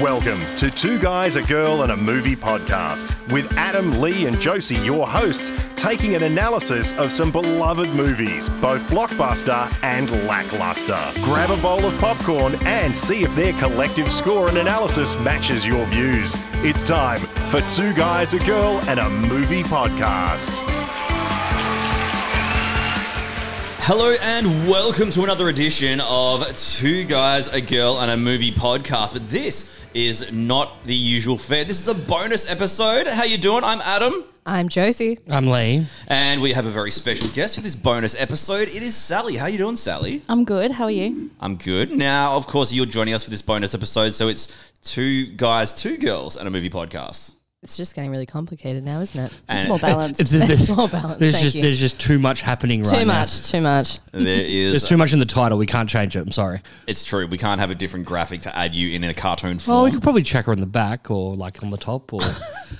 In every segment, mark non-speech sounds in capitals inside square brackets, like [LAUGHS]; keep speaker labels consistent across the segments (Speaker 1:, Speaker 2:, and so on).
Speaker 1: Welcome to Two Guys, a Girl, and a Movie podcast with Adam, Lee, and Josie, your hosts, taking an analysis of some beloved movies, both blockbuster and lackluster. Grab a bowl of popcorn and see if their collective score and analysis matches your views. It's time for Two Guys, a Girl, and a Movie podcast.
Speaker 2: Hello and welcome to another edition of Two Guys, a Girl, and a Movie podcast. But this is not the usual fare. This is a bonus episode. How you doing? I'm Adam,
Speaker 3: I'm Josie.
Speaker 4: I'm Lee.
Speaker 2: and we have a very special guest for this bonus episode. It is Sally. How you doing, Sally?
Speaker 5: I'm good. How are you?
Speaker 2: I'm good. Now, of course, you're joining us for this bonus episode, so it's Two Guys, Two Girls, and a Movie podcast.
Speaker 3: It's just getting really complicated now, isn't it?
Speaker 2: And
Speaker 5: It's more balanced.
Speaker 4: It's,
Speaker 3: [LAUGHS]
Speaker 4: it's, there's,
Speaker 3: more balanced,
Speaker 4: There's
Speaker 3: thank
Speaker 4: just
Speaker 3: you.
Speaker 4: there's just too much happening right
Speaker 3: Too
Speaker 4: now.
Speaker 3: much, too much.
Speaker 4: [LAUGHS]
Speaker 2: there is.
Speaker 4: There's too much in the title. We can't change it. I'm sorry.
Speaker 2: It's true. We can't have a different graphic to add you in in a cartoon form.
Speaker 4: Well, we could probably check her on the back or like on [LAUGHS] the top or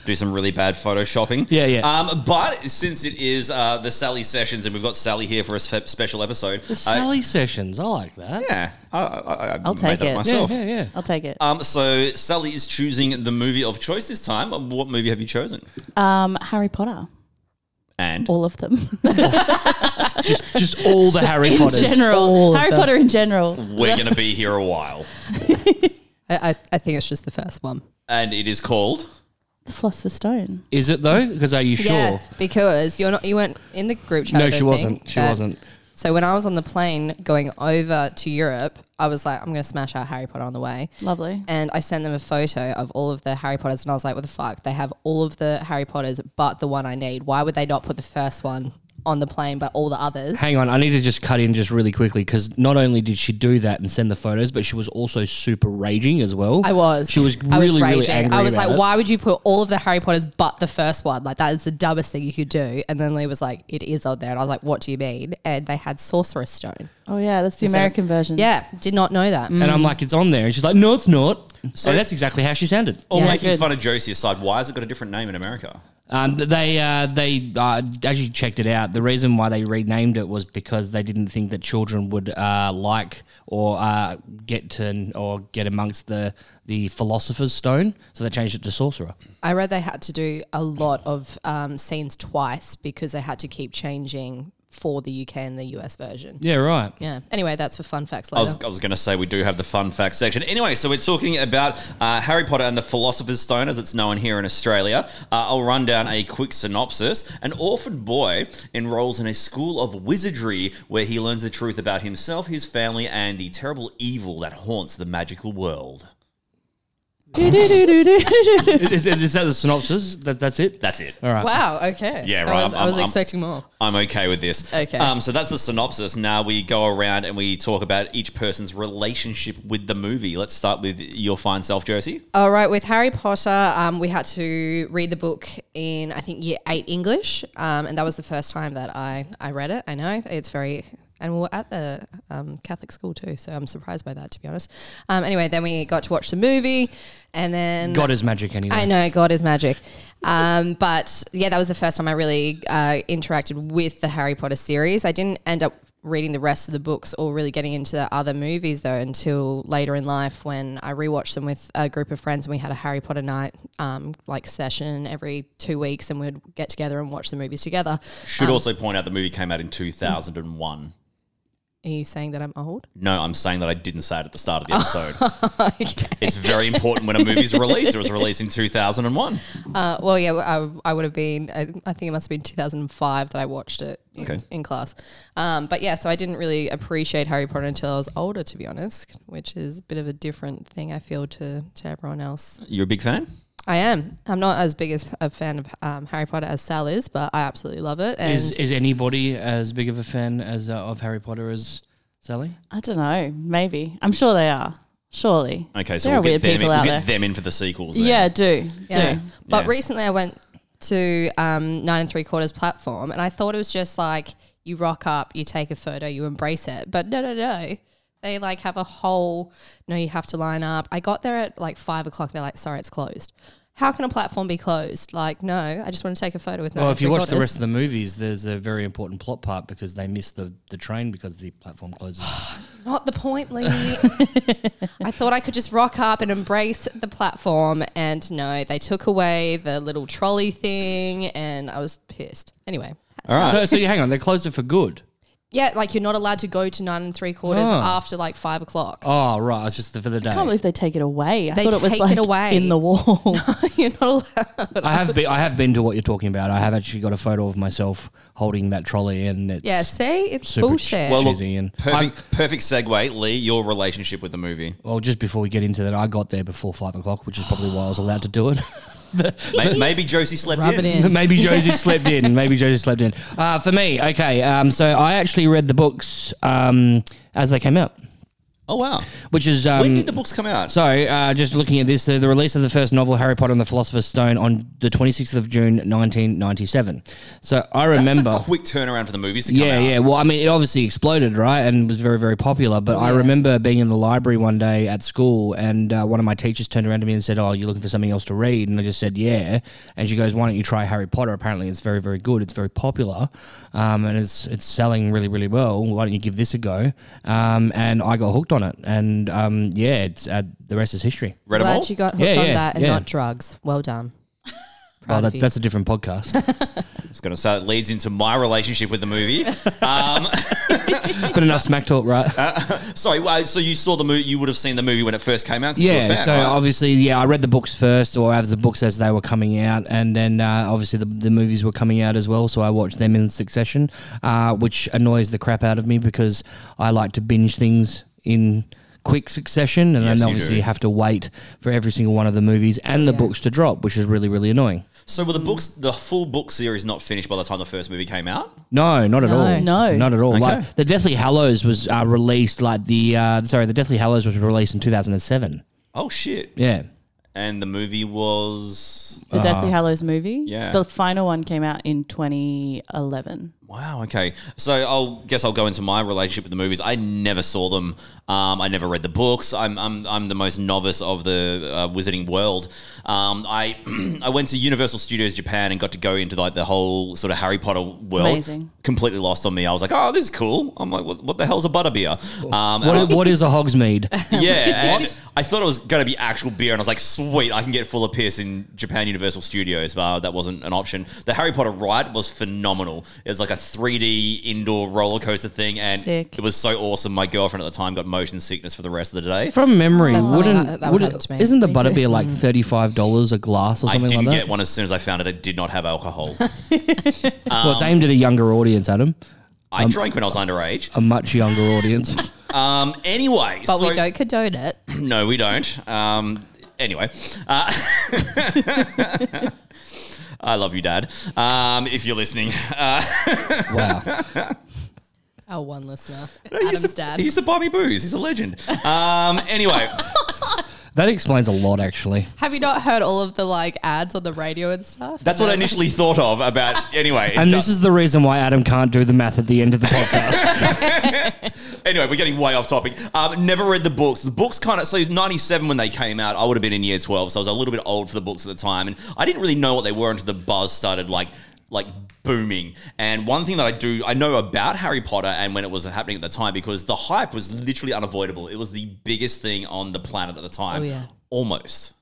Speaker 2: do some really bad photoshopping.
Speaker 4: Yeah, yeah.
Speaker 2: Um, but since it is uh, the Sally sessions, and we've got Sally here for a spe- special episode, uh,
Speaker 4: Sally sessions. I like that.
Speaker 2: yeah, I, I, I- I
Speaker 5: I'll
Speaker 2: made
Speaker 5: take
Speaker 2: that
Speaker 5: it.
Speaker 2: myself.
Speaker 4: yeah, yeah.
Speaker 3: [LAUGHS]
Speaker 5: I'll take it.
Speaker 2: Um, so Sally is choosing the movie of choice this time. What movie have you chosen?
Speaker 5: Um, Harry Potter,
Speaker 2: And
Speaker 5: all of them. [LAUGHS]
Speaker 4: Just all the Harry
Speaker 5: in
Speaker 4: Potters.
Speaker 5: general,
Speaker 3: all of
Speaker 5: Harry
Speaker 3: them.
Speaker 5: Potter in general.
Speaker 2: we're gonna be here a while,
Speaker 3: I, I, I think it's just the first one.
Speaker 2: and it is called.
Speaker 5: The Philosopher's Stone.
Speaker 4: Is it though? Because are you sure?
Speaker 3: Yeah, because you're not. You weren't in the group chat. I
Speaker 4: No,
Speaker 3: don't
Speaker 4: she
Speaker 3: think,
Speaker 4: wasn't. She
Speaker 3: but-
Speaker 4: wasn't.
Speaker 3: So when I was on the plane going over to Europe, I was like, I'm going to smash out Harry Potter on the way.
Speaker 5: Lovely.
Speaker 3: And I sent them a photo of all of the Harry Potters, and I was like, what the fuck? They have all of the Harry Potters, but the one I need. Why would they not put the first one on the plane, but all the others?
Speaker 4: Hang on, I need to just cut in just really quickly because not only did she do that and send the photos, but she was also super raging as well.
Speaker 3: I was.
Speaker 4: She was really,
Speaker 3: I was
Speaker 4: really angry.
Speaker 3: I was
Speaker 4: about
Speaker 3: like,
Speaker 4: it.
Speaker 3: why would you put all of the Harry Potters but the first one? Like, that is the dumbest thing you could do. And then Lee was like, it is on there. And I was like, what do you mean? And they had Sorcerer's Stone.
Speaker 5: Oh yeah, that's the American version.
Speaker 3: [LAUGHS]
Speaker 5: Mm.
Speaker 3: Yeah, did not know that.
Speaker 4: And I'm like, it's on there. And she's like, no, it's not. So that's exactly how she sounded.
Speaker 2: Or
Speaker 5: Yeah,
Speaker 2: making
Speaker 5: good.
Speaker 2: fun of Josie aside, why has it got a different name in America?
Speaker 4: Um, th- they uh, they uh, actually checked it out. The reason why they renamed it was because they didn't think that children would uh, like or uh, get to or get amongst the the philosopher's stone, so they changed it to sorcerer.
Speaker 3: I read they had to do a lot of um, scenes twice because they had to keep changing for the UK and the US version. Yeah.
Speaker 4: Yeah, right.
Speaker 3: Anyway, that's for fun facts
Speaker 2: I
Speaker 3: later.
Speaker 2: was, I was going to say we do have the fun fact section. Anyway, so we're talking about uh, Harry Potter and the Philosopher's Stone, as it's known here in Australia. Uh, I'll run down a quick synopsis. An orphan boy enrolls in a school of wizardry where he learns the truth about himself, his family, and the terrible evil that haunts the magical world.
Speaker 4: [LAUGHS] is, is that the synopsis? That, that's it.
Speaker 2: That's it.
Speaker 3: wow, okay.
Speaker 2: Yeah,
Speaker 3: I
Speaker 2: right,
Speaker 3: was,
Speaker 2: I'm-
Speaker 3: I was
Speaker 2: I'm- I'm-
Speaker 3: expecting more.
Speaker 2: I'm okay with this.
Speaker 3: Okay.
Speaker 2: Um, so that's the synopsis. Now we go around and we talk about each person's relationship with the movie. Let's start with your fine self, Josie.
Speaker 3: All right, with Harry Potter, um, we had to read the book in, I think, year eight English. Um, and that was the first time that I, I read it. I know it's very, and we were at the um, Catholic school too, so I'm surprised by that, to be honest. Um, anyway, then we got to watch the movie, and then.
Speaker 4: God is magic anyway.
Speaker 3: I know God is magic, um, but yeah, that was the first time I really uh, interacted with the Harry Potter series. I didn't end up reading the rest of the books or really getting into the other movies though until later in life when I rewatched them with a group of friends and we had a Harry Potter night um, like session every two weeks and we'd get together and watch the movies together.
Speaker 5: Um,
Speaker 2: Should also point out the movie came out in 2001.
Speaker 3: Are you saying that I'm old? [LAUGHS]
Speaker 2: No, I'm saying that I didn't say it at the start
Speaker 5: Oh.
Speaker 2: of the episode. It's very important when a movie's released. It was released in 2001.
Speaker 3: Uh, well, yeah, I, I would have been. I, I think it must have been 2005 that I watched it in,
Speaker 2: Okay.
Speaker 3: in class. Um, but yeah, so I didn't really appreciate Harry Potter until I was older, to be honest, which is a bit of a different thing I feel to to everyone else.
Speaker 2: You're a big fan?
Speaker 3: I am. I'm not as big as a fan of um, Harry Potter as Sal is, but I absolutely love it. And
Speaker 4: Is is anybody as big of a fan as uh, of Harry Potter as Sally?
Speaker 5: I don't know. Maybe. I'm sure they are. Surely.
Speaker 2: Okay, so
Speaker 5: there
Speaker 2: we'll
Speaker 5: are weird
Speaker 2: get, them in,
Speaker 5: people
Speaker 2: we'll
Speaker 5: out
Speaker 2: get
Speaker 5: there.
Speaker 2: them in for the sequels. Then.
Speaker 5: Yeah, do
Speaker 3: Yeah.
Speaker 5: do.
Speaker 3: But
Speaker 2: Yeah.
Speaker 3: recently I went to um, nine and three quarters platform and I thought it was just like you rock up, you take a photo, you embrace it. But no, no, no. They like have a whole, no, you have to line up. I got there at like five o'clock. They're like, sorry, it's closed. How can a platform be closed? Like, no, I just want to take a photo with
Speaker 4: Well, if you watch the rest of the [GASPS] movies, there's a very important plot part because they miss the, the train because the platform closes.
Speaker 3: not the point,
Speaker 4: [LAUGHS]
Speaker 3: Lee. I thought I could just rock up and embrace the platform, and no, they took away the little trolley thing, and I was pissed. Anyway,
Speaker 2: All right.
Speaker 4: So, so you hang on, they closed it for good.
Speaker 3: yeah, like you're not allowed to go to nine and three quarters
Speaker 4: Oh.
Speaker 3: after like five o'clock.
Speaker 4: Oh right, it's just for the day.
Speaker 5: I can't believe they take it away. I
Speaker 3: They
Speaker 5: thought it was
Speaker 3: take it
Speaker 5: like
Speaker 3: away.
Speaker 5: in the
Speaker 3: [LAUGHS]
Speaker 5: wall.
Speaker 3: you're not allowed.
Speaker 4: I have been. I have been to what you're talking about. I have actually got a photo of myself holding that trolley, and it's
Speaker 3: Yeah, see, it's
Speaker 4: Super
Speaker 3: bullshit.
Speaker 4: chill.
Speaker 2: Well, look,
Speaker 4: cheesy and-
Speaker 2: perfect, perfect segue, Lee. Your relationship with the movie.
Speaker 5: [LAUGHS]
Speaker 4: Well, just before we get into that, I got there before five o'clock, which is probably why I was allowed to do
Speaker 5: [LAUGHS]
Speaker 4: it. [LAUGHS]
Speaker 2: Maybe, maybe Josie slept
Speaker 3: Rub it in.
Speaker 4: Maybe Josie slept in. Maybe Josie slept in. Uh, for me, okay. Um, so I actually read the books um, as they came out,
Speaker 2: Oh wow!
Speaker 4: which is um,
Speaker 2: When did the books come out?
Speaker 4: So, uh, just looking at this, the, the release of the first novel, Harry Potter and the Philosopher's Stone, on the 26th of June, 1997. So, I
Speaker 2: That's
Speaker 4: remember.
Speaker 2: a quick turnaround for the movies to come
Speaker 4: uh, yeah,
Speaker 2: out.
Speaker 4: yeah. Well, I mean, it obviously exploded, right? And was very, very popular. But I remember being in the library one day at school, and uh, one of my teachers turned around to me and said, Oh, you're looking for something else to read? And I just said, Yeah. And she goes, Why don't you try Harry Potter? Apparently, it's very, very good. It's very popular. Um, and it's, it's selling really, really well. Why don't you give this a go? Um, and I got hooked on it. And um, yeah, it's, uh, the rest is history.
Speaker 2: Read 'em all?
Speaker 3: Glad you got hooked
Speaker 4: Yeah,
Speaker 3: on
Speaker 4: yeah,
Speaker 3: that and
Speaker 4: yeah.
Speaker 3: not drugs. Well done. Proud
Speaker 4: Oh,
Speaker 3: of
Speaker 4: that,
Speaker 3: you.
Speaker 4: that's a different podcast. [LAUGHS]
Speaker 2: It's going to say it leads into my relationship with the
Speaker 5: [LAUGHS]
Speaker 2: movie. um,
Speaker 4: but enough smack talk, right?
Speaker 2: sorry, well, so you saw the movie, you would have seen the movie when it first came out. since you were a
Speaker 4: yeah.
Speaker 2: fan,
Speaker 4: So
Speaker 2: right?
Speaker 4: obviously, yeah, I read the books first, or as the books as they were coming out, and then uh, obviously the, the movies were coming out as well. So I watched them in succession, uh, which annoys the crap out of me because I like to binge things in quick succession, and
Speaker 2: Yes, you
Speaker 4: then obviously
Speaker 2: do.
Speaker 4: you have to wait for every single one of the movies and the books to drop, which is really really annoying.
Speaker 2: so were the books, the full book series not finished by the time the first movie came out?
Speaker 4: No, not at
Speaker 3: No.
Speaker 4: all.
Speaker 5: No.
Speaker 4: not at all.
Speaker 2: Okay.
Speaker 4: Like the Deathly Hallows was uh, released, like the uh, sorry, the Deathly Hallows was released in two thousand and seven.
Speaker 2: Oh, shit.
Speaker 4: Yeah.
Speaker 2: And the movie was.
Speaker 5: The Deathly Hallows movie.
Speaker 2: Ah. Yeah.
Speaker 5: The final one came out in 2011.
Speaker 2: Wow, okay. So I'll guess I'll go into my relationship with the movies. I never saw them. Um, I never read the books. I'm, I'm, I'm the most novice of the uh, Wizarding world. Um, I [CLEARS THROAT] I went to Universal Studios Japan and got to go into like the whole sort of Harry Potter world.
Speaker 5: Amazing.
Speaker 2: Completely lost on me. I was like, oh, this is cool. I'm like, what, what the hell's a butterbeer? Um, and I-
Speaker 4: What, what is a Hogsmeade?
Speaker 2: yeah, and I thought it was going to be actual beer, and I was like, sweet, I can get full of piss in Japan Universal Studios, but that wasn't an option. The Harry Potter ride was phenomenal. It was like a 3D indoor roller coaster thing, and
Speaker 5: Sick.
Speaker 2: it was so awesome. My girlfriend at the time got motion sickness for the rest of the day.
Speaker 4: From memory,
Speaker 3: That's something
Speaker 4: wouldn't
Speaker 3: that- that would
Speaker 4: would
Speaker 3: happen to me. Mm.
Speaker 4: isn't the
Speaker 5: Me
Speaker 4: butter
Speaker 5: too.
Speaker 4: beer like thirty five dollars a glass or
Speaker 2: I
Speaker 4: something
Speaker 2: didn't
Speaker 4: like that?
Speaker 2: get one as soon as I found it. It did not have alcohol.
Speaker 4: Well, it's aimed at a younger audience, Adam,
Speaker 2: I drank when I was underage.
Speaker 4: a much younger audience.
Speaker 2: [LAUGHS] Um, anyway,
Speaker 3: but we
Speaker 2: so-
Speaker 3: don't condone it. [LAUGHS]
Speaker 2: No, we don't. Um, anyway, uh, [LAUGHS] I love you, Dad. Um, if you're listening, [LAUGHS] uh,
Speaker 4: wow,
Speaker 3: Oh,
Speaker 2: [LAUGHS]
Speaker 3: one listener.
Speaker 2: he used
Speaker 3: Adam's
Speaker 2: to-
Speaker 3: dad.
Speaker 2: He used to buy me booze. He's a legend. Um, anyway,
Speaker 4: that explains a lot, actually.
Speaker 3: Have you not heard all of the like ads on the radio and stuff?
Speaker 2: that's what I initially thought of about. Anyway, it
Speaker 4: And
Speaker 2: do-
Speaker 4: this is the reason why Adam can't do the math at the end of
Speaker 3: [LAUGHS]
Speaker 4: the podcast.
Speaker 2: anyway, we're getting way off topic. Um, never read the books. The books kind of so '97 when they came out, I would have been in year 12, so I was a little bit old for the books at the time, and I didn't really know what they were until the buzz started like like booming. And one thing that I do I know about Harry Potter and when it was happening at the time because the hype was literally unavoidable. It was the biggest thing on the planet at the time.
Speaker 3: Oh, yeah.
Speaker 2: Almost.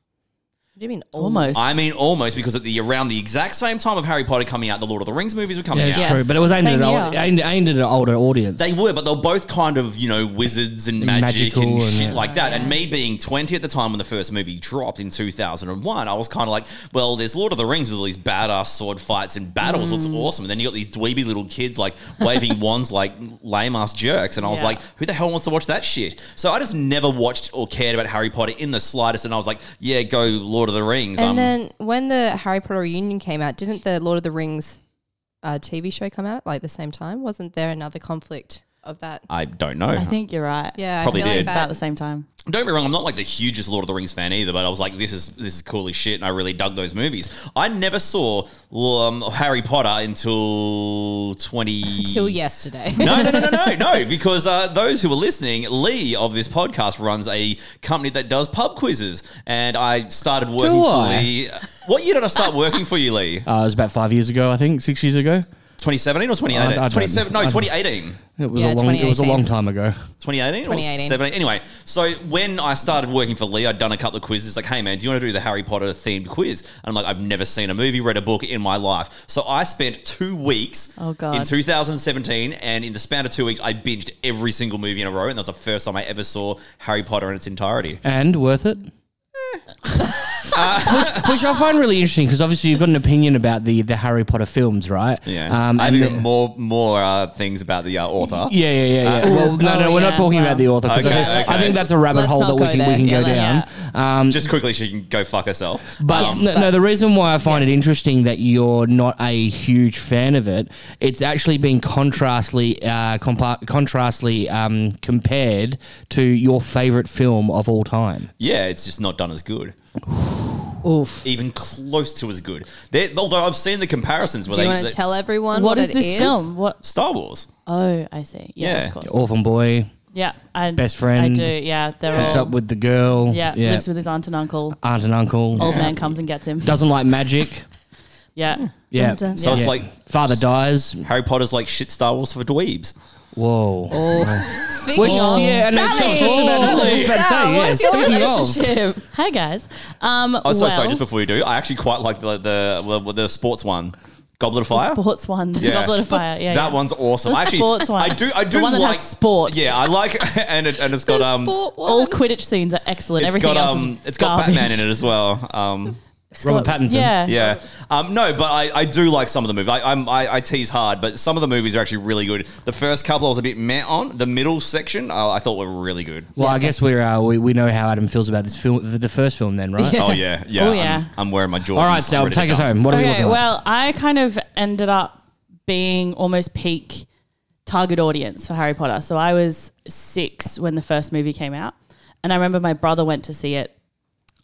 Speaker 3: What do you mean
Speaker 2: Um,
Speaker 5: Almost.
Speaker 2: I mean, almost because at the around the exact same time of Harry Potter coming out, the Lord of the Rings movies were
Speaker 4: yeah,
Speaker 2: coming
Speaker 4: it's
Speaker 2: out.
Speaker 5: Yes.
Speaker 4: true, but it was aimed at,
Speaker 5: Same
Speaker 4: an old,
Speaker 5: year.
Speaker 4: aimed, aimed at an older audience.
Speaker 2: They were, but they were both kind of you know wizards and magic
Speaker 4: Magical
Speaker 2: and,
Speaker 4: and-
Speaker 2: shit like that. And me being twenty at the time when the first movie dropped in two thousand and one, I was kind of like, well, there's Lord of the Rings with all these badass sword fights and battles. Looks awesome. And then you got these dweeby little kids like waving wands like lame ass jerks. And I was
Speaker 5: Yeah.
Speaker 2: like, who the hell wants to watch that shit? So I just never watched or cared about Harry Potter in the slightest. And I was like, yeah, go Lord of the Rings.
Speaker 3: And
Speaker 2: I'm-
Speaker 3: then when the Harry Potter reunion came out, didn't the Lord of the Rings uh, TV show come out at like the same time? Wasn't there another conflict of that?
Speaker 2: I don't know.
Speaker 5: I think you're right.
Speaker 3: Yeah,
Speaker 2: Uh, Probably
Speaker 3: I feel
Speaker 2: did.
Speaker 3: like
Speaker 5: About
Speaker 3: that.
Speaker 5: the same time.
Speaker 2: don't get me wrong, I'm not like the hugest Lord of the Rings fan either, but I was like, this is this is cool as shit, and I really dug those movies. I never saw um, Harry Potter until 20.
Speaker 3: till yesterday.
Speaker 2: [LAUGHS] No, no, no, no, no, no, because uh, those who are listening, Lee of this podcast runs a company that does pub quizzes, and I started working for
Speaker 4: I?
Speaker 2: Lee. What year did I start working for you, Lee?
Speaker 4: [LAUGHS] uh, it was about five years ago, I think, six years ago.
Speaker 2: 2017 or 2018?
Speaker 4: I'd- I'd-
Speaker 2: 27, no,
Speaker 4: I'd-
Speaker 2: 2018.
Speaker 4: It was
Speaker 3: Yeah,
Speaker 4: a long. It was a
Speaker 3: 2018.
Speaker 4: long time ago.
Speaker 2: 2018 or
Speaker 3: 2018.
Speaker 2: 17 anyway so when i started working for lee i'd done a couple of quizzes like hey man do you want to do the harry potter themed quiz and i'm like i've never seen a movie read a book in my life so i spent two weeks
Speaker 5: Oh, God.
Speaker 2: in 2017 and in the span of two weeks i binged every single movie in a row and that was the first time i ever saw harry potter in its entirety
Speaker 4: And worth
Speaker 3: [LAUGHS]
Speaker 4: it.
Speaker 2: Uh,
Speaker 4: which, which I find really interesting because obviously you've got an opinion about the, the Harry Potter films, right?
Speaker 2: yeah
Speaker 4: Um,
Speaker 2: i
Speaker 4: and
Speaker 2: have
Speaker 4: the-
Speaker 2: even more more uh, things about the uh, author
Speaker 4: yeah, yeah, yeah. yeah. well, no, no,
Speaker 5: Oh,
Speaker 4: we're
Speaker 5: yeah,
Speaker 4: not talking
Speaker 5: wow.
Speaker 4: about the author. 'cause I,
Speaker 2: Okay,
Speaker 4: think, I
Speaker 2: okay.
Speaker 4: think that's a rabbit
Speaker 3: Let's
Speaker 4: hole
Speaker 3: not
Speaker 4: that we
Speaker 3: go
Speaker 4: can
Speaker 3: there.
Speaker 4: we can
Speaker 3: Yeah,
Speaker 4: go
Speaker 3: let's-
Speaker 4: down.
Speaker 2: just quickly she can go fuck herself
Speaker 4: But,
Speaker 3: Yes,
Speaker 4: no,
Speaker 3: but-
Speaker 4: no, the reason why I find it interesting that you're not a huge fan of it, it's actually been contrastly, uh, compa- contrastly um, compared to your favorite film of all time.
Speaker 2: yeah it's just not done as
Speaker 5: [SIGHS]
Speaker 2: good
Speaker 3: Oof.
Speaker 2: even close to as good They're, although i've seen the comparisons where
Speaker 3: Do you
Speaker 2: they,
Speaker 3: want
Speaker 2: they-
Speaker 3: to tell everyone what,
Speaker 5: what is
Speaker 3: it
Speaker 5: this
Speaker 3: is?
Speaker 5: film? What?
Speaker 2: star wars
Speaker 5: Oh, I see. Yeah,
Speaker 2: Yeah.
Speaker 5: of course.
Speaker 4: Orphan Boy
Speaker 5: Yeah, I,
Speaker 4: Best friend.
Speaker 5: I do. Yeah, they're
Speaker 4: hooks
Speaker 3: Oh.
Speaker 5: all.
Speaker 4: up with the girl.
Speaker 5: Yeah, lives with his aunt and uncle.
Speaker 4: aunt and uncle.
Speaker 3: Oh.
Speaker 5: Old man comes and gets him.
Speaker 4: Doesn't like magic.
Speaker 5: Yeah,
Speaker 4: Yeah.
Speaker 3: dun.
Speaker 2: so it's
Speaker 4: Yeah.
Speaker 2: like
Speaker 4: Father dies.
Speaker 2: Harry Potter's like shit Star Wars for dweebs.
Speaker 4: Whoa.
Speaker 3: Oh, Speaking of,
Speaker 4: yeah, and it's-
Speaker 3: Sally,
Speaker 4: I was just about to say,
Speaker 3: Sal,
Speaker 4: yeah,
Speaker 3: what's your
Speaker 4: speaking of.
Speaker 3: relationship?
Speaker 5: hi guys. Um,
Speaker 2: Oh, so
Speaker 5: well,
Speaker 2: sorry. Just before you do, I actually quite like the the the, the sports one, Goblet of Fire.
Speaker 5: sports one,
Speaker 2: Yeah.
Speaker 5: Goblet of Fire. Yeah,
Speaker 2: that
Speaker 5: yeah.
Speaker 2: one's awesome.
Speaker 5: The
Speaker 2: I actually,
Speaker 5: sports one.
Speaker 2: I do. I
Speaker 5: The
Speaker 2: do
Speaker 5: one that
Speaker 2: like
Speaker 5: has sport.
Speaker 2: Yeah, I like, [LAUGHS] and it, and it's got
Speaker 3: The
Speaker 2: um,
Speaker 3: sport one.
Speaker 5: All Quidditch scenes are excellent.
Speaker 2: it's
Speaker 5: Everything
Speaker 2: got
Speaker 5: else
Speaker 2: um,
Speaker 5: is
Speaker 2: it's got
Speaker 5: garbage.
Speaker 2: Batman in it as well. Um,
Speaker 5: It's
Speaker 4: Robert
Speaker 5: got-
Speaker 4: Pattinson.
Speaker 5: Yeah,
Speaker 2: yeah, um, no, but I, I do like some of the movies. I, I'm, I I tease hard, but some of the movies are actually really good. The first couple I was a bit meh on. The middle section uh, I thought were really
Speaker 5: [LAUGHS]
Speaker 2: good.
Speaker 4: Well, I guess we're uh, we, we know how Adam feels about this film, the, the first film, then, right?
Speaker 2: Oh yeah, yeah.
Speaker 5: Oh,
Speaker 2: I'm-
Speaker 5: yeah.
Speaker 2: I'm, wearing my Jordans.
Speaker 4: All right, Sal,
Speaker 2: I'm ready to
Speaker 4: take us
Speaker 2: go.
Speaker 4: home. What are we looking
Speaker 5: Okay,
Speaker 4: at?
Speaker 5: well, I kind of ended up being almost peak target audience for Harry Potter. So I was six when the first movie came out. And I remember my brother went to see it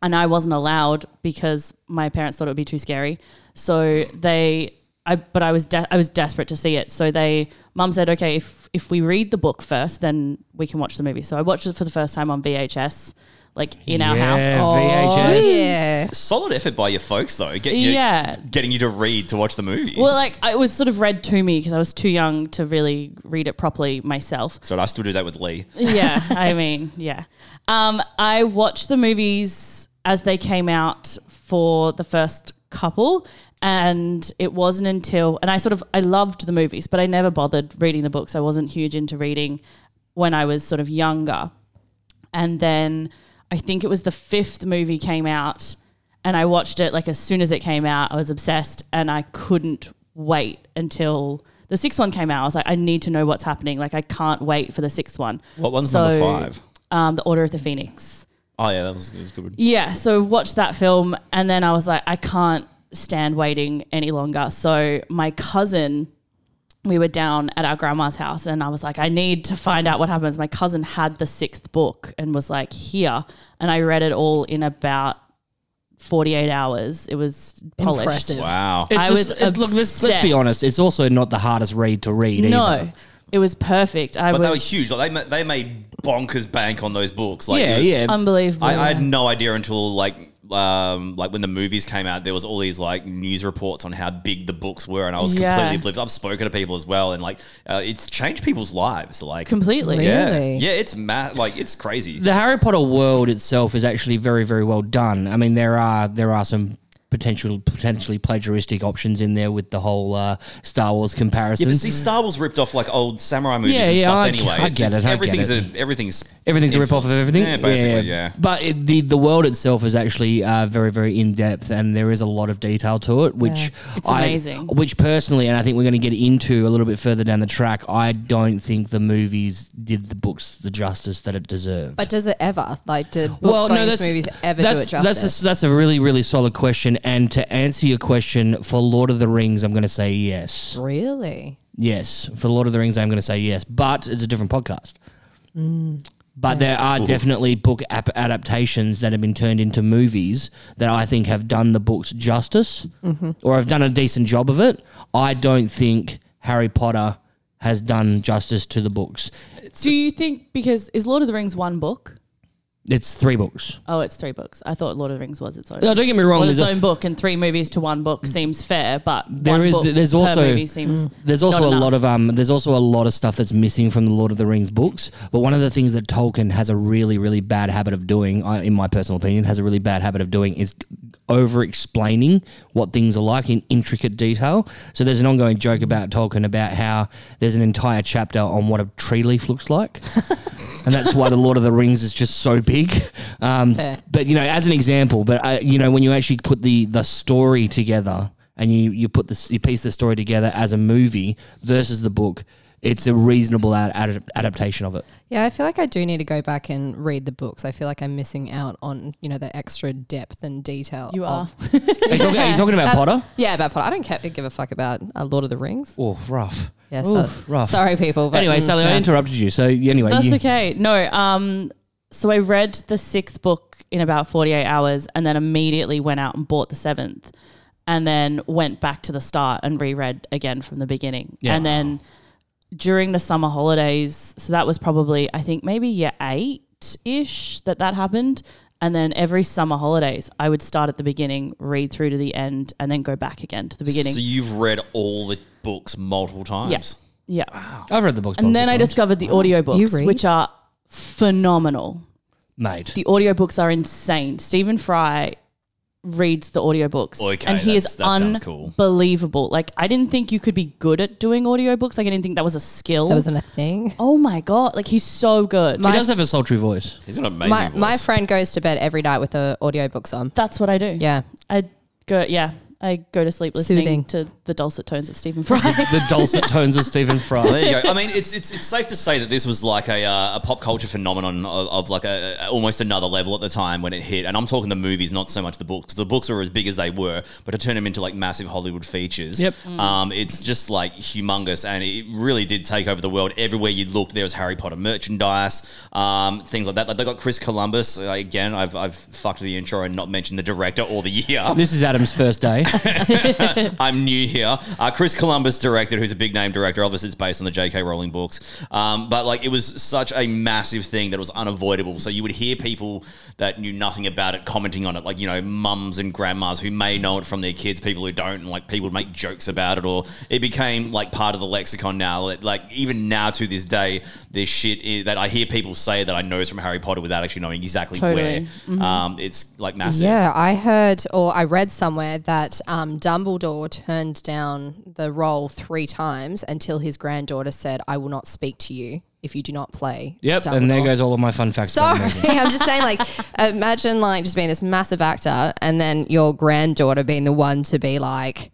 Speaker 5: and I wasn't allowed because my parents thought it would be too scary. So they, I, but I was de- I was desperate to see it. So they, mum said, okay, if if we read the book first, then we can watch the movie. So I watched it for the first time on VHS, like in our
Speaker 4: yeah,
Speaker 5: house. Oh,
Speaker 4: VHS.
Speaker 3: Oh, Yeah.
Speaker 2: Solid effort by your folks, though. Getting you,
Speaker 5: Yeah.
Speaker 2: getting you to read to watch the movie.
Speaker 5: Well, like it was sort of read to me because I was too young to really read it properly myself.
Speaker 2: so I still do that with Lee.
Speaker 5: Yeah, [LAUGHS] I mean, yeah. Um, I watched the movies as they came out for the first couple, and it wasn't until and I sort of I loved the movies, but I never bothered reading the books. I wasn't huge into reading when I was sort of younger and then I think it was the fifth movie came out, and I watched it like as soon as it came out. I was obsessed, and I couldn't wait until the sixth one came out. I was like, I need to know what's happening. Like, I can't wait for the sixth one.
Speaker 2: What one's
Speaker 5: So,
Speaker 2: number five?
Speaker 5: Um, the Order of the Phoenix.
Speaker 2: Oh yeah, that was, that was good.
Speaker 5: Yeah, so watched that film, and then I was like, I can't stand waiting any longer. So my cousin we were down at our grandma's house and I was like, I need to find out what happens. My cousin had the sixth book and was like, here. And I read it all in about 48 hours. It was polished.
Speaker 3: Impressive.
Speaker 2: Wow.
Speaker 4: It's
Speaker 5: I
Speaker 4: just-
Speaker 5: was
Speaker 4: it- look, let's, let's be
Speaker 5: obsessed.
Speaker 4: honest. It's also not the hardest read to read.
Speaker 5: No,
Speaker 4: either.
Speaker 5: it was perfect. I
Speaker 2: but
Speaker 5: was
Speaker 2: they were huge. Like they ma- they made bonkers bank on those books. Like
Speaker 4: Yeah,
Speaker 2: it was-
Speaker 4: yeah.
Speaker 5: Unbelievable.
Speaker 2: I, I had no idea until like um like when the movies came out, there was all these like news reports on how big the books were, and I was
Speaker 5: Yeah.
Speaker 2: completely oblivious. I've spoken to people as well, and like uh, it's changed people's lives. Like
Speaker 5: Completely.
Speaker 2: Yeah,
Speaker 3: Really?
Speaker 2: yeah. It's mad. Like it's crazy.
Speaker 4: the Harry Potter world itself is actually very, very well done. I mean, there are there are some potential potentially plagiaristic options in there with the whole uh, Star Wars
Speaker 2: Yeah,
Speaker 4: comparison.
Speaker 2: but see, Star Wars ripped off like old samurai movies
Speaker 4: Yeah,
Speaker 2: and
Speaker 4: yeah,
Speaker 2: stuff
Speaker 4: I-
Speaker 2: anyway.
Speaker 4: I
Speaker 2: It's-
Speaker 4: get
Speaker 2: it's-
Speaker 4: it, I get
Speaker 2: everything's
Speaker 4: it.
Speaker 2: A, everything's
Speaker 4: Everything's a rip off of
Speaker 2: influenced.
Speaker 4: everything.
Speaker 2: Yeah, basically, yeah.
Speaker 4: But it, the the world itself is actually uh, very very in depth, and there is a lot of detail to it, which
Speaker 5: It's
Speaker 4: I-
Speaker 5: amazing.
Speaker 4: Which personally, and I think we're going to get into a little bit further down the track. I don't think the movies did the books the justice that it deserved.
Speaker 3: But does it ever? Like, do books
Speaker 4: well,
Speaker 3: going
Speaker 4: no,
Speaker 3: into
Speaker 4: that's
Speaker 3: movies ever do
Speaker 4: that's,
Speaker 3: it justice?
Speaker 4: That's a, that's a really really solid question, and to answer your question for Lord of the Rings, I'm going to say yes,
Speaker 3: really?
Speaker 4: yes. For Lord of the Rings, I'm going to say yes, but it's a different podcast. But there are definitely book ap- adaptations that have been turned into movies that I think have done the books justice or have done a decent job of it. I don't think Harry Potter has done justice to the books.
Speaker 5: Do you think, because is Lord of the Rings one book?
Speaker 4: It's three books.
Speaker 5: Oh, it's three books. I thought Lord of the Rings was its own.
Speaker 4: No, don't get me wrong.
Speaker 5: well,
Speaker 4: There's,
Speaker 5: its
Speaker 4: a, Mm.
Speaker 5: own book and three movies to one book seems fair, but
Speaker 4: There
Speaker 5: one
Speaker 4: is-
Speaker 5: book
Speaker 4: there's
Speaker 5: per
Speaker 4: also-
Speaker 5: movie seems
Speaker 4: there's also
Speaker 5: not
Speaker 4: a lot
Speaker 5: enough.
Speaker 4: of um. There's also a lot of stuff that's missing from the Lord of the Rings books. But one of the things that Tolkien has a really, really bad habit of doing, I- in my personal opinion, has a really bad habit of doing is over-explaining what things are like in intricate detail. So there's an ongoing joke about Tolkien about how there's an entire chapter on what a tree leaf looks
Speaker 5: [LAUGHS]
Speaker 4: like. and that's why the Lord of the Rings is just so big. Um,
Speaker 3: Fair.
Speaker 4: but you know, as an example, but I, you know, when you actually put the the story together and you you put this you piece the story together as a movie versus the book, it's a reasonable ad, ad, adaptation of it.
Speaker 3: Yeah, I feel like I do need to go back and read the books. I feel like I'm missing out on you know the extra depth and detail.
Speaker 5: You are.
Speaker 3: of-
Speaker 4: Are you talking, are you talking
Speaker 3: That's-
Speaker 4: about Potter?
Speaker 3: Yeah, about Potter. I don't care, give a fuck about uh, Lord of the Rings.
Speaker 4: Oh, rough.
Speaker 3: Yeah, so,
Speaker 4: Oof, rough.
Speaker 3: sorry people. But
Speaker 4: anyway,
Speaker 3: mm,
Speaker 4: Sally, I
Speaker 3: yeah.
Speaker 4: interrupted you. So y- anyway,
Speaker 5: That's
Speaker 4: you,
Speaker 5: okay. No, um, so I read the sixth book in about 48 hours and then immediately went out and bought the seventh and then went back to the start and reread again from the beginning.
Speaker 4: Yeah.
Speaker 5: And then during the summer holidays, so that was probably, I think, maybe year eight ish that that happened. And then every summer holidays, I would start at the beginning, read through to the end, and then go back again to the beginning.
Speaker 2: So you've read all the books multiple times.
Speaker 5: yeah. Yeah.
Speaker 4: I've read the books,
Speaker 5: And then I
Speaker 4: multiple
Speaker 5: discovered the audiobooks,
Speaker 3: read?
Speaker 5: which are phenomenal.
Speaker 4: times. mate.
Speaker 5: The audiobooks are insane. Stephen Fry reads the audiobooks
Speaker 2: Okay,
Speaker 5: and he
Speaker 2: that's-
Speaker 5: is
Speaker 2: that sounds cool.
Speaker 5: unbelievable. Like I didn't think you could be good at doing audiobooks. Like I didn't think that was a skill.
Speaker 3: that wasn't a thing.
Speaker 5: oh my god, like he's so good.
Speaker 4: he
Speaker 3: My-
Speaker 4: does have a sultry voice.
Speaker 2: He's got an amazing
Speaker 3: My,
Speaker 2: voice.
Speaker 3: my friend goes to bed every night with the audiobooks on.
Speaker 5: that's what I do.
Speaker 3: Yeah.
Speaker 5: I go yeah, I go to sleep listening
Speaker 3: Soothing.
Speaker 5: to the dulcet tones of Stephen
Speaker 4: [LAUGHS]
Speaker 5: Fry.
Speaker 4: The dulcet tones of Stephen
Speaker 2: Well,
Speaker 4: Fry.
Speaker 2: there you go. I mean, it's it's, it's safe to say that this was like a, uh, a pop culture phenomenon of, of like a, a- almost another level at the time when it hit. And I'm talking the movies, not so much the books. 'cause The books were as big as they were, but to turn them into like massive Hollywood features,
Speaker 4: Yep.
Speaker 2: um, it's just like humongous, and it really did take over the world. Everywhere you looked, there was Harry Potter merchandise, um, things like that. Like they got Chris Columbus Uh, again. I've I've fucked the intro and not mentioned the director or the year.
Speaker 4: This is Adam's first
Speaker 5: [LAUGHS]
Speaker 4: day.
Speaker 2: I'm new here. Uh, Chris Columbus directed, who's a big name director. Obviously, it's based on the J.K. Rowling books. Um, but like, it was such a massive thing that it was unavoidable. So you would hear people that knew nothing about it commenting on it, like you know, mums and grandmas who may know it from their kids, people who don't, and like people would make jokes about it, or it became like part of the lexicon now. Like, like even now to this day, there's shit i- that I hear people say that I know is from Harry Potter without actually knowing exactly
Speaker 5: Totally.
Speaker 2: where. Um, it's like massive.
Speaker 3: Yeah, I heard or I read somewhere that um, Dumbledore turned down the role three times until his granddaughter said, "I will not speak to you if you do not play."
Speaker 4: Yep,
Speaker 3: Dumbledore."
Speaker 4: and there goes all of my fun facts. about
Speaker 3: Sorry,
Speaker 4: the
Speaker 3: [LAUGHS]
Speaker 4: movie.
Speaker 3: I'm just saying. Like, imagine like just being this massive actor, and then your granddaughter being the one to be like,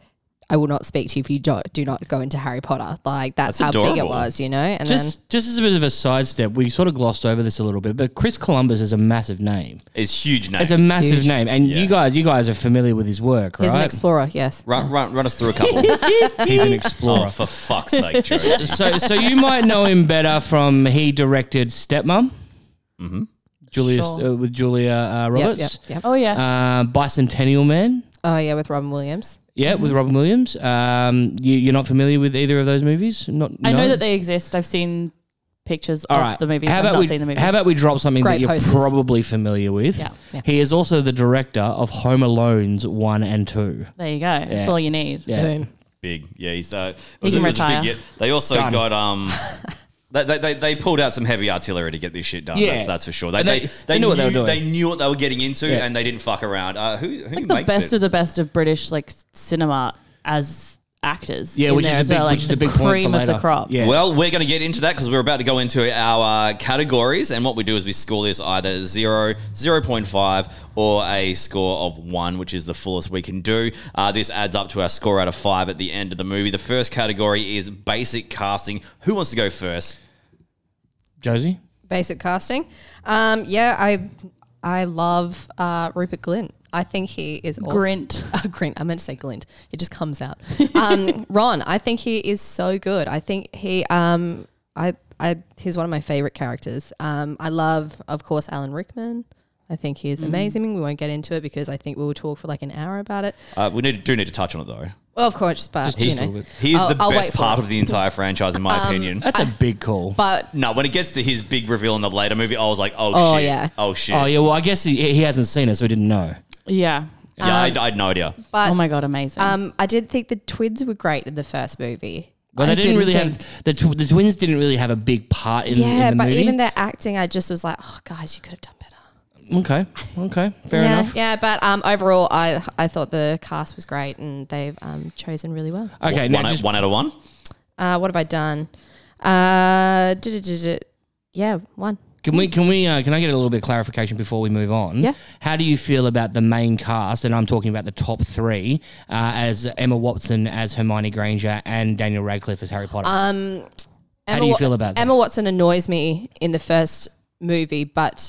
Speaker 3: "I will not speak to you if you don't, do not go into Harry Potter." Like, that's,
Speaker 2: That's
Speaker 3: how big it
Speaker 2: adorable.
Speaker 3: was, you know. And
Speaker 4: Just, just as a bit of a sidestep, we sort of glossed over this a little bit, but Chris Columbus is a massive name.
Speaker 2: It's huge name.
Speaker 4: It's a massive name, and
Speaker 2: Yeah.
Speaker 4: you guys, you guys are familiar with his work,
Speaker 3: then he's an
Speaker 4: right?
Speaker 3: explorer. Yes.
Speaker 2: Run, run, run us through a [LAUGHS] couple.
Speaker 4: He's an
Speaker 2: Oh,
Speaker 4: explorer.
Speaker 2: for fuck's sake, [LAUGHS] Joe.
Speaker 4: so, so you might know him better from he directed Stepmom, Julius
Speaker 5: Sure.
Speaker 4: uh, with Julia uh,
Speaker 3: Yep.
Speaker 4: Roberts,
Speaker 3: Yep. Yep.
Speaker 5: oh yeah.
Speaker 4: Uh, Bicentennial Man,
Speaker 3: Oh yeah, with Robin Williams.
Speaker 4: yeah, with Robin Williams. Um, you, you're not familiar with either of those movies? Not,
Speaker 5: I know
Speaker 4: no?
Speaker 5: that they exist. I've seen pictures
Speaker 4: All
Speaker 5: of
Speaker 4: right.
Speaker 5: the movies.
Speaker 4: How
Speaker 5: I've
Speaker 4: about
Speaker 5: not
Speaker 4: we,
Speaker 5: seen the movies.
Speaker 4: How about we drop something that
Speaker 3: Great
Speaker 4: you're
Speaker 3: posters.
Speaker 4: probably familiar with?
Speaker 5: Yeah.
Speaker 3: Yeah.
Speaker 4: He is also the director of Home Alone's one and two.
Speaker 5: there you go. That's all you need.
Speaker 4: Yeah.
Speaker 3: Boom.
Speaker 2: Big, yeah. He's uh, it
Speaker 5: He
Speaker 2: was- it was
Speaker 5: can
Speaker 2: a big
Speaker 5: retire.
Speaker 2: hit. They also
Speaker 4: Done.
Speaker 2: got
Speaker 4: [LAUGHS]
Speaker 2: um. They, they- they, they pulled out some heavy artillery to get this shit done.
Speaker 4: Yeah.
Speaker 2: That's, that's for sure. They,
Speaker 4: And
Speaker 2: they,
Speaker 4: they- they knew what they were doing.
Speaker 2: They knew what they were getting into,
Speaker 4: Yeah.
Speaker 2: and they didn't fuck around. Uh, who who
Speaker 5: It's like the
Speaker 2: makes
Speaker 5: best
Speaker 2: it?
Speaker 5: of the best of British like s- cinema as actors.
Speaker 4: Yeah,
Speaker 5: in
Speaker 4: which is
Speaker 5: there
Speaker 4: a
Speaker 5: as
Speaker 4: big-
Speaker 5: well, like
Speaker 4: which is
Speaker 5: the
Speaker 4: a big point for
Speaker 5: cream of the
Speaker 4: later.
Speaker 5: crop.
Speaker 4: Yeah.
Speaker 2: Well, we're going to get into that because we're about to go into our uh, categories, and what we do is we score this either 0, 0.5, or a score of 1, which is the fullest we can do. Uh, this adds up to our score out of 5 at the end of the movie. The first category is basic casting. Who wants to go first?
Speaker 4: Josie?
Speaker 3: basic casting. Um, yeah, I I love uh, Rupert Glint. I think he is awesome.
Speaker 5: Grint.
Speaker 3: [LAUGHS] Uh, Grint. I meant to say Glint. It just comes out. [LAUGHS] Um, Ron. I think he is so good. I think he. Um, I. I. He's one of my favorite characters. Um, I love, of course, Alan Rickman. I think
Speaker 5: Mm.
Speaker 3: he is amazing. We won't get into it because I think we will talk for like an hour about it.
Speaker 2: Uh, we need, do need to touch on it, though.
Speaker 3: Well, of course, but
Speaker 4: Just-
Speaker 3: you
Speaker 4: just a
Speaker 3: know,
Speaker 4: little bit.
Speaker 2: He is
Speaker 3: I'll-
Speaker 2: the
Speaker 3: I'll
Speaker 2: best
Speaker 3: wait for
Speaker 2: part
Speaker 3: it. Um,
Speaker 2: of the entire franchise, in
Speaker 3: [LAUGHS]
Speaker 2: my opinion.
Speaker 4: That's a big call.
Speaker 3: But
Speaker 2: No, when it gets to his big reveal in the later movie, I was like, oh,
Speaker 3: Oh,
Speaker 2: shit.
Speaker 3: yeah.
Speaker 2: Oh, shit.
Speaker 4: oh yeah, well I guess he, he hasn't seen it, so he didn't know.
Speaker 5: Yeah.
Speaker 2: Yeah, I, I had no idea.
Speaker 3: but
Speaker 5: oh my god, amazing.
Speaker 3: um, I did think the twins were great in the first movie.
Speaker 4: Well,
Speaker 3: I
Speaker 4: they didn't, really
Speaker 3: think-
Speaker 4: have the, tw- the twins didn't really have a big part in,
Speaker 3: Yeah,
Speaker 4: in the
Speaker 3: but
Speaker 4: movie.
Speaker 3: even their acting, I just was like, oh, guys, you could have done better.
Speaker 4: okay, okay, fair
Speaker 3: yeah,
Speaker 4: enough.
Speaker 3: yeah, but um, overall, I I thought the cast was great and they've um, chosen really well.
Speaker 4: Okay,
Speaker 2: one,
Speaker 4: now
Speaker 2: out-
Speaker 4: just-
Speaker 2: one out of one.
Speaker 3: Uh, what have I done? Uh, du-du-du-du. yeah, one.
Speaker 4: Can we can we uh, can I get a little bit of clarification before we move on?
Speaker 3: Yeah.
Speaker 4: How do you feel about the main cast, and I'm talking about the top three, uh, as Emma Watson as Hermione Granger and Daniel Radcliffe as Harry Potter?
Speaker 3: Uh,
Speaker 4: How do you
Speaker 3: Wa-
Speaker 4: feel about that?
Speaker 3: Emma Watson annoys me in the first movie, but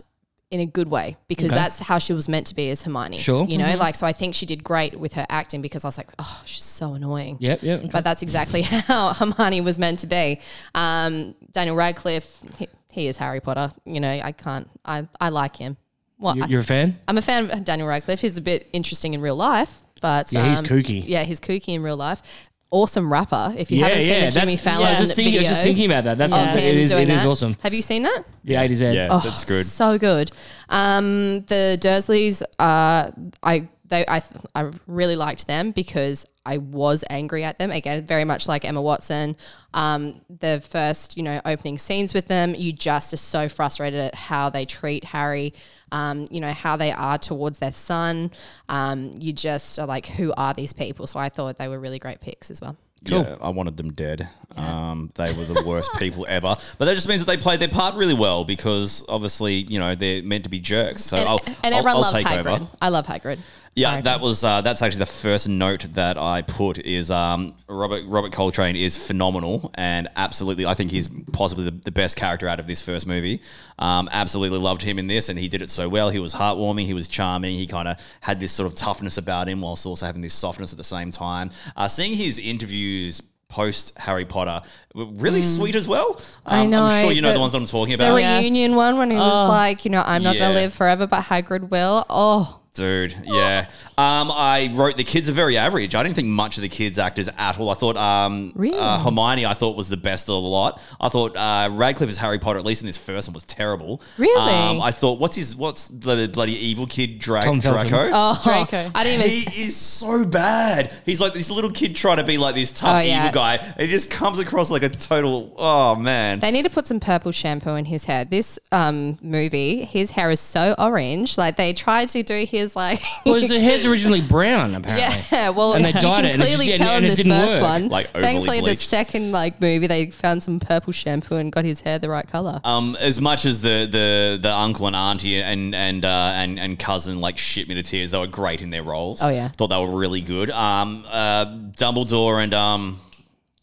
Speaker 3: in a good way because that's how she was meant to be as Hermione.
Speaker 4: Sure.
Speaker 3: you know, like so. I think she did great with her acting because I was like, oh, she's so annoying.
Speaker 4: Yep, yep. okay.
Speaker 3: But that's exactly [LAUGHS] how Hermione was meant to be. Um, Daniel Radcliffe, he, he is Harry Potter. You know, I can't. I I like him. Well,
Speaker 4: You-
Speaker 3: I-
Speaker 4: You're a fan.
Speaker 3: I'm a fan of Daniel Radcliffe. He's a bit interesting in real life, but
Speaker 4: Yeah, he's
Speaker 3: um,
Speaker 4: kooky.
Speaker 3: Yeah, he's kooky in real life. Awesome rapper. If you haven't seen the
Speaker 4: that's-
Speaker 3: Jimmy
Speaker 4: yeah,
Speaker 3: Fallon
Speaker 4: I was just thinking,
Speaker 3: video
Speaker 4: I was just thinking about that. That's
Speaker 3: of
Speaker 4: it
Speaker 3: him
Speaker 4: is,
Speaker 3: doing
Speaker 4: it
Speaker 3: that, Oh,
Speaker 4: is awesome.
Speaker 3: have you seen that?
Speaker 4: The 80s Ed.
Speaker 2: Yeah, that's good.
Speaker 3: So good. Um, the Dursleys, uh, I they I th- I really liked them because I was angry at them again, very much like Emma Watson. Um, the first you know opening scenes with them, you just are so frustrated at how they treat Harry. Um, you know how they are towards their son. Um, you just are like, who are these people? So I thought they were really great picks as well.
Speaker 2: Yeah, I wanted them dead. Um, they were
Speaker 3: [LAUGHS]
Speaker 2: the worst people ever. But that just means that they played their part really well because obviously, you know, they're meant to be jerks. So
Speaker 3: And,
Speaker 2: I'll, Oh,
Speaker 3: and
Speaker 2: I'll-
Speaker 3: everyone
Speaker 2: I'll
Speaker 3: loves
Speaker 2: take
Speaker 3: Hagrid.
Speaker 2: over.
Speaker 3: I love Hagrid.
Speaker 2: Yeah, that was uh, that's actually the first note that I put is um, Robert Robert Coltrane is phenomenal and absolutely I think he's possibly the, the best character out of this first movie. Um, absolutely loved him in this and he did it so well. He was heartwarming, he was charming, he kind of had this sort of toughness about him whilst also having this softness at the same time. Uh, seeing his interviews post Harry Potter were really sweet as well. Um,
Speaker 3: Mm. I know,
Speaker 2: I'm sure you know the,
Speaker 3: the-
Speaker 2: ones that I'm talking
Speaker 3: The
Speaker 2: about.
Speaker 5: Yes.
Speaker 3: reunion one when he
Speaker 4: Oh.
Speaker 3: was like, you know, I'm not
Speaker 2: Yeah.
Speaker 3: gonna live forever, but Hagrid will. Oh,
Speaker 2: Dude, yeah. Um, I wrote the kids are very average. I didn't think much of the kids actors at all. I thought um,
Speaker 3: Really?
Speaker 2: uh, Hermione, I thought was the best of the lot. I thought uh, Radcliffe as Harry Potter, at least in this first one, was terrible.
Speaker 3: Really?
Speaker 2: Um, I thought what's his what's the bloody evil kid Dra-
Speaker 4: Tom Felton.
Speaker 2: Draco?
Speaker 3: oh,
Speaker 5: Draco.
Speaker 3: I didn't even.
Speaker 2: He is so bad. He's like this little kid trying to be like this tough
Speaker 3: Oh, yeah.
Speaker 2: evil guy. And he just comes across like a total oh man.
Speaker 3: they need to put some purple shampoo in his hair. This um movie, his hair is so orange. Like they tried to do his like. [LAUGHS]
Speaker 4: Well, his the hair's originally brown, apparently.
Speaker 3: Yeah, [LAUGHS] well,
Speaker 4: And they
Speaker 3: you
Speaker 4: dyed
Speaker 3: can
Speaker 4: it and it
Speaker 3: clearly
Speaker 4: just- yeah,
Speaker 3: tell
Speaker 4: and
Speaker 3: in
Speaker 4: it
Speaker 3: this
Speaker 4: didn't
Speaker 3: first
Speaker 4: work.
Speaker 3: one.
Speaker 2: Like, overly
Speaker 3: Thankfully, the
Speaker 2: bleached.
Speaker 3: second like movie, they found some purple shampoo and got his hair the right color.
Speaker 2: Um, as much as the the the uncle and auntie and and uh, and and cousin like shit me to tears, they were great in their roles.
Speaker 3: Oh, yeah.
Speaker 2: thought they were really good. Um, uh, Dumbledore and um,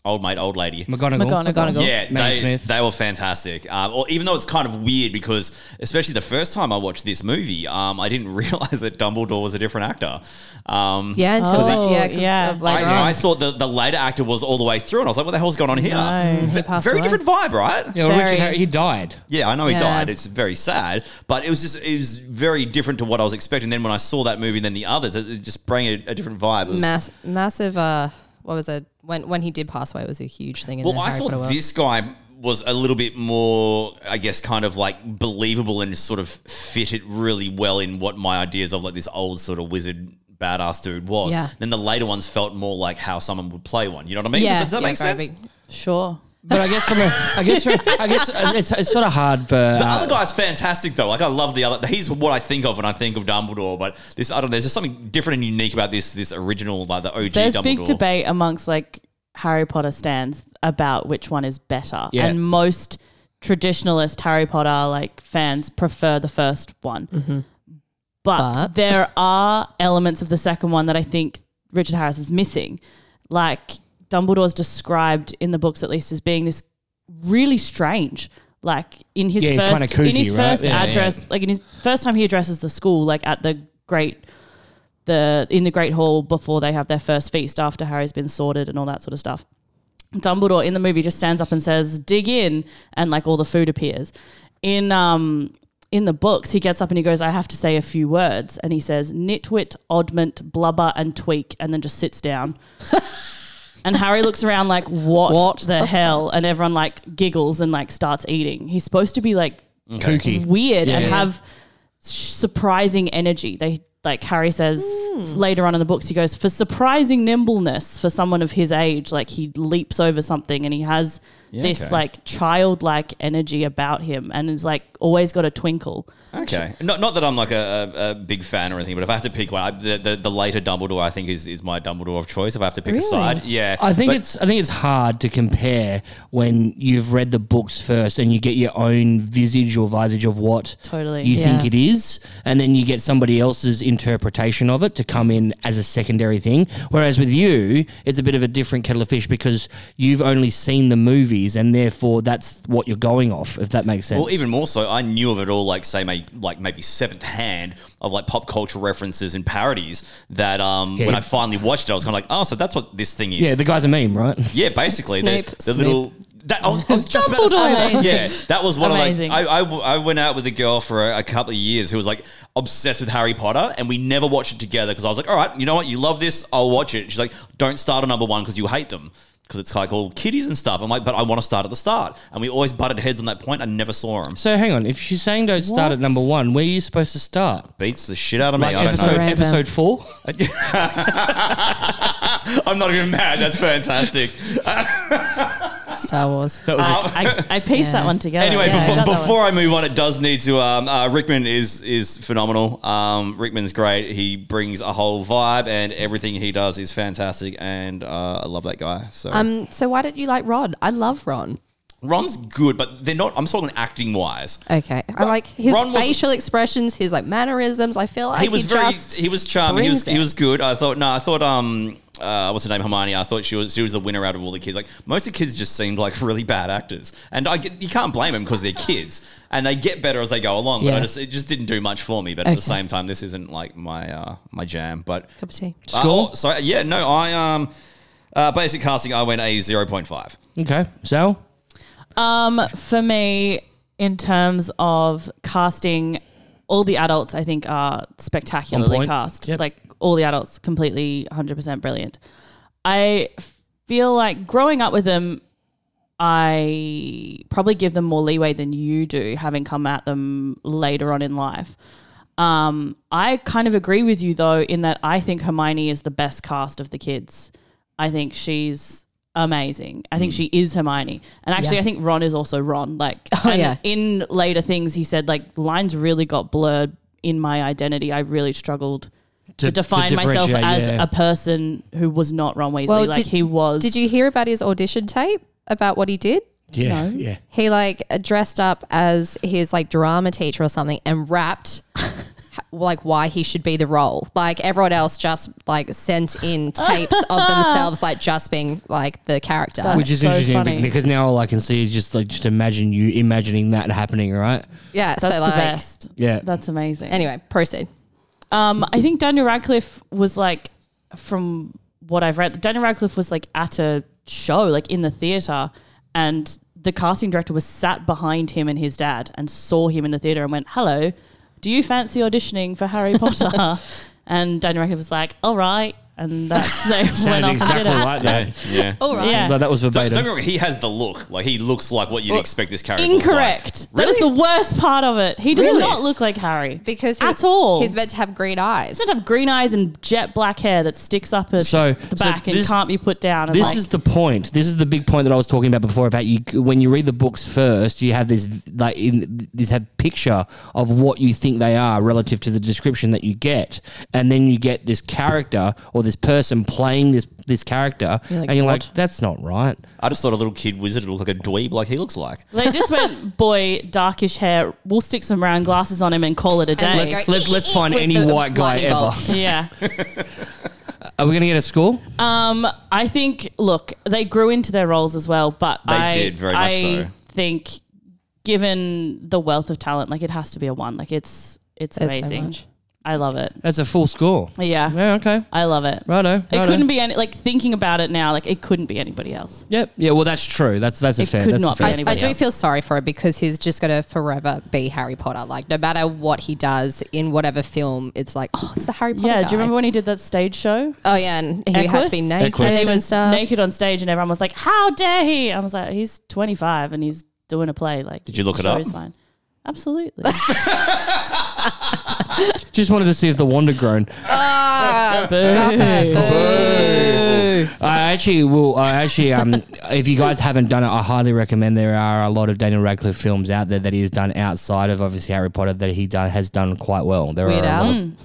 Speaker 2: old mate, old lady.
Speaker 4: McGonagall.
Speaker 5: McGonagall.
Speaker 2: Yeah,
Speaker 4: Maggie
Speaker 2: they,
Speaker 4: Smith.
Speaker 2: they were fantastic. Um, or even though it's kind of weird because, especially the first time I watched this movie, um, I didn't [LAUGHS] realize that Dumbledore was a different actor. Um,
Speaker 3: yeah, until
Speaker 5: Oh,
Speaker 3: yeah, 'cause
Speaker 5: yeah.
Speaker 3: of later
Speaker 2: I, I
Speaker 3: on.
Speaker 2: thought the, the later actor was all the way through, and I was like, "What the hell's going on here?"
Speaker 3: He passed
Speaker 2: Very
Speaker 3: away.
Speaker 2: different vibe, right?
Speaker 4: Yeah, well, Richard
Speaker 3: Very-
Speaker 4: Harry, he died.
Speaker 2: Yeah, I know he
Speaker 3: Yeah.
Speaker 2: died. It's very sad, but it was just it was very different to what I was expecting. Then when I saw that movie, and then the others, it, it just bring a, a different vibe. It was-
Speaker 3: Mass, massive. Uh, what was it? When when he did pass away, it was a huge thing. In
Speaker 2: well,
Speaker 3: the
Speaker 2: I
Speaker 3: Harry
Speaker 2: thought
Speaker 3: Potter world.
Speaker 2: this guy was a little bit more, I guess, kind of like believable and sort of fit it really well in what my ideas of like this old sort of wizard. Badass dude was.
Speaker 3: Yeah.
Speaker 2: Then the later ones felt more like how someone would play one. You know what I mean?
Speaker 3: Yeah,
Speaker 2: does that
Speaker 3: yeah,
Speaker 2: make
Speaker 3: very
Speaker 2: sense?
Speaker 3: big.
Speaker 5: Sure.
Speaker 4: But I guess from a, I guess from, I guess uh, it's, it's sort of hard for
Speaker 2: The
Speaker 4: uh,
Speaker 2: other guy's fantastic though. Like I love the other. He's what I think of when I think of Dumbledore. But this, I don't. know, There's just something different and unique about this this original like the OG
Speaker 5: There's
Speaker 2: Dumbledore.
Speaker 5: big debate amongst like Harry Potter stands about which one is better,
Speaker 4: Yeah.
Speaker 5: and most traditionalist Harry Potter like fans prefer the first one. But,
Speaker 3: But-
Speaker 5: there are elements of the second one that I think Richard Harris is missing. Like Dumbledore's described in the books, at least, as being this really strange. Like in his
Speaker 4: Yeah, he's
Speaker 5: first
Speaker 4: kinda kooky,
Speaker 5: in his
Speaker 4: right?
Speaker 5: first
Speaker 4: Yeah, yeah.
Speaker 5: address, like in his first time he addresses the school, like at the great the in the Great Hall before they have their first feast after Harry's been sorted and all that sort of stuff. Dumbledore in the movie just stands up and says, "Dig in," and like all the food appears. In um in the books, he gets up and he goes, I have to say a few words. And he says, nitwit, oddment, blubber, and tweak, and then just sits down. and Harry looks around like, what,
Speaker 3: What
Speaker 5: the, hell? And everyone like giggles and like starts eating. He's supposed to be like
Speaker 4: Kooky.
Speaker 5: weird and
Speaker 4: Yeah.
Speaker 5: have s- surprising energy. They like Harry says later on in the books, he goes for surprising nimbleness for someone of his age. Like he leaps over something and he has this
Speaker 2: okay.
Speaker 5: like childlike energy about him and is like always got a twinkle.
Speaker 2: Okay. Not, not that I'm like a, a, a big fan or anything, but if I have to pick one, I, the, the, the later Dumbledore I think is, is my Dumbledore of choice. If I have to pick a side, yeah.
Speaker 4: I think
Speaker 2: But-
Speaker 4: it's I think it's hard to compare when you've read the books first and you get your own visage or visage of what
Speaker 5: Totally.
Speaker 4: you
Speaker 3: Yeah.
Speaker 4: think it is, and then you get somebody else's interpretation of it to come in as a secondary thing. Whereas with you, it's a bit of a different kettle of fish because you've only seen the movies and therefore that's what you're going off. If that makes sense.
Speaker 2: Well, even more so, I knew of it all, like say, may, like maybe seventh hand of like pop culture references and parodies. That um, when
Speaker 4: Yeah.
Speaker 2: I finally watched it, I was kind of like, oh, so that's what this thing is.
Speaker 4: yeah, the guy's a
Speaker 2: [LAUGHS]
Speaker 4: meme, right?
Speaker 2: Yeah, basically
Speaker 3: Snape,
Speaker 2: the, the
Speaker 3: Snape.
Speaker 2: little. That, I was, I was just about to say that.
Speaker 3: Dumbledore.
Speaker 2: Yeah, that was one
Speaker 5: Amazing.
Speaker 2: of like I, I, I went out with a girl for a, a couple of years who was like obsessed with Harry Potter, and we never watched it together because I was like, all right, you know what, you love this, I'll watch it. She's like, don't start on number one because you hate them because it's like all kiddies and stuff. I'm like, but I want to start at the start, and we always butted heads on that point. I never saw him.
Speaker 4: So hang on, if she's saying don't start at
Speaker 5: What?
Speaker 4: number one, where are you supposed to start?
Speaker 2: Beats the shit out of me.
Speaker 4: Like
Speaker 2: I don't
Speaker 4: episode
Speaker 2: know.
Speaker 3: Random.
Speaker 4: episode four.
Speaker 2: I'm not even mad. That's fantastic.
Speaker 3: Star Wars.
Speaker 5: I, I pieced that one together.
Speaker 2: Anyway,
Speaker 5: Yeah, I got that
Speaker 2: before,
Speaker 5: one.
Speaker 2: before I move on, it does need to. Um, uh, Rickman is is phenomenal. Um, Rickman's great. He brings a whole vibe, and everything he does is fantastic. And uh, I love that guy. So
Speaker 3: Um, so why did you like Rod? I love Ron.
Speaker 2: Ron's good, but they're not. I'm talking acting wise.
Speaker 3: Okay, I like his
Speaker 2: Ron was-
Speaker 3: facial expressions, his like mannerisms. I feel like
Speaker 2: he
Speaker 3: he,
Speaker 2: was very
Speaker 3: just
Speaker 2: he was charming. He was
Speaker 3: brings
Speaker 2: he
Speaker 3: it.
Speaker 2: was good. I thought no, I thought um uh, what's her name Hermione. I thought she was she was the winner out of all the kids. Like most of the kids just seemed like [LAUGHS] really bad actors, and I get, you can't blame them because they're kids and they get better as they go along. But I
Speaker 3: Yeah.
Speaker 2: just it just didn't do much for me. But at the
Speaker 3: Okay.
Speaker 2: same time, this isn't like my uh, my jam. But
Speaker 3: cup of tea.
Speaker 2: uh, oh, so yeah, no, I um uh, basic casting I went a zero point five.
Speaker 4: Okay, so
Speaker 5: Um, for me, in terms of casting, all the adults I think are
Speaker 4: On
Speaker 5: spectacularly
Speaker 4: point.
Speaker 5: cast.
Speaker 4: Yep.
Speaker 5: Like all the adults, completely 100% brilliant. I feel like growing up with them, I probably give them more leeway than you do, having come at them later on in life. Um, I kind of agree with you though, in that I think Hermione is the best cast of the kids. I think she's amazing. I think she is Hermione, and actually,
Speaker 3: Mm. Yeah.
Speaker 5: I think Ron is also Ron. Like,
Speaker 3: [LAUGHS] Oh,
Speaker 5: and
Speaker 3: yeah.
Speaker 5: In later things, he said like lines really got blurred in my identity. I really struggled to,
Speaker 4: To- to
Speaker 5: define myself
Speaker 4: differentiate,
Speaker 5: as
Speaker 4: yeah.
Speaker 5: a person who was not Ron Weasley.
Speaker 3: Well,
Speaker 5: like
Speaker 3: did-
Speaker 5: he was.
Speaker 3: Did you hear about his audition tape? About what he did?
Speaker 4: yeah, yeah.
Speaker 3: He like dressed up as his like drama teacher or something and rapped [LAUGHS] like why he should be the role. Like everyone else just like sent
Speaker 2: [LAUGHS]
Speaker 3: in tapes of themselves like just being like the character.
Speaker 4: [LAUGHS] Which is
Speaker 5: so
Speaker 4: interesting
Speaker 5: funny.
Speaker 4: be- because now all I can see is just like just imagine you imagining that happening, right?
Speaker 3: yeah,
Speaker 5: That's
Speaker 3: so
Speaker 5: the
Speaker 3: like
Speaker 5: best.
Speaker 4: Yeah.
Speaker 5: That's amazing.
Speaker 3: anyway, proceed.
Speaker 5: Um, I think Daniel Radcliffe was like, from what I've read, Daniel Radcliffe was like at a show, like in the theater, and the casting director was sat behind him and his dad and saw him in the theater and went, "Hello, do you fancy auditioning
Speaker 4: [LAUGHS]
Speaker 5: for Harry Potter?" and Daniel Radcliffe was like, "All right," and that's
Speaker 4: [LAUGHS]
Speaker 5: they went
Speaker 4: Sounded
Speaker 5: off and
Speaker 4: exactly
Speaker 5: did it.
Speaker 4: like
Speaker 2: [LAUGHS]
Speaker 4: that.
Speaker 2: Yeah.
Speaker 3: All right.
Speaker 5: Yeah.
Speaker 4: But that was
Speaker 2: Don't, don't
Speaker 4: verbatim.
Speaker 2: get me wrong, he has the look. Like he looks like what you'd expect this character. to look like.
Speaker 5: [LAUGHS] Incorrect. That is the worst part of it. He does
Speaker 3: Really?
Speaker 5: not look like Harry
Speaker 3: Because he-
Speaker 5: at all.
Speaker 3: he's meant to have green eyes.
Speaker 5: meant to have green eyes and jet black hair that sticks up at
Speaker 4: So-
Speaker 5: the
Speaker 4: so
Speaker 5: back and
Speaker 4: this-
Speaker 5: can't be put down. And
Speaker 4: This
Speaker 5: like,
Speaker 4: is the point. This is the big point that I was talking about before. About you, when you read the books first, you have this like in this have picture of what you think they are relative to the description that you get, and then you get this character or this person playing this this character,
Speaker 3: like,
Speaker 4: and you're
Speaker 3: "What?"
Speaker 4: like, that's not right.
Speaker 2: I just thought a little kid wizard would look like a dweeb, like he looks like.
Speaker 5: they just went, boy, darkish hair. We'll stick some round glasses on him and call it a
Speaker 3: And
Speaker 5: day.
Speaker 3: go,
Speaker 4: Let, let's find
Speaker 3: with
Speaker 4: any
Speaker 3: the
Speaker 4: white guy
Speaker 3: lightning
Speaker 4: ever.
Speaker 3: bolt.
Speaker 5: Yeah.
Speaker 4: Are we going to get a score?
Speaker 5: Um, I think, look, they grew into their roles as well, but
Speaker 2: They
Speaker 5: I,
Speaker 2: did, very much
Speaker 5: I
Speaker 2: so.
Speaker 5: think, given the wealth of talent, like it has to be a one. Like it's, it's
Speaker 3: There's so
Speaker 5: amazing.
Speaker 3: much.
Speaker 5: I love it.
Speaker 4: That's a full score.
Speaker 5: Yeah.
Speaker 4: Yeah. Okay.
Speaker 5: I love it.
Speaker 4: Righto.
Speaker 5: It
Speaker 4: righto.
Speaker 5: couldn't be any like thinking about it now. Like it couldn't be anybody else.
Speaker 4: Yep. Yeah. Well, that's true. That's that's a
Speaker 5: It
Speaker 4: fair.
Speaker 5: could
Speaker 4: that's a
Speaker 5: not
Speaker 4: fair.
Speaker 5: be
Speaker 3: I, I
Speaker 5: anybody
Speaker 3: do
Speaker 5: else.
Speaker 3: feel sorry for it because he's just going to forever be Harry Potter. Like, no matter what he does in whatever film, it's like, oh, it's the Harry Potter.
Speaker 5: Yeah. Do you remember
Speaker 3: guy.
Speaker 5: when he did that stage show?
Speaker 3: Oh, yeah. And he had to be
Speaker 5: Equus?
Speaker 3: naked
Speaker 4: Equus.
Speaker 5: And he
Speaker 3: and
Speaker 5: was
Speaker 3: stuff.
Speaker 5: naked on stage, and everyone was like, "How dare he?" I was like, "He's 25 and he's doing a play." Like,
Speaker 2: Did you look it
Speaker 5: sure
Speaker 2: up?
Speaker 5: he's fine. Absolutely. [LAUGHS]
Speaker 4: Just wanted to see if the wonder grown.
Speaker 3: Ah, stop it. Boo.
Speaker 4: I actually will. I actually, um, [LAUGHS] if you guys haven't done it, I highly recommend. There are a lot of Daniel Radcliffe films out there that he's done outside of obviously Harry Potter that he done, has done quite well. There
Speaker 3: Weird
Speaker 4: are a lot
Speaker 3: Al.
Speaker 4: of-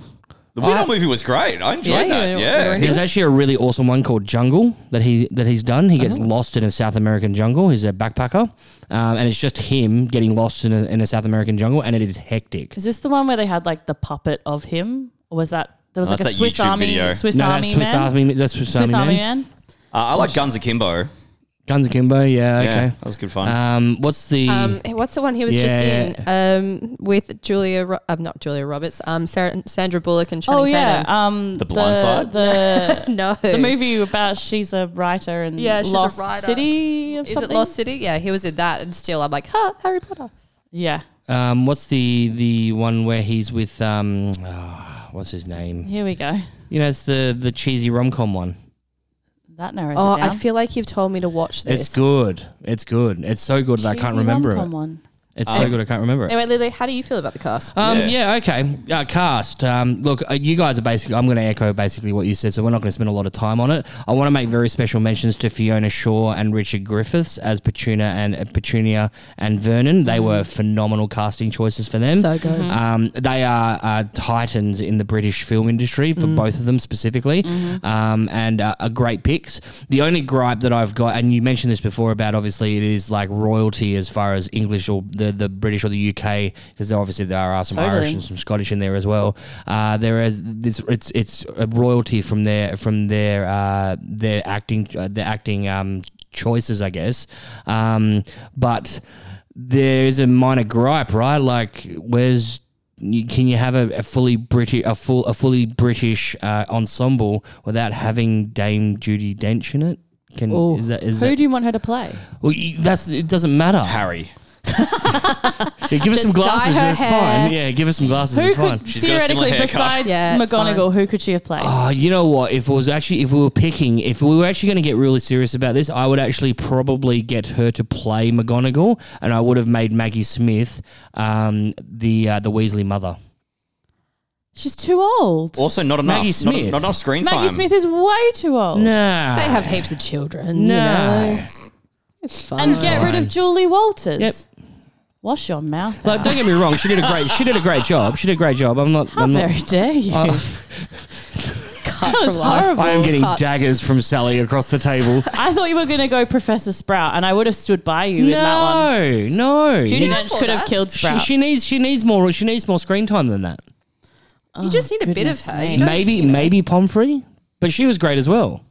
Speaker 2: The Weird Al movie was great. I enjoyed
Speaker 3: Yeah,
Speaker 2: that.
Speaker 3: you-
Speaker 2: yeah.
Speaker 3: you were-
Speaker 4: There's actually a really awesome one called Jungle that he that he's done. He gets lost in a South American jungle. He's a backpacker, um, and it's just him getting lost in a, in a South American jungle, and it is hectic.
Speaker 5: Is this the one where they had like the puppet of him, or was that there was
Speaker 2: No,
Speaker 5: like a
Speaker 2: that's that
Speaker 5: Swiss
Speaker 2: YouTube
Speaker 5: Army
Speaker 2: video.
Speaker 5: Swiss
Speaker 4: No, that's
Speaker 5: Army
Speaker 4: Swiss
Speaker 5: man?
Speaker 4: Army. That's Swiss,
Speaker 5: Swiss
Speaker 4: Army,
Speaker 5: Army
Speaker 4: man.
Speaker 5: man.
Speaker 2: Uh, I like Guns Akimbo.
Speaker 4: Guns Akimbo. Yeah.
Speaker 2: Yeah,
Speaker 4: Okay.
Speaker 2: that was good fun.
Speaker 4: Um, what's the?
Speaker 3: Um, what's the one he was
Speaker 4: Yeah.
Speaker 3: just in um, with Julia, Ro- um, not Julia Roberts, um, Sarah, Sandra Bullock and Channing
Speaker 5: Oh yeah,
Speaker 3: Tatum?
Speaker 5: um,
Speaker 2: The Blind Side?
Speaker 5: The
Speaker 3: [LAUGHS] no.
Speaker 5: the movie about she's a writer and
Speaker 3: Yeah, she's a
Speaker 5: Lost
Speaker 3: writer.
Speaker 5: City of
Speaker 3: Is
Speaker 5: something.
Speaker 3: it Lost City? Yeah, he was in that, and still I'm like, huh, Harry Potter.
Speaker 5: Yeah,
Speaker 4: um, what's the the one where he's with um, ah, what's his name?
Speaker 5: here we go.
Speaker 4: You know, it's the the cheesy rom com one.
Speaker 5: That narrows
Speaker 3: Oh,
Speaker 5: it down.
Speaker 3: I feel like you've told me to watch this.
Speaker 4: It's good. It's good. It's so good that I can't
Speaker 5: Cheesy
Speaker 4: remember
Speaker 5: rom-com
Speaker 4: it.
Speaker 5: One.
Speaker 4: It's so good I can't remember it.
Speaker 3: Anyway, Lily, how do you feel about the cast?
Speaker 4: Oh. Um,
Speaker 2: Yeah.
Speaker 4: yeah. okay. Uh, cast. Um, look, uh, you guys are basically, I'm going to echo basically what you said, so we're not going to spend a lot of time on it. I want to make very special mentions to Fiona Shaw and Richard Griffiths as Petunia and uh, Petunia and Vernon. They were phenomenal casting choices for them.
Speaker 3: So good.
Speaker 4: Um, they are uh, titans in the British film industry for both of them specifically, um, and uh, are great picks. The only gripe that I've got, and you mentioned this before about obviously it is like royalty as far as English or the, the British or the UK, because obviously there are some
Speaker 5: Totally.
Speaker 4: Irish and some Scottish in there as well. Uh, there is this, it's it's a royalty from their from their uh, their acting uh, their acting um, choices, I guess. Um, but there is a minor gripe, right? Like, where's you- can you have a, a fully British a full a fully British uh, ensemble without having Dame Judy Dench in it? Can is that is
Speaker 5: Who
Speaker 4: that
Speaker 5: do you want her to play?
Speaker 4: well, you- that's it doesn't matter.
Speaker 2: Harry.
Speaker 4: Yeah, give
Speaker 3: Just
Speaker 4: us some glasses,
Speaker 3: dye her
Speaker 4: it's
Speaker 3: hair.
Speaker 4: fine. Yeah, give us some glasses,
Speaker 5: Who
Speaker 4: it's
Speaker 5: could
Speaker 4: fine.
Speaker 2: She's got a similar
Speaker 5: theoretically,
Speaker 2: haircut.
Speaker 5: besides
Speaker 3: Yeah, it's
Speaker 5: McGonagall, who could she have played?
Speaker 4: Oh, you know what? If it was actually, if we were picking, if we were actually going to get really serious about this, I would actually probably get her to play McGonagall, and I would have made Maggie Smith um, the uh, the Weasley mother.
Speaker 5: She's too old.
Speaker 2: Also, not enough.
Speaker 4: Maggie
Speaker 2: not-
Speaker 4: Smith.
Speaker 2: Not, enough screen
Speaker 5: Maggie
Speaker 2: time.
Speaker 5: Smith is way too old.
Speaker 4: Nah,
Speaker 3: They have heaps of children.
Speaker 4: nah.
Speaker 3: You know? It's fun.
Speaker 5: And get rid of Julie Walters.
Speaker 4: Yep.
Speaker 5: Wash your mouth.
Speaker 4: Like,
Speaker 5: out.
Speaker 4: don't get me wrong. She did a great. She did a great job. She did a great job. I'm not.
Speaker 5: How
Speaker 4: I'm not.
Speaker 5: very dare you?
Speaker 4: I-
Speaker 3: cut
Speaker 5: that
Speaker 3: from
Speaker 5: was
Speaker 3: life.
Speaker 5: horrible. [LAUGHS]
Speaker 4: I am getting daggers from Sally across the table.
Speaker 5: I thought you were going to go Professor Sprout, and I would have stood by [LAUGHS] you in that one.
Speaker 4: no, no.
Speaker 5: Judy
Speaker 3: Yeah,
Speaker 5: Dench
Speaker 3: for
Speaker 5: could have
Speaker 3: that.
Speaker 5: killed
Speaker 4: she,
Speaker 5: Sprout.
Speaker 4: she needs. She needs more. She needs more screen time than that.
Speaker 3: You just need a bit of
Speaker 5: goodness
Speaker 3: her.
Speaker 5: me.
Speaker 3: You don't-
Speaker 4: maybe. Maybe Pomfrey, but she was great as well.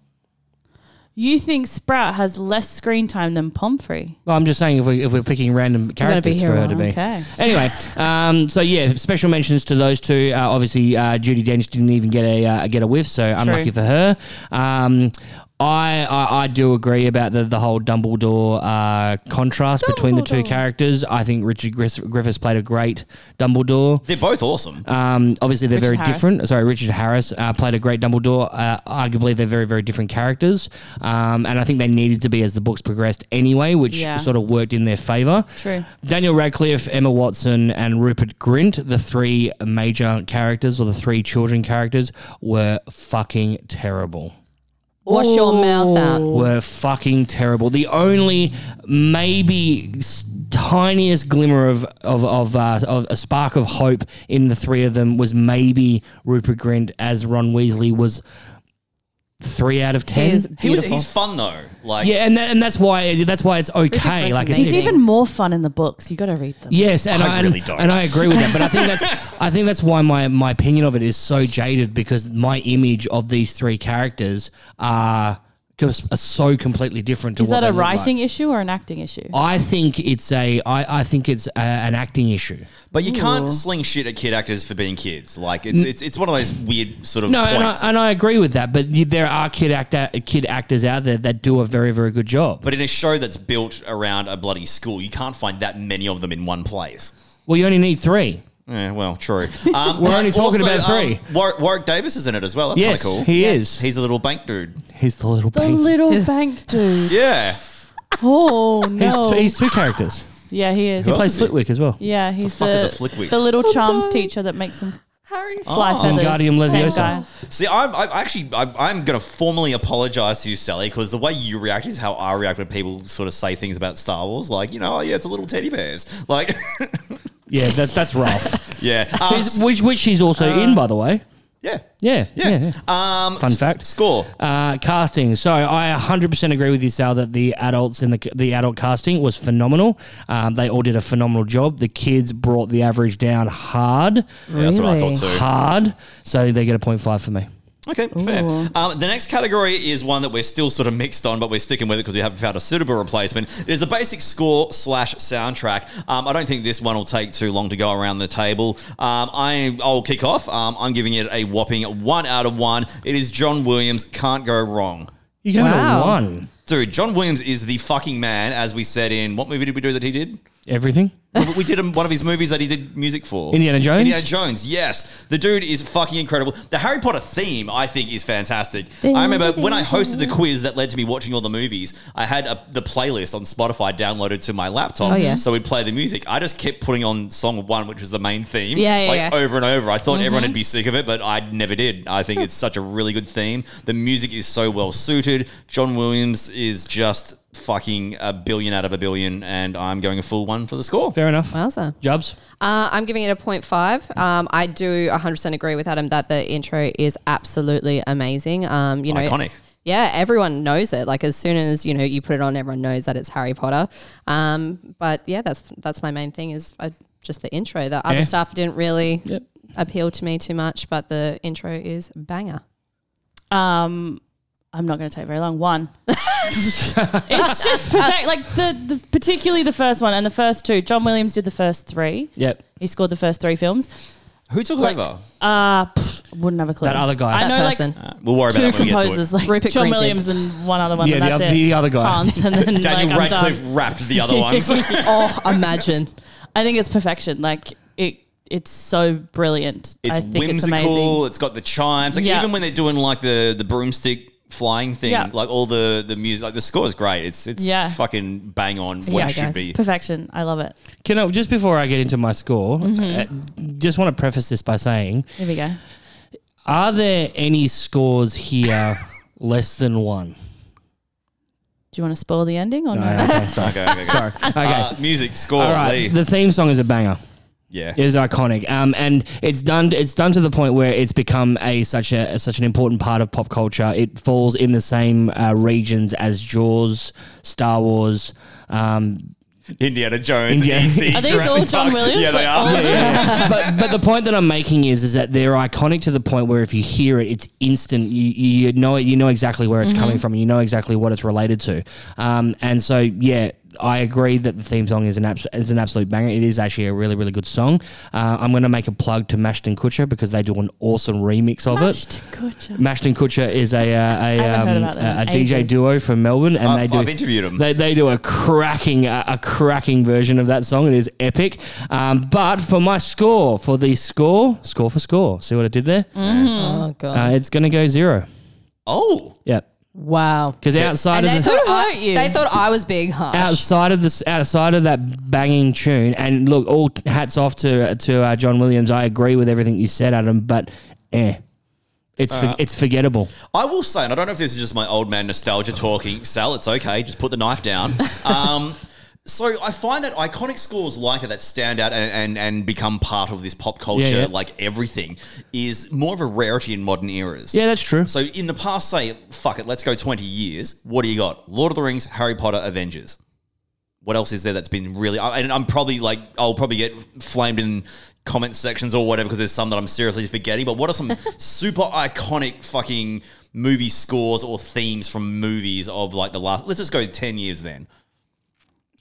Speaker 5: you think Sprout has less screen time than Pomfrey?
Speaker 4: Well, I'm just saying if we if we're picking random characters
Speaker 3: be
Speaker 4: for
Speaker 3: here
Speaker 4: her
Speaker 3: a
Speaker 4: to
Speaker 3: while.
Speaker 4: be.
Speaker 5: Okay.
Speaker 4: Anyway, um, so yeah, special mentions to those two. Uh, obviously, uh, Judy Dench didn't even get a uh, get a whiff, so unlucky for her. Um, I, I I do agree about the the whole Dumbledore uh, contrast between the two
Speaker 3: Dumbledore.
Speaker 4: characters. I think Richard Griff- Griffiths played a great Dumbledore.
Speaker 2: They're both awesome.
Speaker 4: Um, obviously, they're
Speaker 5: Richard
Speaker 4: very
Speaker 5: Harris.
Speaker 4: different. Sorry, Richard Harris uh, played a great Dumbledore. Uh, arguably, they're very, very different characters. Um, and I think they needed to be as the books progressed anyway, which
Speaker 5: Yeah.
Speaker 4: sort of worked in their favor.
Speaker 5: True.
Speaker 4: Daniel Radcliffe, Emma Watson, and Rupert Grint, the three major characters or the three children characters, were fucking terrible
Speaker 3: Wash your mouth out.
Speaker 4: were fucking terrible. The only maybe s- tiniest glimmer of of of, uh, of a spark of hope in the three of them was maybe Rupert Grint as Ron Weasley was three out of ten.
Speaker 3: He is
Speaker 2: he was,
Speaker 3: beautiful.
Speaker 2: he's fun though. Like,
Speaker 4: yeah, and that, and that's why that's why it's okay.
Speaker 3: Grint's
Speaker 4: Like it's,
Speaker 3: amazing.
Speaker 5: He's
Speaker 4: it's-
Speaker 5: even more fun in the books. You got to read them.
Speaker 4: Yes, and
Speaker 1: I
Speaker 4: I,
Speaker 1: really
Speaker 4: and,
Speaker 1: don't.
Speaker 4: and I agree with that. But I think that's I think that's why my, my opinion of it is so jaded because my image of these three characters are cos- are so completely different to
Speaker 5: Is
Speaker 4: what
Speaker 5: that a
Speaker 4: they look like.
Speaker 5: writing issue or an acting issue?
Speaker 4: I think it's a I, I think it's a, an acting issue.
Speaker 2: But you can't sling shit at kid actors for being kids. Like it's it's, it's one of those weird sort of
Speaker 4: No, and I,
Speaker 2: points.
Speaker 4: and I agree with that. But y- there are kid actor kid actors out there that do a very very good job.
Speaker 2: but in a show that's built around a bloody school, you can't find that many of them in one place.
Speaker 4: well, you only need three.
Speaker 2: Yeah, well, true.
Speaker 4: [LAUGHS]
Speaker 2: Um,
Speaker 4: We're only
Speaker 2: but
Speaker 4: talking about three.
Speaker 2: Um, Warwick, Warwick Davis is in it as well. That's
Speaker 4: yes,
Speaker 2: kind of cool.
Speaker 4: he
Speaker 5: Yes.
Speaker 4: is.
Speaker 2: He's a little bank
Speaker 4: [LAUGHS]
Speaker 2: dude.
Speaker 4: He's the little
Speaker 5: The
Speaker 4: baby. [LAUGHS]
Speaker 5: little bank dude.
Speaker 2: Yeah.
Speaker 5: Oh
Speaker 4: he's,
Speaker 5: no.
Speaker 4: two, he's two characters.
Speaker 5: yeah, he is.
Speaker 4: He
Speaker 2: else
Speaker 4: plays
Speaker 2: is he?
Speaker 4: Flitwick as well.
Speaker 5: Yeah, he's the,
Speaker 2: fuck is a flickweed?
Speaker 5: the
Speaker 3: Oh,
Speaker 5: little charms
Speaker 3: dying.
Speaker 5: teacher that makes him
Speaker 3: Harry
Speaker 5: fly
Speaker 2: Oh.
Speaker 5: feathers.
Speaker 4: Wingardium
Speaker 5: Same
Speaker 4: Leviosa.
Speaker 5: guy.
Speaker 2: See, I'm, I'm actually I'm, I'm going to formally apologize to you, Sally, because the way you react is how I react when people sort of say things about Star Wars, like you know, oh, yeah, it's a little teddy bears, like [LAUGHS]
Speaker 4: Yeah, that's that's Ralph.
Speaker 2: yeah, um,
Speaker 4: He's- which which he's also in, by the way.
Speaker 2: yeah,
Speaker 4: Yeah, yeah.
Speaker 2: yeah.
Speaker 4: yeah.
Speaker 2: Um,
Speaker 4: Fun fact.
Speaker 2: score.
Speaker 4: Uh, casting. So I 100% agree with you, Sal, that the adults in the the adult casting was phenomenal. Um, they all did a phenomenal job. The kids brought the average down hard,
Speaker 2: Yeah, that's what I thought too.
Speaker 4: hard. So they get a 0.5 for me.
Speaker 2: Okay, fair. Um, the next category is one that we're still sort of mixed on, but we're sticking with it because we haven't found a suitable replacement. It is a basic score slash soundtrack. Um, I don't think this one will take too long to go around the table. Um, I I'll kick off. Um, I'm giving it a whopping one out of one. It is John Williams. Can't go wrong.
Speaker 4: You go
Speaker 3: Wow.
Speaker 4: to one.
Speaker 2: Dude, John Williams is the fucking man, as we said in what movie did we do that he did?
Speaker 4: Everything.
Speaker 2: [LAUGHS] We- We did him- one of his movies that he did music for.
Speaker 4: Indiana Jones?
Speaker 2: Indiana Jones, yes. The dude is fucking incredible. The Harry Potter theme, I think, is fantastic. I remember when I hosted the quiz that led to me watching all the movies, I had a, the playlist on Spotify downloaded to my laptop.
Speaker 3: Oh, yeah.
Speaker 2: So we'd play the music. I just kept putting on song one, which was the main theme,
Speaker 3: Yeah, yeah, Mm-hmm.
Speaker 2: like
Speaker 3: yeah.
Speaker 2: over and over. I thought everyone would be sick of it, but I never did. I think it's such a really good theme. The music is so well suited. John Williams is just fucking a billion out of a billion, and I'm going a full one for the score.
Speaker 4: Fair enough.
Speaker 3: Wowza.
Speaker 4: Jobs.
Speaker 3: Uh, I'm giving it a 0.5. Um, I do 100% agree with Adam that the intro is absolutely amazing. Um, you know,
Speaker 2: Iconic.
Speaker 3: Yeah, everyone knows it. Like as soon as you know you put it on, everyone knows that it's Harry Potter. Um, but yeah, that's that's my main thing is uh, just the intro. The other
Speaker 4: Yeah.
Speaker 3: stuff didn't really
Speaker 4: Yep.
Speaker 3: appeal to me too much, but the intro is banger.
Speaker 5: Um, I'm not going to take very long. One. it's just perfect. Like the, the particularly the first one and the first two. John Williams did the first three.
Speaker 4: Yep.
Speaker 5: He scored the first three films.
Speaker 2: Who took over?
Speaker 5: Uh, pff, wouldn't have a clue.
Speaker 4: That other guy.
Speaker 5: I
Speaker 3: That
Speaker 5: know, like
Speaker 3: person.
Speaker 2: Uh, We'll worry
Speaker 5: two
Speaker 2: about that when we get
Speaker 5: composers,
Speaker 2: to it.
Speaker 5: like
Speaker 3: Rupert
Speaker 5: John
Speaker 3: Grint did.
Speaker 5: Williams and one other one.
Speaker 4: Yeah,
Speaker 5: and
Speaker 4: the
Speaker 5: that's
Speaker 4: oth-
Speaker 5: it.
Speaker 4: the other guy.
Speaker 5: Hans, and
Speaker 2: [LAUGHS]
Speaker 5: then
Speaker 2: Daniel
Speaker 5: like, I'm
Speaker 2: Radcliffe
Speaker 5: done.
Speaker 2: rapped the
Speaker 5: [LAUGHS]
Speaker 2: other ones.
Speaker 3: oh,
Speaker 4: [LAUGHS]
Speaker 3: imagine.
Speaker 5: I think it's perfection. Like it, it's so brilliant.
Speaker 2: it's
Speaker 5: I think it's
Speaker 2: whimsical.
Speaker 5: amazing.
Speaker 2: it's got the chimes. Like
Speaker 5: Yeah.
Speaker 2: even when they're doing like the the broomstick flying thing,
Speaker 5: Yeah.
Speaker 2: like all the the music, like the score is great. It's it's
Speaker 5: Yeah.
Speaker 2: fucking bang on what
Speaker 5: Yeah,
Speaker 2: it should
Speaker 3: guys.
Speaker 2: be.
Speaker 5: Perfection. I love it.
Speaker 4: Can I, just before I get into my score, uh, just want to preface this by saying
Speaker 5: Here we go.
Speaker 4: Are there any scores here [LAUGHS] less than one?
Speaker 5: Do you want to spoil the ending or no?
Speaker 4: okay,
Speaker 2: [LAUGHS]
Speaker 4: sorry.
Speaker 2: Okay, okay, okay.
Speaker 4: Sorry. Okay.
Speaker 2: Uh, music score,
Speaker 4: All right.
Speaker 2: Lee.
Speaker 4: The theme song is a banger.
Speaker 2: yeah.
Speaker 4: It is iconic, um, and it's done. It's done to the point where it's become a such a such an important part of pop culture. It falls in the same uh, regions as Jaws, Star Wars. Um,
Speaker 2: Indiana Jones.
Speaker 4: Indiana-
Speaker 2: E.T.,
Speaker 5: Are these all
Speaker 2: Jurassic
Speaker 5: John
Speaker 2: Park.
Speaker 5: Williams?
Speaker 2: Yeah, they
Speaker 5: Like,
Speaker 2: are.
Speaker 5: all of
Speaker 4: but but the point that I'm making is is that they're iconic to the point where if you hear it, it's instant. You you you know it. You know exactly where it's coming from. You know exactly what it's related to. Um, and so yeah. I agree that the theme song is an abs- is an absolute banger. It is actually a really really good song. Uh, I'm going to make a plug to Mashton Kutcher because they do an awesome remix of it.
Speaker 5: Ashton Kutcher.
Speaker 4: Mashton Kutcher is a uh, a,
Speaker 5: haven't
Speaker 4: um,
Speaker 5: heard about them
Speaker 4: a, a
Speaker 5: in
Speaker 4: DJ
Speaker 5: ages.
Speaker 4: duo from Melbourne, and
Speaker 2: I've-
Speaker 4: they do
Speaker 2: I've interviewed 'em.
Speaker 4: They, they do a cracking a, a cracking version of that song. It is epic. Um, but for my score, for the score, score for score. See what I did there?
Speaker 5: Mm.
Speaker 3: Oh god.
Speaker 4: Uh, it's gonna go zero.
Speaker 2: Oh,
Speaker 4: Yep.
Speaker 3: wow.
Speaker 4: Because outside
Speaker 3: And
Speaker 4: of
Speaker 3: they
Speaker 4: the,
Speaker 3: thought,
Speaker 4: [LAUGHS]
Speaker 3: I,
Speaker 5: hurt you?
Speaker 3: they thought I was being harsh.
Speaker 4: outside of this outside of that banging tune and look all hats off to to uh, John Williams I agree with everything you said Adam but eh it's
Speaker 2: Uh,
Speaker 4: for, it's forgettable
Speaker 2: I will say, and I don't know if this is just my old man nostalgia talking, Sal, it's okay, just put the knife
Speaker 4: [LAUGHS]
Speaker 2: down. Um, so I find that iconic scores like that that stand out and, and, and become part of this pop culture,
Speaker 4: yeah.
Speaker 2: like everything, is more of a rarity in modern eras.
Speaker 4: yeah that's true
Speaker 2: So in the past, say, fuck it, let's go 20 years, what do you got? Lord of the Rings, Harry Potter, Avengers. what else is there that's been really? I, and I'm probably like I'll probably get flamed in comment sections or whatever because there's some that I'm seriously forgetting. But what are
Speaker 4: [LAUGHS]
Speaker 2: some super iconic fucking movie scores or themes from movies of like the last? Let's just go ten years then.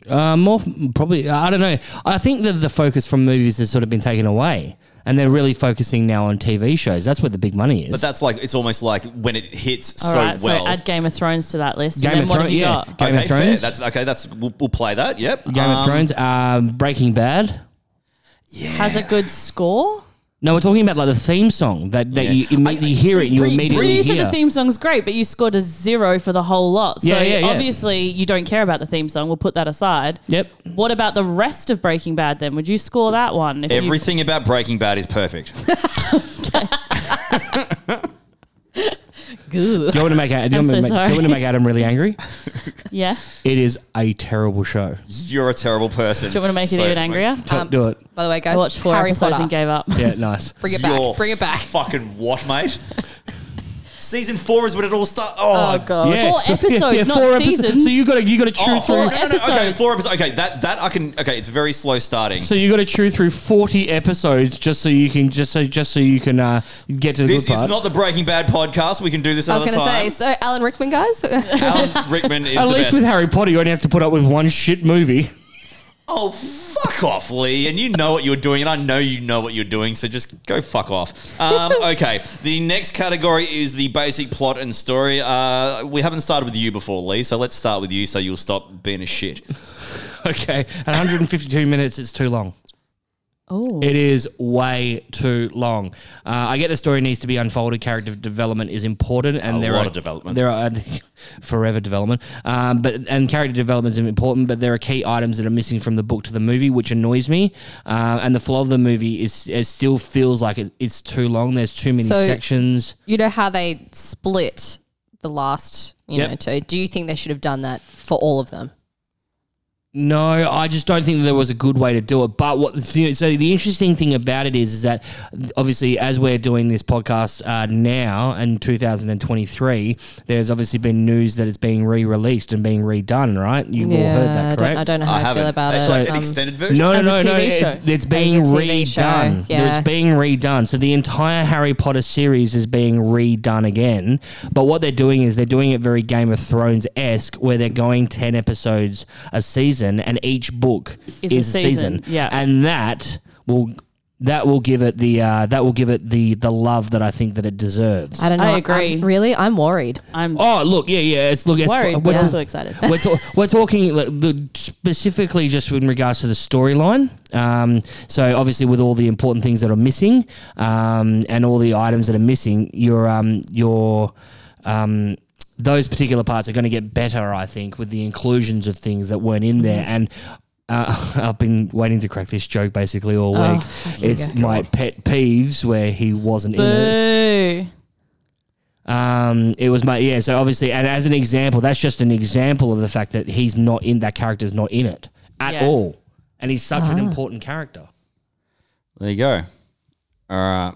Speaker 4: Uh, more f- probably. I don't know. I think that the focus from movies has sort of been taken away, and they're really focusing now on TV shows. That's where the big money is.
Speaker 2: But that's like it's almost like when it hits
Speaker 5: All
Speaker 2: so
Speaker 5: right,
Speaker 2: well.
Speaker 5: so add Game of Thrones to that list.
Speaker 4: Game
Speaker 5: and then
Speaker 4: of
Speaker 5: what
Speaker 4: Thrones,
Speaker 5: have you
Speaker 4: yeah.
Speaker 5: got?
Speaker 4: Game of
Speaker 2: okay, fair.
Speaker 4: Thrones.
Speaker 2: That's okay. That's we'll, we'll play that. Yep.
Speaker 4: Game of
Speaker 2: Um,
Speaker 4: Thrones, um, Breaking Bad.
Speaker 5: Has a good score?
Speaker 4: No, we're talking about like the theme song that, that
Speaker 2: Yeah.
Speaker 4: you, imme-
Speaker 2: I-
Speaker 4: you hear it
Speaker 2: see,
Speaker 4: and you
Speaker 2: Bree-
Speaker 4: immediately
Speaker 5: Well, you
Speaker 4: hear.
Speaker 5: said the theme song's great, but you scored a zero for the whole lot. So
Speaker 4: Yeah, yeah, yeah.
Speaker 5: obviously you don't care about the theme song. We'll put that aside.
Speaker 4: Yep.
Speaker 5: What about the rest of Breaking Bad then? Would you score that one? If you-
Speaker 2: Everything about Breaking Bad is perfect.
Speaker 3: Goo.
Speaker 4: Do you want to make Adam? do you
Speaker 5: I'm
Speaker 4: want
Speaker 5: so
Speaker 4: to make- do you
Speaker 5: sorry.
Speaker 4: want to make Adam really angry?
Speaker 5: yeah.
Speaker 4: It is a terrible show.
Speaker 2: You're a terrible person.
Speaker 5: Do you want to make it
Speaker 2: So-
Speaker 5: even angrier?
Speaker 4: So
Speaker 3: Um,
Speaker 4: do it.
Speaker 3: By the way,
Speaker 5: I
Speaker 3: guys,
Speaker 5: watched four
Speaker 3: Harry
Speaker 5: episodes
Speaker 3: Potter.
Speaker 5: and gave up.
Speaker 4: Yeah, nice.
Speaker 3: Bring it back.
Speaker 2: You're
Speaker 3: Bring it back.
Speaker 2: Fucking what,
Speaker 3: [LAUGHS]
Speaker 2: mate? Season four is when it all starts. Oh,
Speaker 3: Oh god.
Speaker 4: [LAUGHS] Yeah.
Speaker 5: Four episodes, not
Speaker 4: episodes.
Speaker 5: seasons.
Speaker 4: So you got to you got to chew
Speaker 2: Oh,
Speaker 4: through.
Speaker 2: four- no, no, no, okay,
Speaker 5: episodes.
Speaker 2: four episodes. Okay, that that I can. Okay, it's very slow starting.
Speaker 4: So you got to chew through forty episodes just so you can just so just so you can uh, get to the
Speaker 2: this
Speaker 4: good
Speaker 2: is
Speaker 4: part.
Speaker 2: not the Breaking Bad podcast. We can do this
Speaker 3: I was
Speaker 2: another
Speaker 3: going to say,
Speaker 2: time.
Speaker 3: so Alan Rickman, guys. [LAUGHS]
Speaker 2: Alan Rickman is
Speaker 4: At
Speaker 2: the
Speaker 4: least
Speaker 2: best.
Speaker 4: with Harry Potter, you only have to put up with one shit movie.
Speaker 2: oh, fuck off, Lee. And you know what you're doing, and I know you know what you're doing. So just go fuck off.
Speaker 3: [LAUGHS]
Speaker 2: Um, okay, the next category is the basic plot and story. Uh, we haven't started with you before, Lee. So let's start with you, so you'll stop being a shit.
Speaker 4: [LAUGHS] Okay, at 152 minutes, it's too long.
Speaker 5: Oh.
Speaker 4: It is way too long. Uh, I get the story needs to be unfolded. Character development is important, and
Speaker 2: A
Speaker 4: there
Speaker 2: lot
Speaker 4: are
Speaker 2: of development.
Speaker 4: There are [LAUGHS] forever development, um, but and character development is important. But there are key items that are missing from the book to the movie, which annoys me. Uh, and the flaw of the movie is it still feels like it, it's too long. There's too many
Speaker 3: So-
Speaker 4: sections.
Speaker 3: you know how they split the last, you
Speaker 4: Yep.
Speaker 3: know, two. Do you think they should have done that for all of them?
Speaker 4: No, I just don't think there was a good way to do it. But what so the interesting thing about it is, is that obviously as we're doing this podcast uh, now in 2023, there's obviously been news that it's being re-released and being redone. Right? You've all heard
Speaker 3: I
Speaker 4: that,
Speaker 3: don't, [LAUGHS]
Speaker 4: correct?
Speaker 3: I don't know how I, feel
Speaker 2: haven't.
Speaker 3: about
Speaker 2: it's
Speaker 3: it.
Speaker 2: like an
Speaker 3: Um,
Speaker 2: extended version.
Speaker 4: No, no,
Speaker 5: As
Speaker 4: no,
Speaker 5: a
Speaker 4: no.
Speaker 5: TV
Speaker 4: It's,
Speaker 5: show.
Speaker 4: it's being
Speaker 3: As a TV show,
Speaker 4: redone.
Speaker 3: yeah.
Speaker 4: It's being redone. So the entire Harry Potter series is being redone again. But what they're doing is they're doing it very Game of Thrones esque, where they're going 10 episodes a season, and each book
Speaker 5: Is
Speaker 4: is,
Speaker 5: a
Speaker 4: a season.
Speaker 5: season, yeah.
Speaker 4: And that will. That will give it the uh, that will give it the the love that I think that it deserves.
Speaker 3: I don't know.
Speaker 5: I
Speaker 3: I'm-
Speaker 5: agree.
Speaker 3: really, I'm worried.
Speaker 5: I'm
Speaker 4: Oh look, yeah, yeah. It's look, it's
Speaker 5: worried,
Speaker 4: we're
Speaker 5: but
Speaker 4: ta-
Speaker 5: also excited.
Speaker 4: we're,
Speaker 5: [LAUGHS]
Speaker 4: ta- we're talking like, the, specifically just in regards to the storyline. Um, so obviously, with all the important things that are missing um, and all the items that are missing, your um, your um, those particular parts are going to get better, I think, with the inclusions of things that weren't in
Speaker 5: Mm-hmm.
Speaker 4: there. And uh, [LAUGHS] I've been waiting to crack this joke basically all
Speaker 3: Oh,
Speaker 4: week.
Speaker 3: fuck you
Speaker 4: It's my pet peeves where he wasn't in it.
Speaker 5: Boo.
Speaker 4: Um, it was my yeah. So obviously, and as an example, that's just an example of the fact that he's not in that character's not in it at
Speaker 5: Yeah.
Speaker 4: all, and he's such an important character.
Speaker 2: There you go. All right.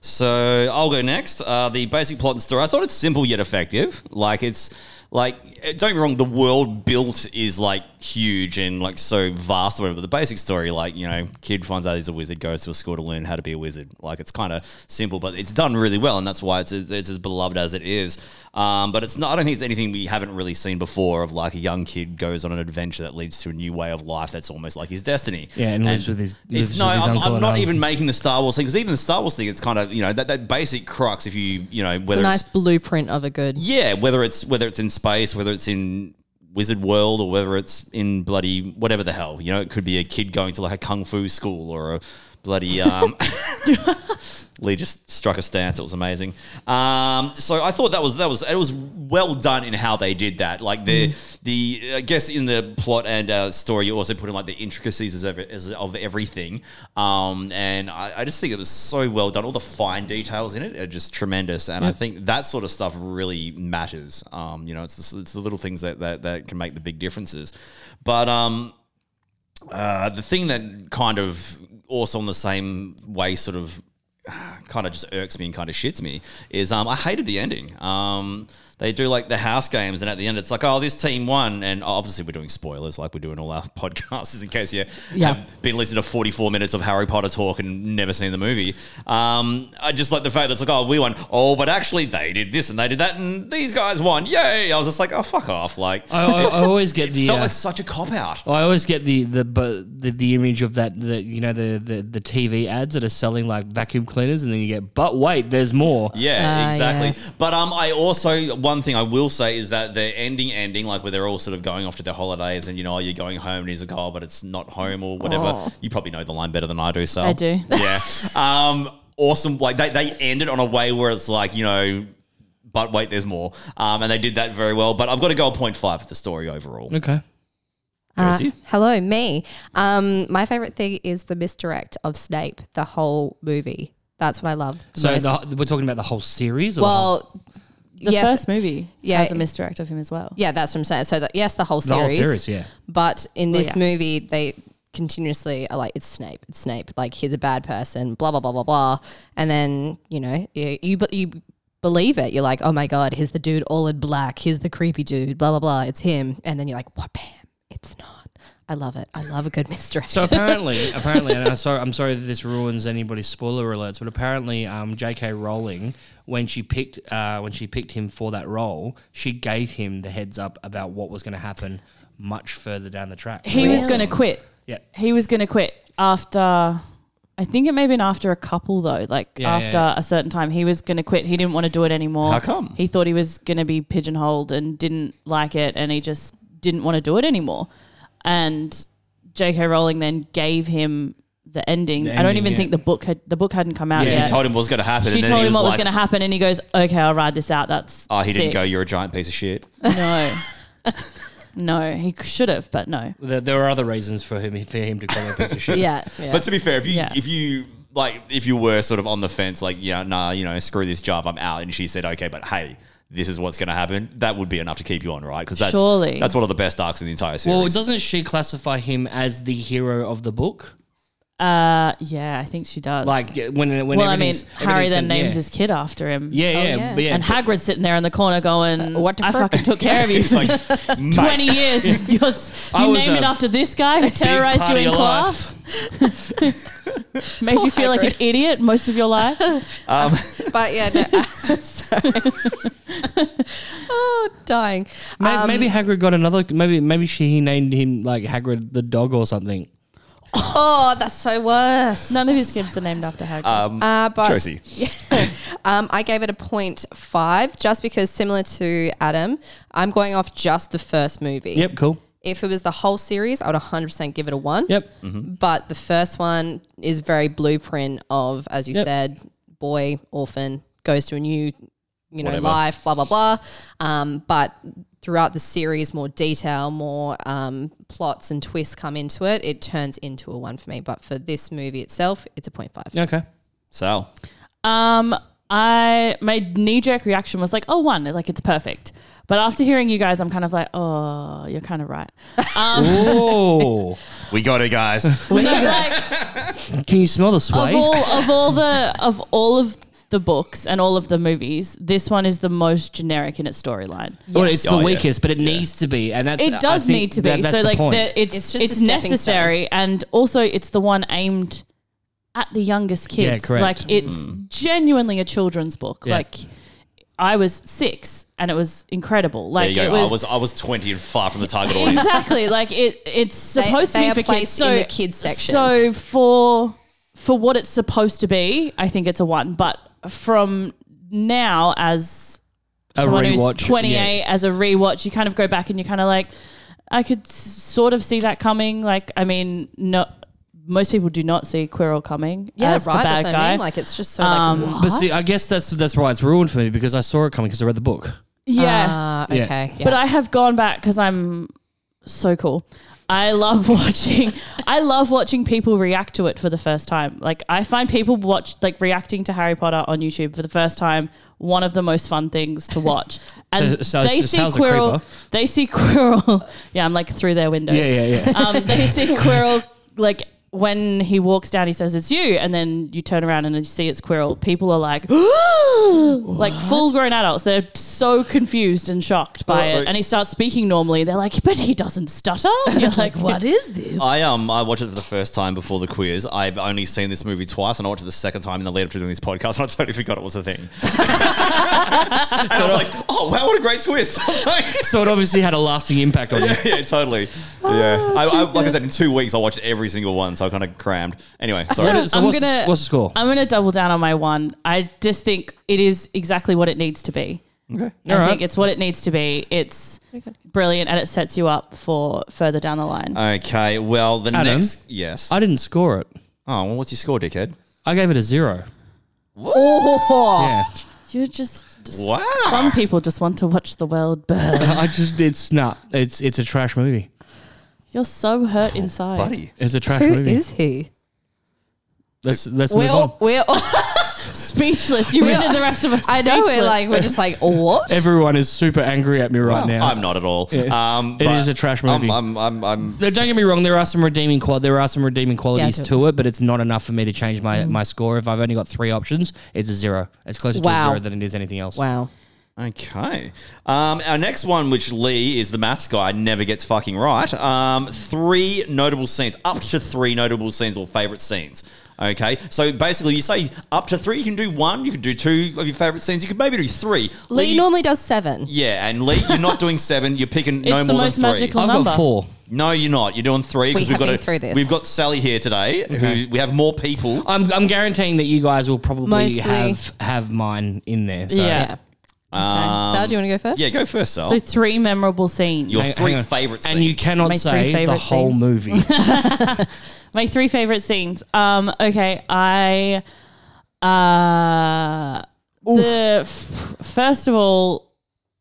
Speaker 2: So I'll go next. Uh, the basic plot and story. I thought it's simple yet effective. Like it's like eh, don't get me wrong. The world built is like huge and like so vast. Or whatever. But the basic story, like you know, kid finds out he's a wizard, goes to a school to learn how to be a wizard. Like it's kind of simple, but it's done really well, and that's why it's it's as beloved as it is. Um, but it's not. I don't think it's anything we haven't really seen before. Of like a young kid goes on an adventure that leads to a new way of life. That's almost like his destiny.
Speaker 4: Yeah, and lives with his-
Speaker 2: it's-
Speaker 4: lives with
Speaker 2: no,
Speaker 4: his
Speaker 2: I'm,
Speaker 4: uncle
Speaker 2: I'm
Speaker 4: and
Speaker 2: not
Speaker 4: aunt.
Speaker 2: even making the Star Wars thing because even the Star Wars thing, it's kind of you know that, that basic crux. If you you know
Speaker 3: It's
Speaker 2: whether
Speaker 3: a
Speaker 2: it's,
Speaker 3: nice blueprint of a good.
Speaker 2: yeah, whether it's whether it's in space, whether it's in Wizard World, or whether it's in bloody whatever the hell, you know, it could be a kid going to like a kung fu school or a bloody.
Speaker 3: [LAUGHS]
Speaker 2: Um, Lee just struck a stance. It was amazing. Um, so I thought that was that was it was well done in how they did that. Like the the I guess in the plot and uh, story, you also put in like the intricacies of, as- of everything. Um, and I, I just think it was so well done. All the fine details in it are just tremendous. And I think that sort of stuff really matters. Um, you know, it's the, it's the little things that, that that can make the big differences. But um, uh, the thing that kind of [SIGHS] also on the same way, sort of kind of just irks me and kind of shits me is um, I hated the ending. Um, they do like the house games, and at the end, it's like, oh, this team won, and obviously we're doing spoilers, like we're doing all our [LAUGHS] podcasts, in case you
Speaker 5: Yeah.
Speaker 2: have been listening to 44 minutes of Harry Potter talk and never seen the movie. Um, I just like the fact that it's like, oh, we won, oh, but actually they did this and they did that, and these guys won, yay! I was just like, oh, fuck off, like
Speaker 4: I, I, I
Speaker 2: [LAUGHS]
Speaker 4: always get the
Speaker 2: felt
Speaker 4: uh,
Speaker 2: like such a cop out.
Speaker 4: I always get the the but the, the image of that the you know the, the the TV ads that are selling like vacuum cleaners and then you get but wait there's more.
Speaker 2: Yeah,
Speaker 3: Ah,
Speaker 2: exactly.
Speaker 3: yes.
Speaker 2: But um, I also one thing I will say is that the ending, ending like where they're all sort of going off to their holidays, and you know you're going home, and he's like, oh, but it's not home or whatever.
Speaker 3: Oh.
Speaker 2: You probably know the line better than I do, so
Speaker 5: I do.
Speaker 2: [LAUGHS] Yeah. um, awesome. Like they they end it on a way where it's like you know. But wait, there's more, um, and they did that very well. But I've got to go a point five for the story overall.
Speaker 4: Okay.
Speaker 3: Uh,
Speaker 2: Josie?
Speaker 3: hello, me. Um, my favorite thing is the misdirect of Snape. The whole movie. That's what I love. the
Speaker 4: So
Speaker 3: most.
Speaker 4: the, we're talking about the whole series. Or
Speaker 3: well,
Speaker 5: The
Speaker 3: yes,
Speaker 5: first movie
Speaker 3: Yeah.
Speaker 5: has a misdirect of him as well.
Speaker 3: yeah, that's what I'm saying. So that yes, the whole
Speaker 4: the whole,
Speaker 3: series.
Speaker 4: the whole series. Yeah.
Speaker 3: But in
Speaker 5: Well,
Speaker 3: this
Speaker 5: yeah.
Speaker 3: movie, they continuously are like, "It's Snape. It's Snape. Like he's a bad person." Blah blah blah blah blah. And then you know you you, be- you believe it. You're like, "Oh my god, he's the dude all in black. He's the creepy dude." Blah blah blah. It's him. And then you're like, "What? Bam! It's not." I love it. I love a good [LAUGHS] mystery.
Speaker 4: So apparently, apparently, and I'm sorry, I'm sorry that this ruins anybody's spoiler alerts, but apparently, um, J.K. Rowling, when she picked, uh, when she picked him for that role, she gave him the heads up about what was going to happen much further down the track.
Speaker 5: He was going to quit.
Speaker 4: Yeah.
Speaker 5: He was going to quit after, I think it may have been after a couple though, like
Speaker 4: Yeah, yeah,
Speaker 5: after
Speaker 4: yeah.
Speaker 5: a certain time. He was going to quit. He didn't want to do it anymore.
Speaker 2: How come?
Speaker 5: He thought he was going to be pigeonholed and didn't like it and he just didn't want to do it anymore. And J.K. Rowling then gave him the ending.
Speaker 4: The
Speaker 5: I don't
Speaker 4: ending,
Speaker 5: even
Speaker 4: yeah.
Speaker 5: think the book had the book hadn't come out
Speaker 4: Yeah,
Speaker 5: yet.
Speaker 2: She told him what was going to happen.
Speaker 5: She
Speaker 2: and then
Speaker 5: told
Speaker 2: he
Speaker 5: him what was
Speaker 2: like,
Speaker 5: going to happen and he goes, "Okay, I'll ride this out." That's
Speaker 2: Oh, he didn't
Speaker 5: sick."
Speaker 2: go. You're a giant piece of shit.
Speaker 5: [LAUGHS] No. no, he should have, but no.
Speaker 4: There, there were other reasons for him for him to call her a
Speaker 5: [LAUGHS]
Speaker 4: piece of shit.
Speaker 3: yeah, yeah.
Speaker 2: But to be fair, if you
Speaker 5: Yeah.
Speaker 2: if you like if you were sort of on the fence, like yeah, nah, you know, screw this job, I'm out, and she said okay, but hey, this is what's going to happen. That would be enough to keep you on, right? Because that's
Speaker 5: Surely.
Speaker 2: that's one of the best arcs in the entire series.
Speaker 4: Well, doesn't she classify him as the hero of the book?
Speaker 5: Uh, yeah, I think she does.
Speaker 4: Like yeah, when when
Speaker 5: well, I mean,
Speaker 4: everything's-
Speaker 5: Harry then
Speaker 4: everything's-
Speaker 5: names
Speaker 4: yeah.
Speaker 5: his kid after him.
Speaker 4: Yeah, yeah,
Speaker 3: yeah.
Speaker 4: but yeah.
Speaker 5: And Hagrid's sitting there in the corner going,
Speaker 3: Uh, what the
Speaker 5: I
Speaker 3: frick?
Speaker 5: fucking
Speaker 4: [LAUGHS]
Speaker 5: took care of you
Speaker 2: It's
Speaker 5: for
Speaker 2: like mate,
Speaker 5: 20 years. [LAUGHS] You're, s-
Speaker 4: I
Speaker 5: you
Speaker 4: was
Speaker 5: name it
Speaker 4: a
Speaker 5: after this guy who terrorized
Speaker 4: part of
Speaker 5: you in
Speaker 4: your
Speaker 5: class. [LAUGHS] Made you feel like an
Speaker 3: Hagrid.
Speaker 5: idiot most of your [LAUGHS] life.
Speaker 3: But yeah, no, uh, sorry. oh, dying.
Speaker 4: Maybe,
Speaker 3: Um,
Speaker 4: maybe Hagrid got another. Maybe maybe she he named him like Hagrid the dog or something.
Speaker 3: [LAUGHS] Oh, that's so worse.
Speaker 5: None of his kids are named after Hagrid.
Speaker 3: Uh, but
Speaker 2: Josie.
Speaker 3: um, I gave it a point five just because, similar to Adam, I'm going off just the first movie.
Speaker 4: Yep, cool.
Speaker 3: If it was the whole series, I would 100% give it a one.
Speaker 4: Yep.
Speaker 3: But the first one is very blueprint of, as you
Speaker 4: Yep.
Speaker 3: said, boy, orphan, goes to a new, you know,
Speaker 2: Whatever.
Speaker 3: life, blah, blah, blah. Um, but throughout the series, more detail, more um, plots and twists come into it. It turns into a one for me. But for this movie itself, it's a point five.
Speaker 4: Okay.
Speaker 2: Sal.
Speaker 5: Um, I my knee jerk reaction was like, oh, one, like it's perfect. But after hearing you guys, I'm kind of like, oh, you're kind of right.
Speaker 4: Oh,
Speaker 2: We got it,
Speaker 5: [LAUGHS]
Speaker 2: guys.
Speaker 5: No, like
Speaker 4: can you smell the
Speaker 5: of
Speaker 4: sway?
Speaker 5: all of
Speaker 4: [LAUGHS]
Speaker 5: all the of all of the books and all of the movies, this one is the most generic in its storyline.
Speaker 4: Well, it's
Speaker 2: Oh,
Speaker 4: the
Speaker 2: yeah.
Speaker 4: weakest, but it needs to be, and that's
Speaker 5: It
Speaker 4: I
Speaker 5: does
Speaker 4: think
Speaker 5: need to be.
Speaker 4: that- that's
Speaker 5: so
Speaker 4: the
Speaker 5: like
Speaker 4: point.
Speaker 5: the, it's
Speaker 3: It's
Speaker 5: it's,
Speaker 3: just a stepping
Speaker 5: necessary and also it's the one aimed at the youngest
Speaker 4: Yeah,
Speaker 5: kids.
Speaker 4: correct. Hmm.
Speaker 5: Like it's genuinely a children's book.
Speaker 4: Yeah.
Speaker 5: Like I was 6 and it was incredible.
Speaker 2: There
Speaker 5: Like
Speaker 2: you go.
Speaker 5: it was,
Speaker 2: I was I was twenty and far from the target
Speaker 5: [LAUGHS]
Speaker 2: audience.
Speaker 5: exactly like it it's
Speaker 3: They-
Speaker 5: supposed
Speaker 3: they
Speaker 5: to
Speaker 3: are
Speaker 5: be for kids
Speaker 3: placed
Speaker 5: so
Speaker 3: in the kids section.
Speaker 5: so for for what it's supposed to be i think it's a one but from now as
Speaker 4: A
Speaker 5: someone
Speaker 4: rewatch,
Speaker 5: who's 28
Speaker 4: yeah.
Speaker 5: as a rewatch you kind of go back and you're kind of like i could s- sort of see that coming like i mean no most people do not see Quirrell coming
Speaker 3: Yeah,
Speaker 5: as
Speaker 3: right.
Speaker 5: the bad
Speaker 3: That's what
Speaker 5: guy. Um,
Speaker 3: I mean. Like, it's just so like,
Speaker 4: But see, I guess that's that's why it's ruined for me because I saw it coming because I read the book.
Speaker 5: yeah,
Speaker 3: ah,
Speaker 4: Yeah.
Speaker 3: okay.
Speaker 5: But I have gone back because I'm so cool. I love [LAUGHS] watching. I love watching people react to it for the first time. Like I find people watch like reacting to Harry Potter on YouTube for the first time. One of the most fun things to watch.
Speaker 4: [LAUGHS]
Speaker 5: And
Speaker 4: so-
Speaker 5: they
Speaker 4: so
Speaker 5: see
Speaker 4: Sal's a
Speaker 5: Quirrell.
Speaker 4: creeper.
Speaker 5: [LAUGHS] They see Quirrell. Yeah, I'm like through their windows.
Speaker 4: yeah, yeah.
Speaker 5: Um, they see Quirrell like when he walks down, he says, It's you. And then you turn around and you see it's Quirrell. People are like, [GASPS] like full grown adults. They're so confused and shocked by
Speaker 2: So-
Speaker 5: it. And he starts speaking normally. They're like, But he doesn't stutter. And [LAUGHS] you're like, What is this?
Speaker 2: I um I watched it for the first time before the quiz. I've only seen this movie twice, and I watched it the second time in the lead up to doing this podcast, [LAUGHS] and I totally forgot it was a thing. [LAUGHS] and I was like, oh wow, what a great twist! [LAUGHS] I was like,
Speaker 4: [LAUGHS] So it obviously had a lasting impact on you.
Speaker 2: [LAUGHS] yeah,
Speaker 3: [LAUGHS]
Speaker 2: totally.
Speaker 3: Oh,
Speaker 2: Yeah, I, I, like I said, in two weeks I watched every single one, so I kind of crammed.
Speaker 3: [LAUGHS]
Speaker 2: Anyway, sorry.
Speaker 4: So
Speaker 5: I'm
Speaker 4: what's,
Speaker 5: gonna-
Speaker 4: what's the score?
Speaker 5: I'm going to double down on my one. I just think it is exactly what it needs to be.
Speaker 2: okay.
Speaker 5: I
Speaker 4: All right.
Speaker 5: think it's what it needs to be. It's brilliant and it sets you up for further down the line.
Speaker 2: Okay. Well, the
Speaker 4: Adam?
Speaker 2: next yes.
Speaker 4: I didn't score it.
Speaker 2: oh well, what's your score, dickhead?
Speaker 4: I gave it a zero. Yeah. [LAUGHS]
Speaker 5: You're just, just
Speaker 2: Wow.
Speaker 5: some people just want to watch the world burn.
Speaker 4: I just it's not. It's it's a trash movie.
Speaker 5: You're so hurt inside.
Speaker 2: Oh, buddy.
Speaker 4: It's a trash
Speaker 3: Who
Speaker 4: movie.
Speaker 3: is he?
Speaker 4: Let's let's
Speaker 3: We're
Speaker 4: move on.
Speaker 3: all, we're all,
Speaker 5: [LAUGHS]
Speaker 3: [LAUGHS]
Speaker 5: Speechless. You
Speaker 3: We
Speaker 5: rendered
Speaker 3: are-
Speaker 5: the rest of us.
Speaker 3: I know we're
Speaker 5: speechless.
Speaker 3: like we're just like what?
Speaker 4: Everyone is super angry at me right
Speaker 2: Well,
Speaker 4: now.
Speaker 2: I'm not at all.
Speaker 4: Yeah.
Speaker 2: Um,
Speaker 4: It
Speaker 2: but
Speaker 4: is a trash movie.
Speaker 2: I'm, I'm, I'm, I'm
Speaker 4: Now, Don't get me wrong. There are some redeeming qual. There are some redeeming qualities
Speaker 3: Yeah,
Speaker 4: to it, but it's not enough for me to change my, my score. If I've only got three options, it's a zero. It's closer to
Speaker 3: Wow.
Speaker 4: a zero than it is anything else.
Speaker 3: wow.
Speaker 2: Okay. Um, our next one, which Lee is the maths guy, never gets fucking right. Um, three notable scenes, up to three notable scenes or favorite scenes. Okay. So basically, you say up to three. You can do one. You can do two of your favorite scenes. You could maybe do three.
Speaker 3: Lee normally does seven.
Speaker 2: Yeah, and Lee, you're not doing seven. You're picking no
Speaker 5: It's the
Speaker 2: more
Speaker 5: most
Speaker 2: than three.
Speaker 5: magical-
Speaker 4: I've
Speaker 5: Number.
Speaker 4: got four.
Speaker 2: No, you're not. You're doing three
Speaker 3: We
Speaker 2: because we have got
Speaker 3: have been
Speaker 2: a-
Speaker 3: through this.
Speaker 2: We've got Sally here today. Who we have more people.
Speaker 4: I'm, I'm guaranteeing that you guys will probably
Speaker 3: Mostly.
Speaker 4: have have mine in there. So.
Speaker 5: Yeah.
Speaker 3: Yeah.
Speaker 2: Um,
Speaker 3: Sal, do you want to go first?
Speaker 2: yeah, go first, Sal.
Speaker 5: So three memorable scenes.
Speaker 2: your
Speaker 4: Hang-
Speaker 2: three
Speaker 4: hang on.
Speaker 2: favorite scenes.
Speaker 4: And you cannot
Speaker 5: My three
Speaker 4: say the
Speaker 5: favourite
Speaker 4: whole
Speaker 5: scenes.
Speaker 4: movie.
Speaker 5: My three favorite scenes. Um. Okay. I. Uh. The f- first of all,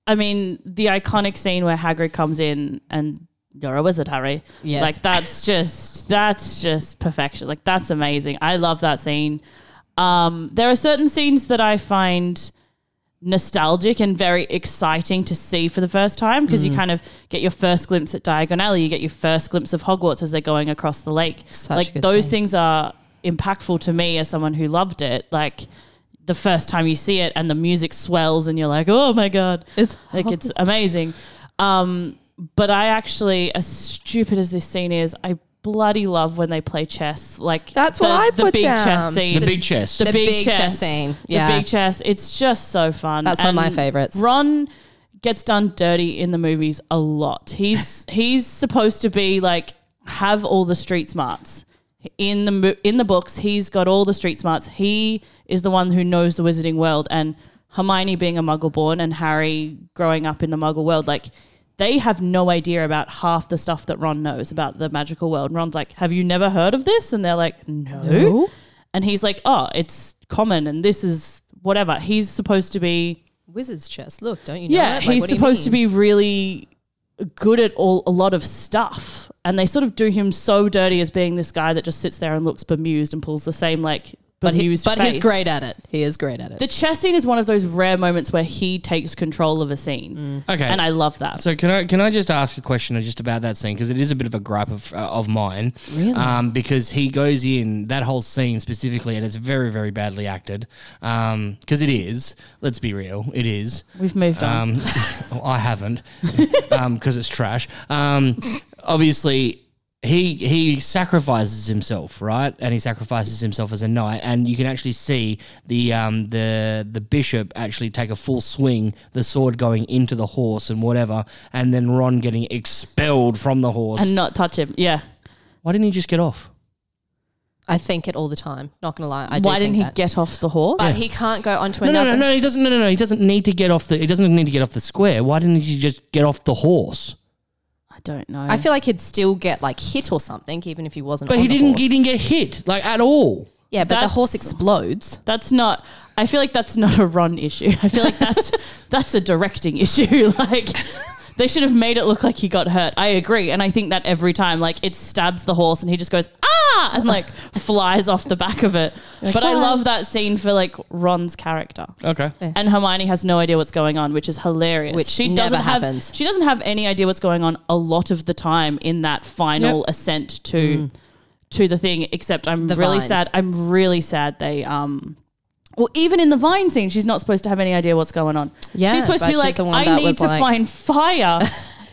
Speaker 5: I mean the iconic scene where Hagrid comes in and you're a wizard, Harry.
Speaker 3: Yes.
Speaker 5: Like that's just that's just perfection. Like that's amazing. I love that scene. Um. There are certain scenes that I find. nostalgic and very exciting to see for the first time because
Speaker 3: Mm.
Speaker 5: you kind of get your first glimpse at Diagon Alley, you get your first glimpse of Hogwarts as they're going across the lake.
Speaker 3: Such
Speaker 5: like
Speaker 3: good
Speaker 5: those
Speaker 3: scene.
Speaker 5: things are impactful to me as someone who loved it. Like the first time you see it and the music swells and you're like, oh my god,
Speaker 3: It's
Speaker 5: like it's amazing. Um, but I actually, as stupid as this scene is, I bloody love when they play chess. Like
Speaker 3: That's
Speaker 5: the,
Speaker 3: what I
Speaker 5: the
Speaker 3: put
Speaker 5: big chess
Speaker 3: down.
Speaker 5: scene
Speaker 4: the big chest.
Speaker 5: the,
Speaker 3: The
Speaker 5: big,
Speaker 3: big
Speaker 5: chess,
Speaker 3: chess scene.
Speaker 5: The
Speaker 3: Yeah.
Speaker 5: big chess. It's just so fun.
Speaker 3: That's one of my favourites.
Speaker 5: Ron gets done dirty in the movies a lot.
Speaker 3: [LAUGHS]
Speaker 5: He's he's supposed to be like have all the street smarts. In the mo- in the books, he's got all the street smarts. He is the one who knows the wizarding world and Hermione being a muggle born and Harry growing up in the muggle world like they have no idea about half the stuff that Ron knows about the magical world. And Ron's like, "Have you never heard of this?" And they're like, "No." And he's like, "Oh, it's common, and this is whatever." He's supposed to be,
Speaker 3: Wizard's chest. Look, don't you know?
Speaker 5: yeah,
Speaker 3: it? Like,
Speaker 5: he's
Speaker 3: what do you
Speaker 5: supposed to
Speaker 3: mean?
Speaker 5: be really good at all a lot of stuff, and they sort of do him so dirty as being this guy that just sits there and looks bemused and pulls the same like
Speaker 3: But, he,
Speaker 5: bemused.
Speaker 3: but
Speaker 5: face.
Speaker 3: he's great at it. He is great at it.
Speaker 5: The chess scene is one of those rare moments where he takes control of a scene,
Speaker 3: Mm.
Speaker 4: Okay.
Speaker 5: and I love that.
Speaker 4: So can I can I just ask a question just about that scene because it is a bit of a gripe of uh, of mine. Really? Um, because he goes in that whole scene specifically, and it's very very badly acted. Um, because it is. Let's be real, it is.
Speaker 5: We've moved on.
Speaker 4: Um, [LAUGHS] I haven't, um, because it's trash. Um, obviously. He he sacrifices himself, right? And he sacrifices himself as a knight, and you can actually see the um the the bishop actually take a full swing, the sword going into the horse and whatever, and then Ron getting expelled from the horse.
Speaker 5: and not touch him. Yeah.
Speaker 4: Why didn't he just get off?
Speaker 3: I think it all the time. Not gonna lie. I do
Speaker 5: Why didn't
Speaker 3: think
Speaker 5: he
Speaker 3: that.
Speaker 5: get off the horse?
Speaker 3: But he can't go onto
Speaker 4: No, no,
Speaker 3: another.
Speaker 4: no, no. He doesn't. No, no, no. He doesn't need to get off the. He doesn't need to get off the square. Why didn't he just get off the horse?
Speaker 5: I don't know.
Speaker 3: I feel like he'd still get like hit or something, even if he wasn't.
Speaker 4: But
Speaker 3: on
Speaker 4: he
Speaker 3: the
Speaker 4: didn't.
Speaker 3: horse.
Speaker 4: He didn't get hit like at all.
Speaker 3: yeah, but the
Speaker 5: That's-
Speaker 3: horse explodes.
Speaker 5: That's not. I feel like that's not a run issue. I feel like that's that's a directing issue. [LAUGHS] Like they should have made it look like he got hurt. I agree, and I think that every time, like it stabs the horse, and he just goes ah, and like flies off the back of it. But I love that scene for like Ron's character.
Speaker 4: Okay.
Speaker 5: And Hermione has no idea what's going on, which is hilarious.
Speaker 3: Which never
Speaker 5: doesn't have
Speaker 3: happens.
Speaker 5: she doesn't have any idea what's going on a lot of the time in that final
Speaker 4: Yep.
Speaker 5: ascent to to the thing, except I'm
Speaker 3: Mm. The
Speaker 5: really
Speaker 3: vines.
Speaker 5: sad. I'm really sad they um well, even in the vine scene, she's not supposed to have any idea what's going on.
Speaker 3: Yeah,
Speaker 5: she's supposed to
Speaker 3: but
Speaker 5: be
Speaker 3: she's
Speaker 5: like,
Speaker 3: the one
Speaker 5: I
Speaker 3: that
Speaker 5: need
Speaker 3: was
Speaker 5: to
Speaker 3: like- [LAUGHS]
Speaker 5: find fire.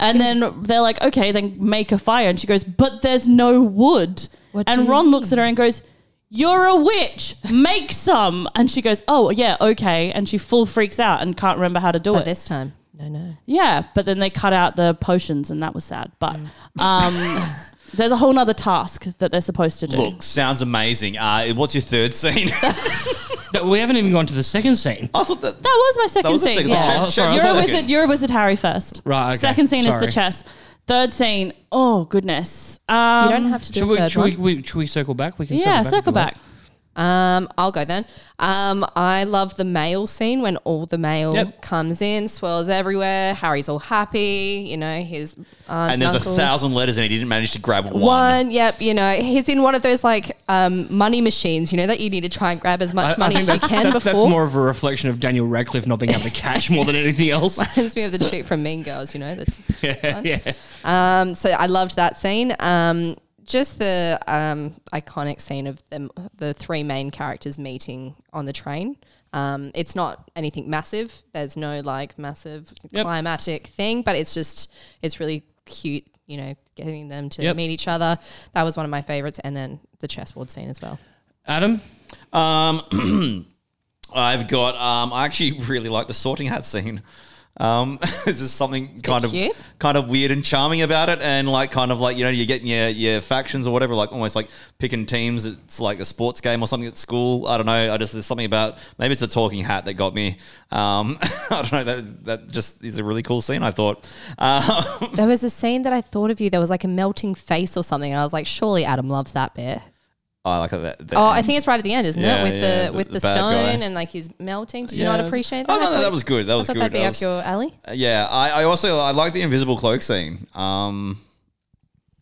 Speaker 5: And then they're like, okay, then make a fire. And she goes, but there's no wood.
Speaker 3: What do
Speaker 5: and
Speaker 3: you
Speaker 5: Ron looks at her and goes, you're a witch. Make some. And she goes, oh, yeah, okay. And she full freaks out and can't remember how to do
Speaker 3: But
Speaker 5: it.
Speaker 3: this time, no, no.
Speaker 5: Yeah, but then they cut out the potions, and that was sad. But
Speaker 3: Mm.
Speaker 5: um,
Speaker 3: [LAUGHS]
Speaker 5: there's a whole nother task that they're supposed to do.
Speaker 2: Look, sounds amazing. Uh, what's your third scene? I
Speaker 4: But we haven't even gone to the second scene.
Speaker 2: thought that.
Speaker 5: That was my second
Speaker 2: That was the
Speaker 5: scene.
Speaker 2: second.
Speaker 3: Yeah.
Speaker 2: Check-
Speaker 4: Oh,
Speaker 2: check
Speaker 4: sorry,
Speaker 2: the
Speaker 5: You're a
Speaker 2: second.
Speaker 5: wizard. You're a wizard, Harry. First,
Speaker 4: Right, okay.
Speaker 5: Second scene is
Speaker 4: Sorry.
Speaker 5: the chess. Third scene. Oh goodness. Um,
Speaker 3: You don't have to do
Speaker 4: Should
Speaker 3: the
Speaker 4: we,
Speaker 3: third
Speaker 4: should, we,
Speaker 3: one.
Speaker 4: we, should we circle back? We can
Speaker 5: Yeah,
Speaker 4: circle
Speaker 5: circle
Speaker 4: back.
Speaker 5: back.
Speaker 3: Um, I'll go then. Um, I love the mail scene when all the mail
Speaker 4: Yep.
Speaker 3: comes in, swirls everywhere. Harry's all happy. You know, his aunt
Speaker 2: And there's a
Speaker 3: uncle.
Speaker 2: thousand letters, and he didn't manage to grab one.
Speaker 3: One, yep, you know, he's in one of those like um, money machines, you know, that you need to try and grab as much money as you can
Speaker 4: that's,
Speaker 3: before.
Speaker 4: that's more of a reflection of Daniel Radcliffe not being able to catch more than anything else.
Speaker 3: [LAUGHS] Reminds me of the chick from Mean Girls, you know. That,
Speaker 4: [LAUGHS] yeah.
Speaker 3: um, so I loved that scene. Um, just the um, iconic scene of them, the three main characters meeting on the train. Um, it's not anything massive. There's no like massive
Speaker 4: Yep.
Speaker 3: climatic thing, but it's just it's really cute. You know, getting them to
Speaker 4: Yep.
Speaker 3: meet each other. That was one of my favorites, and then the chessboard scene as well.
Speaker 4: Adam?
Speaker 2: Um, [CLEARS THROAT] I've got. Um, I actually [LAUGHS] really like the sorting hat scene. Um, [LAUGHS] there's just something
Speaker 3: bit
Speaker 2: kind of
Speaker 3: cute.
Speaker 2: kind of weird and charming about it, and like kind of like you know you're getting your your factions or whatever, like almost like picking teams. It's like a sports game or something at school. I don't know. I just there's something about maybe it's a talking hat that got me. Um, [LAUGHS] I don't know. That that just is a really cool scene. I thought. Um,
Speaker 3: There was a scene that I thought of you. There was like a melting face or something, and I was like, surely Adam loves that bit.
Speaker 2: I like that. that
Speaker 3: Oh, I think it's right at the end, isn't
Speaker 2: Yeah,
Speaker 3: it? With
Speaker 2: yeah,
Speaker 3: the
Speaker 2: the-
Speaker 3: with
Speaker 2: the
Speaker 3: the,
Speaker 2: bad
Speaker 3: stone
Speaker 2: guy.
Speaker 3: and like he's melting. Did
Speaker 2: Yeah,
Speaker 3: you not
Speaker 2: that's-
Speaker 3: appreciate that?
Speaker 2: Oh, no,
Speaker 3: I
Speaker 2: no,
Speaker 3: thought-
Speaker 2: that was good. That
Speaker 3: I
Speaker 2: was
Speaker 3: thought
Speaker 2: good.
Speaker 3: That'd be
Speaker 2: That
Speaker 3: up
Speaker 2: was-
Speaker 3: your alley.
Speaker 2: Yeah, I, I also I like the invisible cloak scene. Um,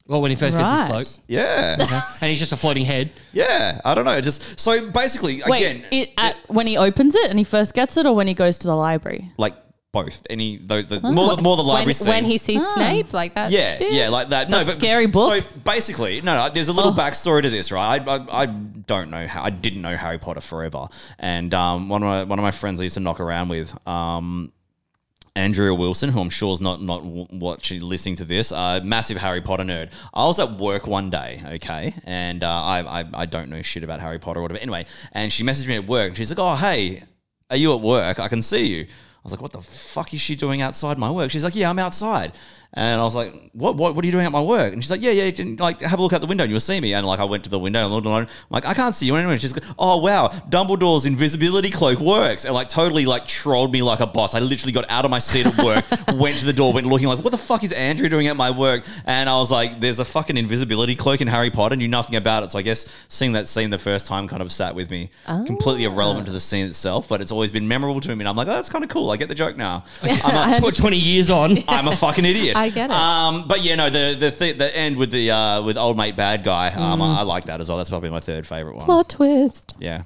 Speaker 4: Well, when he first
Speaker 5: Right.
Speaker 4: gets his cloak.
Speaker 3: [LAUGHS]
Speaker 2: yeah,
Speaker 4: And he's just a floating head.
Speaker 2: yeah. I don't know. Just so basically,
Speaker 5: Wait,
Speaker 2: again,
Speaker 5: it, at, when he opens it and he first gets it, or when he goes to the library?
Speaker 2: like both. Any though the more the, more the library
Speaker 3: When,
Speaker 2: scene.
Speaker 3: when he sees
Speaker 5: Ah.
Speaker 3: Snape, like that.
Speaker 2: yeah,
Speaker 3: bit.
Speaker 2: yeah, like that. No,
Speaker 5: That
Speaker 2: but
Speaker 5: scary book.
Speaker 2: So basically, no, no. There's a little backstory to this, right? I, I, I don't know how. I didn't know Harry Potter forever, and um, one of my, one of my friends I used to knock around with, um, Andrea Wilson, who I'm sure is not not w- watching, listening to this, uh, massive Harry Potter nerd. I was at work one day, okay, and uh, I, I I don't know shit about Harry Potter or whatever. Anyway, and she messaged me at work, and she's like, "Oh, hey, are you at work? I can see you." I was like, "What the fuck is she doing outside my work?" She's like, "Yeah, I'm outside," and I was like, "What? What? What are you doing at my work?" And she's like, "Yeah, yeah, and, like have a look out the window, and you'll see me." And like I went to the window and looked around. I'm like, "I can't see you anywhere." And she's like, "Oh wow, Dumbledore's invisibility cloak works," and like totally like trolled me like a boss. I literally got out of my seat at
Speaker 3: [LAUGHS]
Speaker 2: work, went to the door, went looking like, "What the fuck is Andrew doing at my work?" And I was like, "There's a fucking invisibility cloak in Harry Potter." Knew nothing about it, so I guess seeing that scene the first time kind of sat with me. Completely
Speaker 3: Ah.
Speaker 2: irrelevant to the scene itself, but it's always been memorable to me. And I'm like, "Oh, that's kind of cool. I get the joke
Speaker 3: [LAUGHS]
Speaker 2: now." I'm a-
Speaker 4: Put 20 years on.
Speaker 2: [LAUGHS] I'm a fucking idiot.
Speaker 3: I get it.
Speaker 2: Um, but yeah, no, the the th- the end with the uh, with old mate bad guy. Um,
Speaker 3: Mm.
Speaker 2: I, I like that as well. That's probably my third favorite one.
Speaker 3: Plot twist,
Speaker 2: Yeah.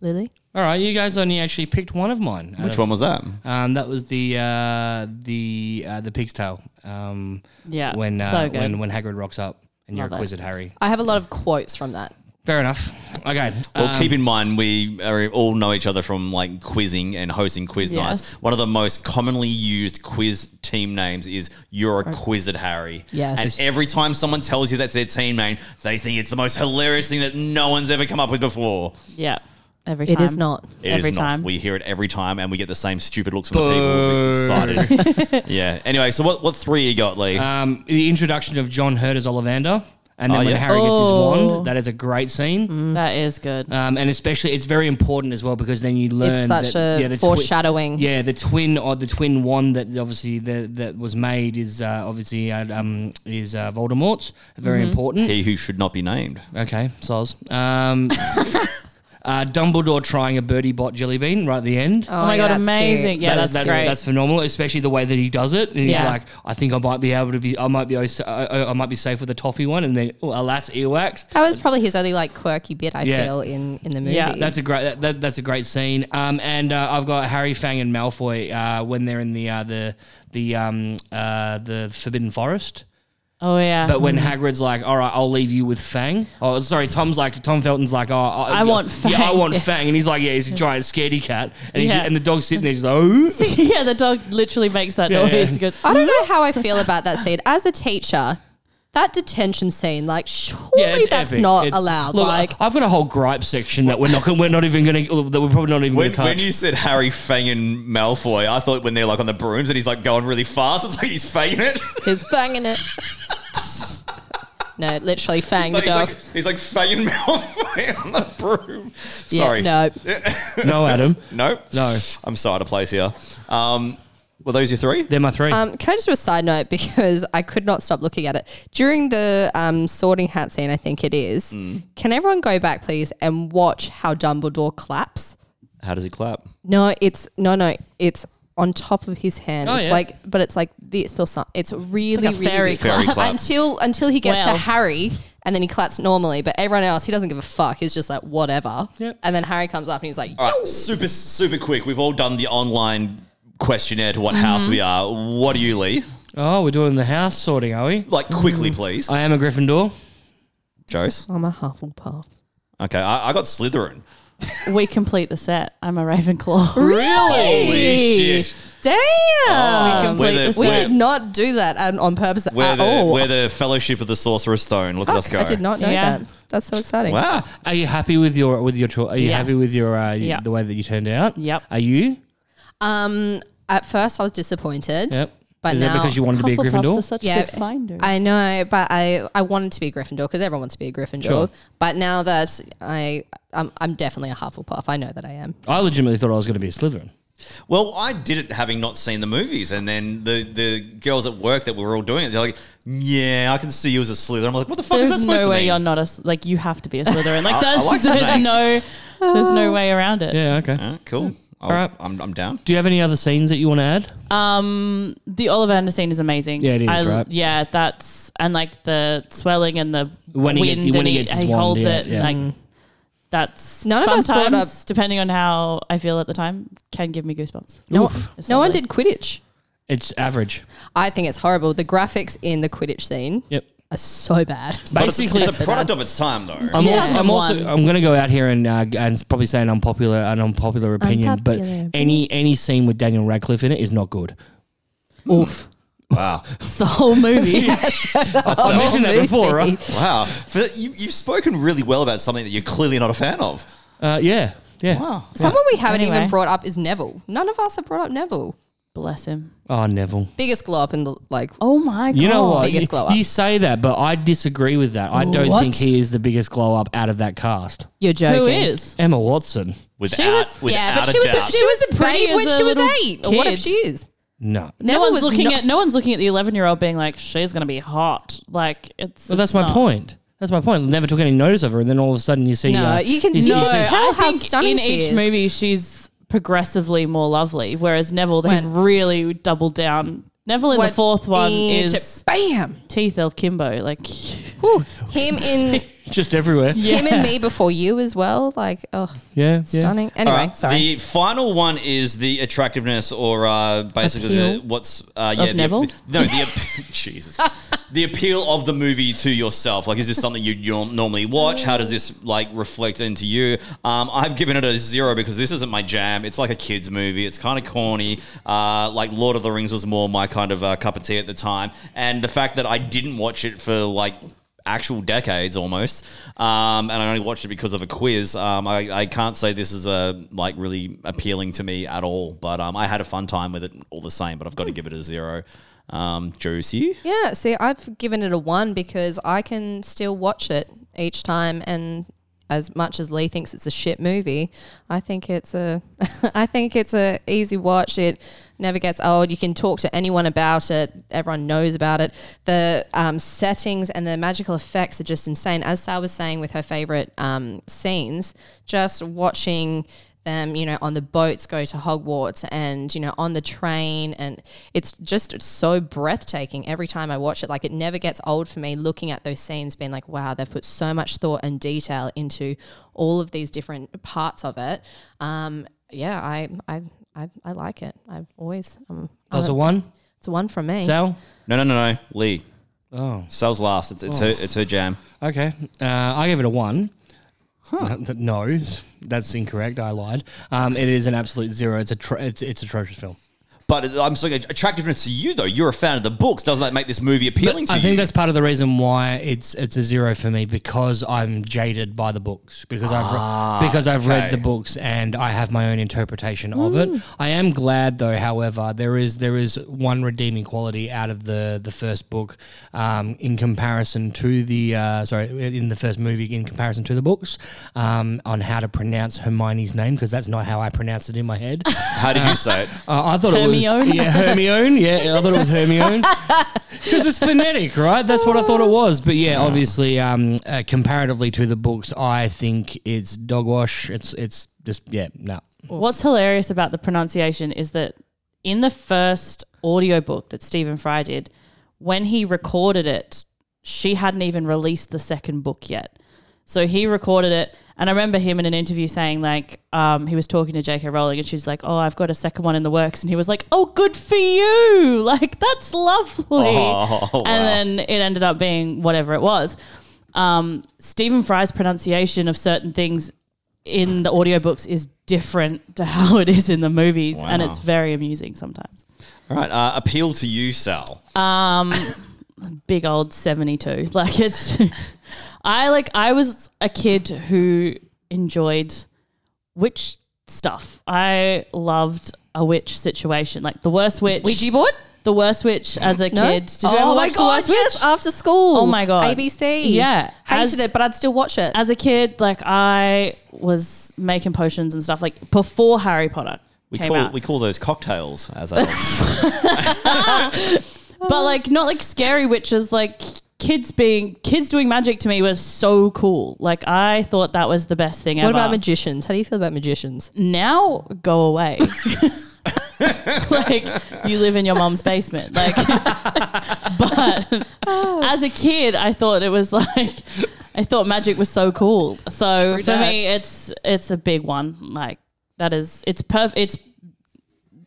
Speaker 3: Lily.
Speaker 4: All right, you guys only actually picked one of mine. out
Speaker 2: Which
Speaker 4: of-
Speaker 2: one was that?
Speaker 4: Um, that was the uh, the uh, the pig's tail. Um,
Speaker 5: Yeah,
Speaker 4: when uh,
Speaker 5: so good.
Speaker 4: when when Hagrid rocks up and you're a
Speaker 5: Love it.
Speaker 4: wizard, Harry.
Speaker 3: I have a lot of quotes from that.
Speaker 4: Fair enough. Okay.
Speaker 2: Well,
Speaker 4: um,
Speaker 2: keep in mind we are, all know each other from like quizzing and hosting quiz
Speaker 5: Yes.
Speaker 2: nights. One of the most commonly used quiz team names is "You're a Quiz at Harry."
Speaker 3: Yes.
Speaker 2: And every time someone tells you that's their team name, they think it's the most hilarious thing that no one's ever come up with before.
Speaker 5: Yeah, every
Speaker 3: It
Speaker 5: time.
Speaker 3: is not.
Speaker 2: It is
Speaker 5: every
Speaker 2: not.
Speaker 5: time.
Speaker 2: We hear it every time, and we get the same stupid looks from the people who are excited. yeah. Anyway, so what, what three you got, Lee?
Speaker 4: um, the introduction of John Hurt as Ollivander, and then
Speaker 2: Oh,
Speaker 4: when
Speaker 2: yeah.
Speaker 4: Harry gets his
Speaker 5: Oh.
Speaker 4: wand, that is a great scene.
Speaker 3: Mm.
Speaker 5: that is
Speaker 2: Uh,
Speaker 5: good.
Speaker 4: Um, and especially, it's very important as well because then you learn
Speaker 3: It's such
Speaker 4: that-
Speaker 3: a
Speaker 4: yeah, the twi-
Speaker 3: foreshadowing.
Speaker 4: yeah, the twin or the twin wand that obviously the, that was made is uh, obviously uh, um, is uh, Voldemort's. Very
Speaker 3: Mm-hmm.
Speaker 4: important.
Speaker 2: he who should not be named.
Speaker 4: Okay, soz.
Speaker 3: [LAUGHS]
Speaker 4: Um, uh, Dumbledore trying a birdie bot jelly bean right at the end.
Speaker 5: oh my
Speaker 3: yeah,
Speaker 5: god,
Speaker 3: that's cute.
Speaker 5: amazing! Yeah, that's,
Speaker 4: that's,
Speaker 5: great.
Speaker 4: that's phenomenal, especially the way that he does it. And he's
Speaker 5: Yeah.
Speaker 4: like, I think I might be able to be, I might be, os- I, I- I might be safe with a toffee one. And then, oh, alas, earwax.
Speaker 3: That was probably his only like quirky bit I
Speaker 4: Yeah.
Speaker 3: feel in in the movie.
Speaker 5: Yeah,
Speaker 4: That's a great. That, that, that's a great scene. Um, and uh, I've got Harry, Fang, and Malfoy uh, when they're in the uh, the the um, uh, the Forbidden Forest.
Speaker 5: Oh yeah.
Speaker 4: But when Hagrid's like, "All right, I'll leave you with Fang," oh, sorry, Tom's like, Tom Felton's like, "Oh, I,
Speaker 5: I want
Speaker 4: Yeah, I
Speaker 5: Fang."
Speaker 4: want
Speaker 5: Yeah.
Speaker 4: Fang," and he's like, "Yeah, he's a giant scaredy cat," and he's
Speaker 5: Yeah.
Speaker 4: and the dog's sitting there, he's like, "Oh."
Speaker 5: [LAUGHS] yeah, the dog literally makes that
Speaker 4: Yeah.
Speaker 5: noise. He goes,
Speaker 3: I don't know how I feel about that scene. As a teacher, that detention scene, like, surely
Speaker 4: Yeah, it's
Speaker 3: that's
Speaker 4: epic.
Speaker 3: not
Speaker 4: It-
Speaker 3: allowed.
Speaker 4: Look, [LAUGHS]
Speaker 3: like,
Speaker 4: I've got a whole gripe section that we're not gonna, we're not even going to that we're probably not even going
Speaker 2: When,
Speaker 4: to touch.
Speaker 2: when you said Harry fanging Malfoy, I thought when they're like on the brooms and he's like going really fast, it's like he's fanging it.
Speaker 3: he's banging it. no, literally,
Speaker 2: It's
Speaker 3: Fang
Speaker 2: like,
Speaker 3: the
Speaker 2: he's,
Speaker 3: dog.
Speaker 2: like, he's like fanging [LAUGHS] Malfoy on the broom.
Speaker 3: yeah,
Speaker 2: Sorry.
Speaker 3: no.
Speaker 4: no, Adam,
Speaker 2: No.
Speaker 4: No.
Speaker 2: I'm so out of place here. Um, were those your three?
Speaker 4: they're my three.
Speaker 3: Um, can I just do a side note [LAUGHS] because I could not stop looking at it during the um, sorting hat scene? I think it is. Can everyone go back, please, and watch how Dumbledore claps?
Speaker 2: How does he clap?
Speaker 3: No, it's no, no, it's on top of his hand.
Speaker 4: Oh,
Speaker 3: it's
Speaker 4: yeah.
Speaker 3: like, but it's like this feels. some- It's really,
Speaker 5: like a
Speaker 3: really
Speaker 5: fairy
Speaker 3: weird.
Speaker 2: clap. Fairy clap.
Speaker 3: [LAUGHS] until until he gets
Speaker 5: Wow.
Speaker 3: to Harry, and then he claps normally. But everyone else, he doesn't give a fuck. He's just like whatever.
Speaker 4: Yep.
Speaker 3: And then Harry comes up and he's like,
Speaker 2: All
Speaker 3: "Yo."
Speaker 2: right, super, super quick. We've all done the online questionnaire to what
Speaker 3: Mm-hmm.
Speaker 2: house we are. What are you, Lee?
Speaker 4: oh, we're doing the house sorting, are we?
Speaker 2: Like, quickly,
Speaker 3: Mm-hmm.
Speaker 2: please.
Speaker 4: I am a Gryffindor.
Speaker 2: Jose.
Speaker 3: "I'm a Hufflepuff."
Speaker 2: Okay, I, I got Slytherin.
Speaker 5: "We complete the set. I'm a [LAUGHS] Ravenclaw."
Speaker 2: Holy shit.
Speaker 3: Damn.
Speaker 4: Oh.
Speaker 2: We're the,
Speaker 3: Oh, We
Speaker 2: we're-
Speaker 3: did not do that um, on purpose
Speaker 2: we're
Speaker 3: at
Speaker 2: the,
Speaker 3: all.
Speaker 2: we're the Fellowship of the Sorcerer's Stone. Look at us
Speaker 3: Oh. Fuck,
Speaker 2: go.
Speaker 3: I did not know
Speaker 5: Yeah.
Speaker 3: that. That's so exciting.
Speaker 2: Wow.
Speaker 4: Are you happy with your with your cho- Are you
Speaker 5: Yes.
Speaker 4: happy with your uh,
Speaker 5: Yep.
Speaker 4: the way that you turned out?
Speaker 5: Yep.
Speaker 4: Are you?
Speaker 3: Um, at first I was disappointed.
Speaker 4: Yep.
Speaker 3: But
Speaker 4: Is
Speaker 3: now,
Speaker 4: that because you wanted to be a
Speaker 5: Hufflepuffs are
Speaker 4: Gryffindor?
Speaker 5: such
Speaker 3: yeah,
Speaker 5: good finders.
Speaker 3: I know, but I I wanted to be a Gryffindor because everyone wants to be a Gryffindor.
Speaker 4: Sure.
Speaker 3: But now that I I'm, I'm definitely a Hufflepuff. I know that I am.
Speaker 4: I legitimately thought I was going to be a Slytherin.
Speaker 2: Well, I did it having not seen the movies, and then the, the girls at work that we were all doing it, they're like, "Yeah, I can see you as a Slytherin." I'm like, "What the fuck is
Speaker 5: There's
Speaker 2: that supposed
Speaker 5: no
Speaker 2: to
Speaker 5: way
Speaker 2: mean?"
Speaker 5: you're not a s- like you have to be a Slytherin. Like
Speaker 2: I
Speaker 5: there's, [LAUGHS]
Speaker 2: like
Speaker 5: there's
Speaker 2: snakes.
Speaker 5: no there's no way around it.
Speaker 4: Yeah. Okay.
Speaker 2: Uh, cool. All
Speaker 4: right.
Speaker 2: I'm, I'm down.
Speaker 4: Do you have any other scenes that you want to add?
Speaker 5: Um, the Ollivander scene is amazing.
Speaker 4: Yeah, it is,
Speaker 5: I,
Speaker 4: right?
Speaker 5: Yeah, that's and like the swelling and the
Speaker 4: When he
Speaker 5: wind
Speaker 4: gets- when
Speaker 5: and
Speaker 4: he
Speaker 5: he,
Speaker 4: gets his
Speaker 5: he
Speaker 4: wand,
Speaker 5: holds
Speaker 4: yeah,
Speaker 5: it.
Speaker 4: yeah.
Speaker 5: Like that's
Speaker 3: Mm. None of us
Speaker 5: sometimes,
Speaker 3: brought
Speaker 5: depending on how I feel at the time, can give me goosebumps.
Speaker 3: No,
Speaker 4: Oof.
Speaker 3: no one did Quidditch.
Speaker 4: It's average.
Speaker 3: I think it's horrible. The graphics in the Quidditch scene
Speaker 4: Yep.
Speaker 3: are so bad.
Speaker 4: Basically,
Speaker 2: it's a product of its time, though.
Speaker 4: I'm,
Speaker 3: Yeah.
Speaker 4: also, I'm also
Speaker 5: One.
Speaker 4: I'm going to go out here and uh, and probably say an unpopular an unpopular opinion,
Speaker 3: Unpopular
Speaker 4: but any any scene with Daniel Radcliffe in it is not good.
Speaker 3: Oof.
Speaker 2: Wow,
Speaker 5: It's [LAUGHS] the
Speaker 4: [LAUGHS]
Speaker 5: whole movie.
Speaker 4: [LAUGHS] I mentioned that before,
Speaker 3: movie.
Speaker 4: right?
Speaker 2: wow. For, you, you've spoken really well about something that you're clearly not a fan of.
Speaker 4: Uh, yeah, yeah.
Speaker 2: Wow.
Speaker 3: [LAUGHS] Someone we haven't even
Speaker 5: Anyway.
Speaker 3: brought up is Neville. None of us have brought up Neville.
Speaker 5: Bless him.
Speaker 4: Oh, Neville.
Speaker 3: Biggest glow up in the like
Speaker 5: Oh my god.
Speaker 4: You know what?
Speaker 3: biggest
Speaker 4: You,
Speaker 3: glow up.
Speaker 4: you say that, but I disagree with that. I don't
Speaker 5: What?
Speaker 4: think he is the biggest glow up out of that cast.
Speaker 3: You're joking.
Speaker 5: Who is?
Speaker 4: Emma Watson.
Speaker 2: Without,
Speaker 5: was-
Speaker 2: without
Speaker 3: Yeah, but
Speaker 2: a
Speaker 3: she was
Speaker 2: doubt.
Speaker 3: a, she was a pretty
Speaker 5: Bay
Speaker 3: when
Speaker 5: is a
Speaker 3: she was
Speaker 5: little
Speaker 3: eight. Or What if
Speaker 5: kid.
Speaker 3: she is?
Speaker 4: No.
Speaker 5: No one's
Speaker 3: was
Speaker 5: looking
Speaker 3: not-
Speaker 5: at no one's looking at the eleven year old being like, She's gonna be hot. Like it's
Speaker 4: Well, that's
Speaker 5: it's
Speaker 4: my
Speaker 5: not.
Speaker 4: point. That's my point. Never took any notice of her, and then all of a sudden you see.
Speaker 3: No,
Speaker 4: uh,
Speaker 3: you can-
Speaker 4: see-
Speaker 3: No,
Speaker 5: No,
Speaker 4: see-
Speaker 3: Just
Speaker 5: I
Speaker 3: tell how
Speaker 5: think
Speaker 3: stunning
Speaker 5: in
Speaker 3: she
Speaker 5: each
Speaker 3: is.
Speaker 5: movie she's progressively more lovely, whereas Neville they
Speaker 3: When-
Speaker 5: really doubled down. Neville in the fourth one is [LAUGHS]
Speaker 3: bam.
Speaker 5: teeth el kimbo, like
Speaker 3: Whew. Him in
Speaker 4: [LAUGHS] just everywhere. Yeah,
Speaker 3: him and me before you as well. Like oh,
Speaker 4: yeah.
Speaker 3: stunning. Anyway,
Speaker 2: Alright,
Speaker 3: sorry.
Speaker 2: The final one is the attractiveness, or uh, basically the,
Speaker 5: Appeal
Speaker 2: what's uh, yeah, the-
Speaker 5: Neville?
Speaker 2: no, the ap- [LAUGHS] Jesus, the appeal of the movie to yourself. Like, is this something you norm- normally watch? How does this like reflect into you? Um, I've given it a zero because this isn't my jam. It's like a kids movie. It's kind of corny. Uh, like Lord of the Rings was more my kind of uh, cup of tea at the time, and the fact that I didn't watch it for like actual decades almost. Um, and I only watched it because of a quiz. Um, I, I can't say this is a like really appealing to me at all, but um, I had a fun time with it all the same. But I've got to give it a zero. Um, juicy.
Speaker 3: yeah, see, I've given it a one because I can still watch it each time, and as much as Lee thinks it's a shit movie, I think it's a [LAUGHS] I think it's a easy watch. It never gets old. You can talk to anyone about it. Everyone knows about it. The um, settings and the magical effects are just insane. As Sal was saying with her favorite um, scenes, just watching them, you know, on the boats go to Hogwarts and, you know, on the train. And it's just so breathtaking every time I watch it. Like, it never gets old for me looking at those scenes, being like, wow, they've put so much thought and detail into all of these different parts of it. Um, yeah, I, I, I, I like it. I've always, um,
Speaker 4: That was a one.
Speaker 3: it's a one from me.
Speaker 4: Sal.
Speaker 2: No, no, no, no. Lee.
Speaker 4: Oh,
Speaker 2: Sells last. It's, it's, her, it's her jam.
Speaker 4: okay. Uh, I gave it a one. Uh, th- no, [LAUGHS] that's incorrect. I lied. Um, it is an absolute zero. It's a tr- it's it's atrocious film.
Speaker 2: But it- I'm saying attractiveness to you, though. You're a fan of the books. Doesn't that make this movie appealing to
Speaker 4: I
Speaker 2: you?
Speaker 4: think that's part of the reason why it's it's a zero for me because I'm jaded by the books because I've re- because I've read
Speaker 2: Ah, okay.
Speaker 4: the books and I have my own interpretation of it. I am glad though, however, there is there is one redeeming quality out of the the first book um, in comparison to the uh, sorry in the first movie in comparison to the books um, on how to pronounce Hermione's name because that's not how I pronounced it in my head. [LAUGHS]
Speaker 2: How did you say it?
Speaker 4: Uh, I thought it was
Speaker 5: Hermione?
Speaker 4: yeah, Hermione. Yeah, I thought it
Speaker 3: [LAUGHS]
Speaker 4: was Hermione because it's phonetic, right? That's what I thought it was. But yeah, obviously, um, uh, comparatively to the books, I think it's dogwash. It's it's just yeah, no.
Speaker 5: What's hilarious about the pronunciation is that in the first audiobook that Stephen Fry did, when he recorded it, she hadn't even released the second book yet. So he recorded it, and I remember him in an interview saying like um, he was talking to J.K. Rowling, and she's like, "Oh, I've got a second one in the works," and he was like, "Oh, good for you! [LAUGHS] Like that's lovely."
Speaker 2: Oh, wow.
Speaker 5: And then it ended up being whatever it was. Um, Stephen Fry's pronunciation of certain things in the audiobooks is different to [LAUGHS] how it is in the movies and
Speaker 2: Wow.
Speaker 5: it's very amusing sometimes
Speaker 2: All right. Uh, appeal to you, Sal.
Speaker 5: big old 72 [LAUGHS] like it's i like i was a kid who enjoyed witch stuff i loved a witch situation like the worst witch
Speaker 3: Ouija board?
Speaker 5: the worst witch as a
Speaker 3: [GASPS] No?
Speaker 5: kid Did you ever
Speaker 3: oh my
Speaker 5: watch The
Speaker 3: god!
Speaker 5: Worst Witch?
Speaker 3: Yes, after school.
Speaker 5: Oh my God.
Speaker 3: ABC.
Speaker 5: Yeah.
Speaker 3: hated
Speaker 5: As-
Speaker 3: it, but I'd still watch it.
Speaker 5: as a kid like i was making potions and stuff like before harry potter
Speaker 2: We
Speaker 5: came
Speaker 2: call,
Speaker 5: out.
Speaker 2: we call those cocktails as adults.
Speaker 3: Oh.
Speaker 5: but like not like scary witches like kids being kids doing magic to me was so cool like i thought that was the best thing
Speaker 3: what
Speaker 5: ever
Speaker 3: about magicians? How do you feel about magicians?
Speaker 5: now go away [LAUGHS] like you live in your mom's basement like [LAUGHS] but as a kid i thought it was like i thought magic was so cool so
Speaker 3: True
Speaker 5: for
Speaker 3: dat.
Speaker 5: me it's it's a big one like that is it's perf it's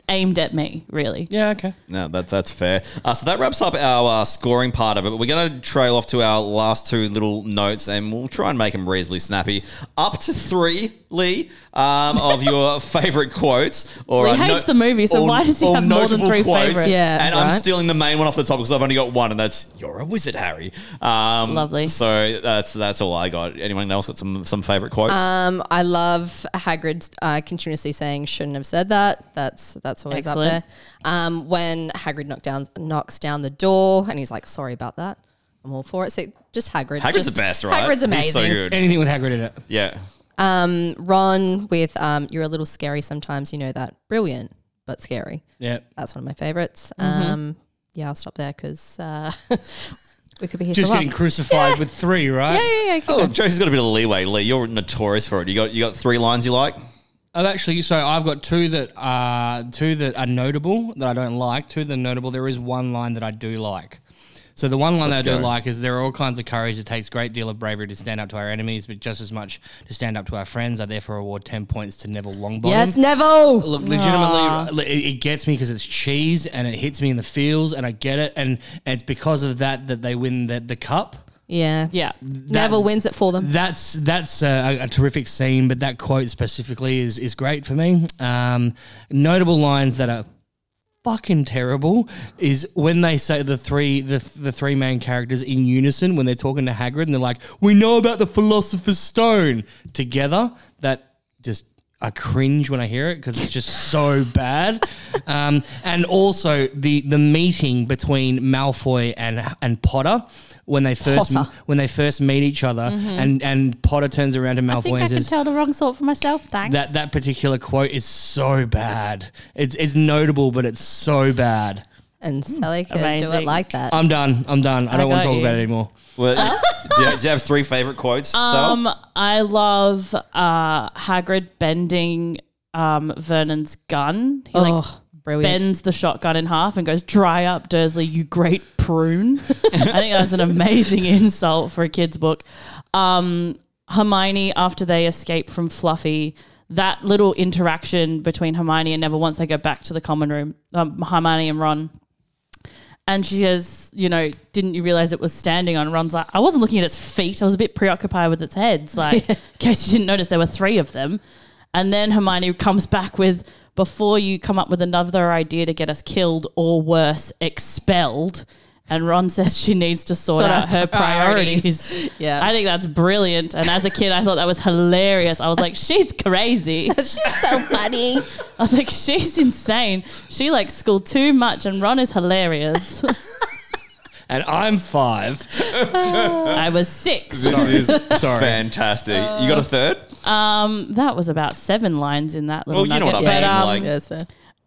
Speaker 5: aimed at me really
Speaker 4: Yeah, okay.
Speaker 2: no, that, that's fair. Uh, so that wraps up our uh, scoring part of it. But we're going to trail off to our last two little notes and we'll try and make them reasonably snappy. Up to three, Lee, um, of your [LAUGHS] favorite quotes. Or,
Speaker 5: Lee hates the movie, so why does he
Speaker 2: or
Speaker 5: have more than
Speaker 2: notable
Speaker 5: three favourites?
Speaker 3: Yeah,
Speaker 2: And I'm
Speaker 3: right.
Speaker 2: stealing the main one off the top because I've only got one, and that's you're a wizard, Harry. Um,
Speaker 5: Lovely.
Speaker 2: So that's that's all I got. Anyone else got some some favorite quotes?
Speaker 3: Um, I love Hagrid uh, continuously saying "shouldn't have said that." That's that's always up
Speaker 5: Excellent.
Speaker 3: there. Um, when Hagrid knocked down, knocks down the door, and he's like, "Sorry about that. I'm all for it." So just Hagrid.
Speaker 2: Hagrid's
Speaker 3: just-
Speaker 2: the best, right?
Speaker 3: Hagrid's
Speaker 2: He's so
Speaker 3: amazing.
Speaker 2: good.
Speaker 4: Anything with Hagrid in it.
Speaker 2: Yeah.
Speaker 3: Ron with um, "You're a little scary sometimes. You know that. Brilliant, but scary."
Speaker 4: Yeah,
Speaker 3: That's one of my favorites.
Speaker 5: Mm-hmm.
Speaker 3: Um, yeah, I'll stop there because uh, [LAUGHS] we could be here
Speaker 4: just
Speaker 3: for a
Speaker 4: getting
Speaker 3: while.
Speaker 4: crucified with three, right?
Speaker 3: Yeah, yeah, yeah.
Speaker 2: Oh, Josie's got a bit of leeway, Lee. You're notorious for it. You got you got three lines you like.
Speaker 4: I've actually so I've got two that are two that are notable that I don't like. Two that are notable. There is one line that I do like. So the one line that I
Speaker 2: go.
Speaker 4: do like is there are all kinds of courage. It takes great deal of bravery to stand up to our enemies, but just as much to stand up to our friends. I therefore award ten points to Neville Longbottom.
Speaker 3: Yes, Neville.
Speaker 4: Look, legitimately, it, it gets me because it's cheese and it hits me in the feels, and I get it, and, and it's because of that that they win the, the cup.
Speaker 3: Yeah,
Speaker 5: yeah
Speaker 3: Neville wins it for them.
Speaker 4: That's that's a, a terrific scene, but that quote specifically is is great for me. Um, notable lines that are fucking terrible is when they say the three the, the three main characters in unison when they're talking to Hagrid and they're like, "We know about the Philosopher's Stone." Together, that just I cringe when I hear it because it's just so bad. Um, and also the the meeting between Malfoy and and Potter when they first
Speaker 3: Potter.
Speaker 4: when they first meet each other, and and Potter turns around to Malfoy
Speaker 5: Mm-hmm. I think I
Speaker 4: and
Speaker 5: can
Speaker 4: says,
Speaker 5: tell the wrong sort for myself. Thanks.
Speaker 4: that that particular quote is so bad. It's it's notable, but it's so bad.
Speaker 3: And Sally can do it
Speaker 5: Amazing.
Speaker 3: like that.
Speaker 4: I'm done. I'm done. I don't want
Speaker 5: got
Speaker 4: to talk
Speaker 5: you.
Speaker 4: about it anymore.
Speaker 2: Well, do, you, do you have three favorite quotes?
Speaker 5: um,
Speaker 2: Um,
Speaker 5: I love uh, Hagrid bending um, Vernon's gun. He like
Speaker 3: oh, brilliant.
Speaker 5: bends the shotgun in half and goes, "Dry up, Dursley, you great prune." [LAUGHS] I think that's an amazing [LAUGHS] insult for a kid's book. Um, Hermione after they escape from Fluffy. That little interaction between Hermione and Neville once they go back to the common room, um, Hermione and Ron, And she says, you know, didn't you realize it was standing on? Ron's like, I wasn't looking at its feet. I was a bit preoccupied with its heads. Like, in case you didn't notice, there were three of them. And then Hermione comes back with, before you come up with another idea to get us killed or worse, expelled. And Ron [LAUGHS] says she needs to sort,
Speaker 3: Sort
Speaker 5: out
Speaker 3: out
Speaker 5: her
Speaker 3: priorities.
Speaker 5: priorities.
Speaker 3: Yeah.
Speaker 5: I think that's brilliant. And as a kid, I thought that was hilarious. I was like, she's crazy.
Speaker 3: She's so funny. [LAUGHS]
Speaker 5: I was like, she's insane. She likes school too much, and Ron is hilarious.
Speaker 4: And I'm five.
Speaker 5: I was [LAUGHS] six.
Speaker 2: This is
Speaker 4: Sorry.
Speaker 2: fantastic. you got a third?
Speaker 5: That was about seven lines in that little
Speaker 2: Well, you know what I mean.
Speaker 5: nugget. but um,
Speaker 2: like,
Speaker 3: yeah, that's fair.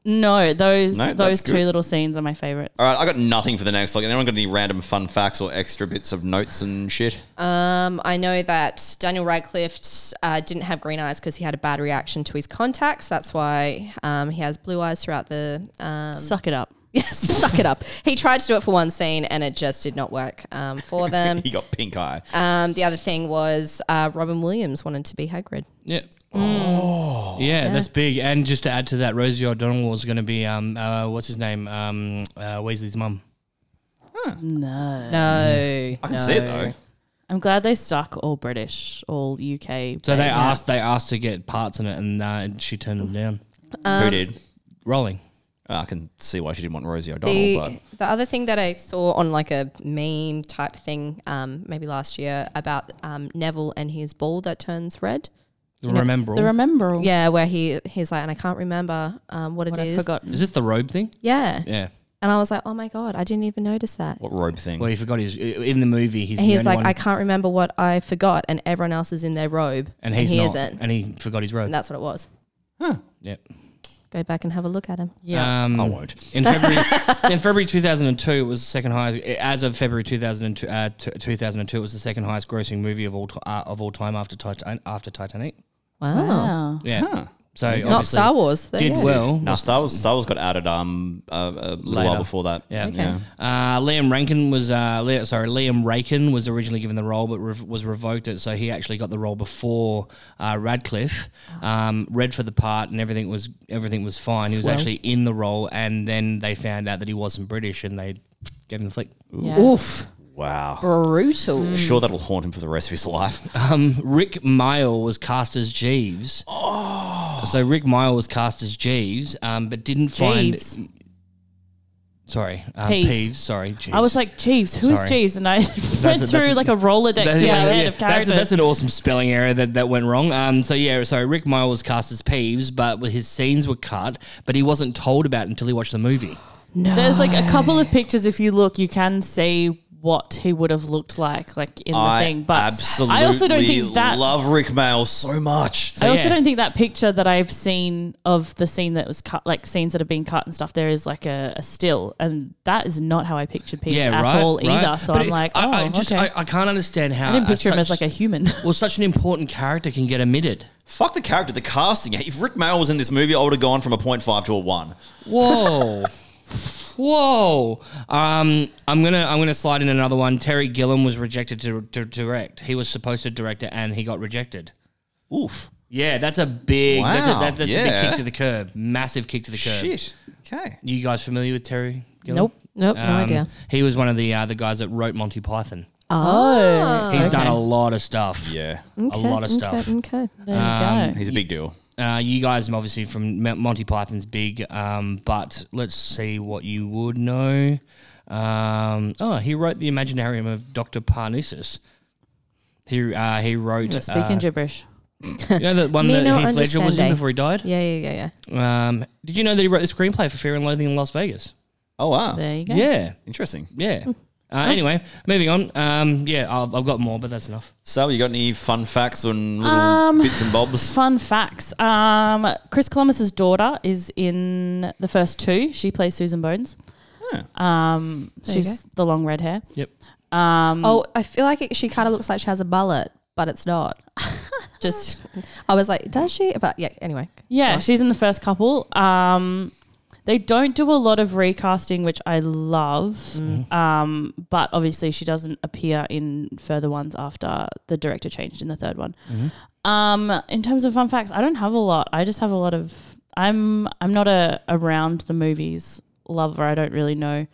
Speaker 5: no, those
Speaker 2: No, that's
Speaker 5: those two
Speaker 2: good. Uh,
Speaker 5: little scenes are my favorites.
Speaker 2: all right, I got nothing for the next. Like, anyone got any random fun facts or extra bits of notes and shit?
Speaker 3: Um, I know that Daniel Radcliffe uh, didn't have green eyes because he had a bad reaction to his contacts. That's why um, he has blue eyes throughout the. Um, [LAUGHS]
Speaker 5: Suck it up.
Speaker 3: yes, suck it up. He tried to do it for one scene and it just did not work um,
Speaker 2: [LAUGHS]
Speaker 3: for them.
Speaker 5: [LAUGHS]
Speaker 2: He got pink eye.
Speaker 3: Um, the other thing was uh, Robin Williams wanted to be Hagrid.
Speaker 4: Yeah. Oh. Yeah, that's big. And just to add to that, Rosie O'Donnell was going to be um, uh, what's his name? Um, uh, Weasley's mum.
Speaker 5: No,
Speaker 3: No,
Speaker 5: Mm-hmm.
Speaker 2: I can see it though.
Speaker 5: I'm glad they stuck all British, all UK.
Speaker 4: So they
Speaker 5: based.
Speaker 4: asked they asked to get parts in it, and uh, she turned them down.
Speaker 2: Who did?
Speaker 4: Rolling.
Speaker 2: Uh, I can see why she didn't want Rosie O'Donnell, but
Speaker 3: The, the other thing that I saw on like a meme type thing, um, maybe last year, about um, Neville and his ball that turns red.
Speaker 4: The remember.
Speaker 5: the remember. all.
Speaker 3: Yeah, where he he's like, and I can't remember um, what it
Speaker 5: what
Speaker 3: is.
Speaker 5: I've forgotten.
Speaker 4: Is this the robe thing?
Speaker 3: Yeah.
Speaker 4: Yeah.
Speaker 3: and I was like, oh my god, I didn't even notice that.
Speaker 2: what robe thing?
Speaker 4: Well, he forgot his in the movie. He's
Speaker 3: And
Speaker 4: the
Speaker 3: he's
Speaker 4: only
Speaker 3: like,
Speaker 4: one,
Speaker 3: I can't remember what I forgot, and everyone else is in their robe,
Speaker 4: and he's
Speaker 3: he
Speaker 4: not,
Speaker 3: isn't,
Speaker 4: and he forgot his robe.
Speaker 3: and that's what it was.
Speaker 4: Yep.
Speaker 3: Go back and have a look at him.
Speaker 5: Yeah,
Speaker 4: Um,
Speaker 2: I won't.
Speaker 4: In February, in February 2002, it was the second highest. As of February 2002, uh, t- 2002 it was the second highest grossing movie of all t- uh, of all time after Titan- after Titanic.
Speaker 3: Wow,
Speaker 5: Wow.
Speaker 4: Yeah. So
Speaker 3: not
Speaker 4: obviously
Speaker 3: Star Wars. There
Speaker 4: Did
Speaker 3: you go.
Speaker 4: well.
Speaker 2: No, Star Wars, Star Wars got added um a, a little
Speaker 4: Later.
Speaker 2: while before that.
Speaker 4: Yeah.
Speaker 2: yeah.
Speaker 4: Uh, Liam Rankin was uh, Le- sorry Liam Rankin was originally given the role but rev- was revoked it so he actually got the role before uh, Radcliffe um, read for the part and everything was everything was fine he was
Speaker 3: Ah. Swell.
Speaker 4: actually in the role and then they found out that he wasn't British and they gave him the flick
Speaker 5: Yeah.
Speaker 3: Oof,
Speaker 2: Wow.
Speaker 3: brutal.
Speaker 2: Sure, that'll haunt him for the rest of his life.
Speaker 4: Um, Rick Mile was cast as Jeeves oh so Rick Mile was cast as Jeeves um, but didn't find
Speaker 5: Jeeves.
Speaker 4: sorry um,
Speaker 5: Peeves.
Speaker 4: Peeves. sorry Jeeves.
Speaker 5: I was like, Jeeves, who's
Speaker 4: Sorry.
Speaker 5: Jeeves? And I [LAUGHS] went
Speaker 4: that's
Speaker 5: through
Speaker 4: a-
Speaker 5: like a Rolodex in my
Speaker 3: yeah,
Speaker 5: head
Speaker 4: that's,
Speaker 5: of characters.
Speaker 4: that's an awesome spelling error that, that went wrong. Um, so yeah, so Rick Mile was cast as Peeves, but his scenes were cut, but he wasn't told about it until he watched the movie.
Speaker 5: There's like a couple of pictures. If you look, you can see what he would have looked like, like in
Speaker 2: I
Speaker 5: the thing. But
Speaker 2: absolutely
Speaker 5: I also don't think that.
Speaker 2: love Rick Mail so much.
Speaker 5: I also
Speaker 4: yeah.
Speaker 5: don't think that picture that I've seen of the scene that was cut, like scenes that have been cut and stuff, there is like a, a still, and that is not how I pictured Peeves
Speaker 4: yeah,
Speaker 5: at
Speaker 4: right,
Speaker 5: all
Speaker 4: right.
Speaker 5: either. So
Speaker 4: But
Speaker 5: I'm
Speaker 4: it-
Speaker 5: like, oh,
Speaker 4: I, I just
Speaker 5: okay.
Speaker 4: I, I can't understand how
Speaker 5: I didn't picture him as
Speaker 4: such-
Speaker 5: like
Speaker 4: [LAUGHS]
Speaker 5: a human.
Speaker 4: well, such an important character can get omitted.
Speaker 2: Fuck the character, the casting. If Rick Mail was in this movie, I would have gone from a 0.5 to a one.
Speaker 4: Whoa. Whoa! Um, I'm gonna I'm gonna slide in another one. Terry Gilliam was rejected to, to direct. He was supposed to direct it, and he got rejected.
Speaker 2: Oof.
Speaker 4: Yeah, that's a big that's a,
Speaker 2: Wow,
Speaker 4: that, that's a
Speaker 2: yeah.
Speaker 4: big kick to the curb. Massive kick to the curb.
Speaker 2: Shit. Okay.
Speaker 4: You guys familiar with Terry? Gilliam?
Speaker 5: nope.
Speaker 3: Nope, no
Speaker 4: Um,
Speaker 3: idea.
Speaker 4: He was one of the uh, the guys that wrote Monty Python.
Speaker 5: Oh,
Speaker 4: He's done a lot of stuff.
Speaker 2: Yeah.
Speaker 4: a lot of
Speaker 3: okay,
Speaker 4: stuff.
Speaker 3: Okay,
Speaker 5: there you
Speaker 4: Um,
Speaker 5: go.
Speaker 2: He's a big deal.
Speaker 4: Uh, you guys, are obviously from Mo- Monty Python's big, um, but let's see what you would know. Um, oh, he wrote the Imaginarium of Doctor Parnassus. He uh, he wrote
Speaker 5: You're speaking
Speaker 4: uh,
Speaker 5: gibberish.
Speaker 4: you know the one
Speaker 3: Me
Speaker 4: that
Speaker 3: no
Speaker 4: Heath Ledger was in
Speaker 3: understanding.
Speaker 4: before he died.
Speaker 3: yeah, yeah, yeah, yeah.
Speaker 4: Um, did you know that he wrote the screenplay for Fear and Loathing in Las Vegas?
Speaker 2: Oh, wow.
Speaker 5: There you go.
Speaker 4: Yeah,
Speaker 2: Interesting.
Speaker 3: Hmm.
Speaker 4: yeah. Uh, anyway, moving on. Um, yeah, I've, I've got more, but that's enough.
Speaker 2: Sal, you got any fun facts and little bits and bobs?
Speaker 5: Um, Fun facts. Um, Chris Columbus's daughter is in the first two. She plays Susan Bones. Um,
Speaker 3: There you
Speaker 5: she's the long red hair. Um,
Speaker 4: Yep. Mm.
Speaker 3: Oh, I feel like it, she kind of looks like she has a bullet, but it's not. Just, I was like, does she? But yeah, anyway.
Speaker 5: Yeah, she's in the first couple. Um, they don't do a lot of recasting, which I love.
Speaker 4: Mm-hmm.
Speaker 5: Um, but obviously, she doesn't appear in further ones after the director changed in the third one.
Speaker 4: Mm-hmm.
Speaker 5: Um, in terms of fun facts, I don't have a lot. I just have a lot of. I'm I'm not a around the movies lover. I don't really know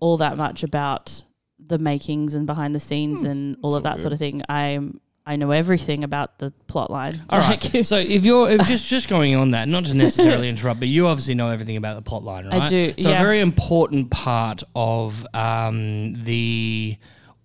Speaker 5: all that much about the makings and behind the
Speaker 4: Hmm,
Speaker 5: scenes and all of that sort of thing. I'm I know everything about the plot line.
Speaker 4: All right. so if you're if just just going on that, not to necessarily [LAUGHS] interrupt, but you obviously know everything about the plot line, right?
Speaker 5: do,
Speaker 4: So
Speaker 5: yeah.
Speaker 4: a very important part of um, the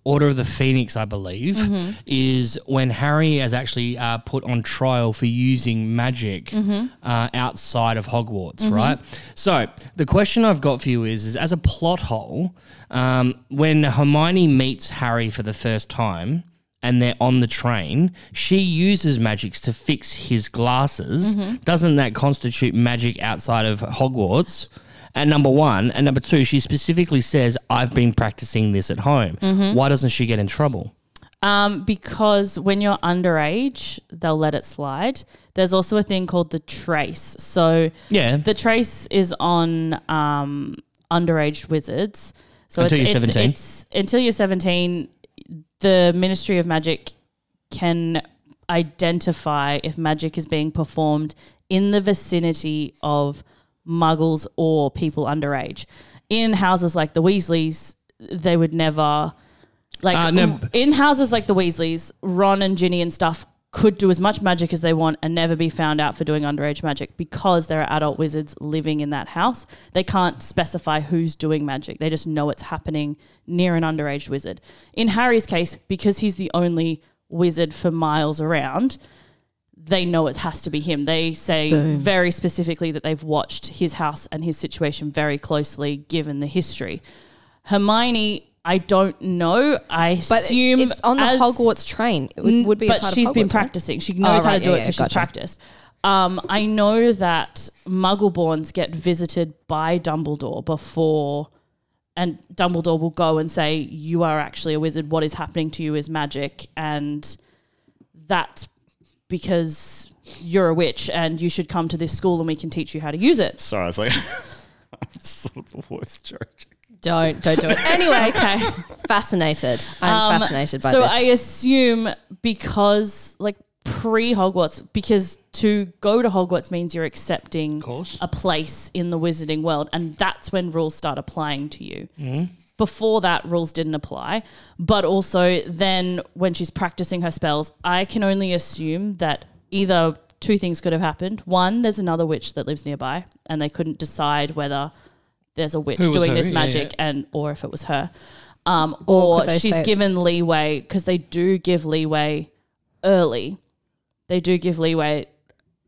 Speaker 4: Order of the Phoenix, I believe,
Speaker 5: Mm-hmm.
Speaker 4: is when Harry is actually uh, put on trial for using magic
Speaker 5: Mm-hmm.
Speaker 4: uh, outside of Hogwarts, right? So the question I've got for you is, is as a plot hole, um, when Hermione meets Harry for the first time, and they're on the train, she uses magics to fix his glasses.
Speaker 5: Mm-hmm.
Speaker 4: Doesn't that constitute magic outside of Hogwarts? And number one, and number two, she specifically says, I've been practicing this at home. Why doesn't she get in trouble?
Speaker 5: Um, because when you're underage, they'll let it slide. There's also a thing called the trace. So
Speaker 4: Yeah.
Speaker 5: the trace is on um, underage wizards. So
Speaker 4: Until
Speaker 5: it's,
Speaker 4: you're
Speaker 5: it's-
Speaker 4: 17.
Speaker 5: It's, until you're 17, the Ministry of Magic can identify if magic is being performed in the vicinity of muggles or people underage. In houses like the Weasleys, they would never like
Speaker 4: Uh, no.
Speaker 5: in houses like the Weasleys, Ron and Ginny and stuff could do as much magic as they want and never be found out for doing underage magic because there are adult wizards living in that house. They can't specify who's doing magic. They just know it's happening near an underage wizard. In Harry's case, because he's the only wizard for miles around, they know it has to be him. They say very specifically that they've watched his house and his situation very closely given the history. Hermione, I don't know. I
Speaker 3: But
Speaker 5: assume
Speaker 3: it's on the
Speaker 5: as-
Speaker 3: Hogwarts train. It would, would be.
Speaker 5: but
Speaker 3: a part
Speaker 5: she's
Speaker 3: of
Speaker 5: been
Speaker 3: Hogwarts, right? Oh,
Speaker 5: practicing. She knows how
Speaker 3: right,
Speaker 5: to do
Speaker 3: yeah,
Speaker 5: it
Speaker 3: yeah,
Speaker 5: because she's
Speaker 3: gotcha.
Speaker 5: practiced. Um, I know that Muggleborns get visited by Dumbledore before, and Dumbledore will go and say, "You are actually a wizard. What is happening to you is magic," and that's because you're a witch and you should come to this school and we can teach you how to use it.
Speaker 2: Sorry, I was like, [LAUGHS] that's sort of the worst joke.
Speaker 3: Don't don't do it. [LAUGHS] Um, Anyway,
Speaker 5: Okay.
Speaker 3: fascinated. I'm fascinated by
Speaker 5: so
Speaker 3: this.
Speaker 5: I assume because like pre Hogwarts, because to go to Hogwarts means you're accepting
Speaker 4: course.
Speaker 5: a place in the wizarding world, and that's when rules start applying to you. Before that, rules didn't apply. But also, then when she's practicing her spells, I can only assume that either two things could have happened. One, there's another witch that lives nearby, and they couldn't decide whether there's a witch
Speaker 4: Who was
Speaker 5: doing
Speaker 4: her?
Speaker 5: this
Speaker 4: Yeah,
Speaker 5: magic
Speaker 4: yeah.
Speaker 5: and or if it was her um,
Speaker 3: Or
Speaker 5: or
Speaker 3: could they say
Speaker 5: she's
Speaker 3: it's-
Speaker 5: given leeway because they do give leeway early they do give leeway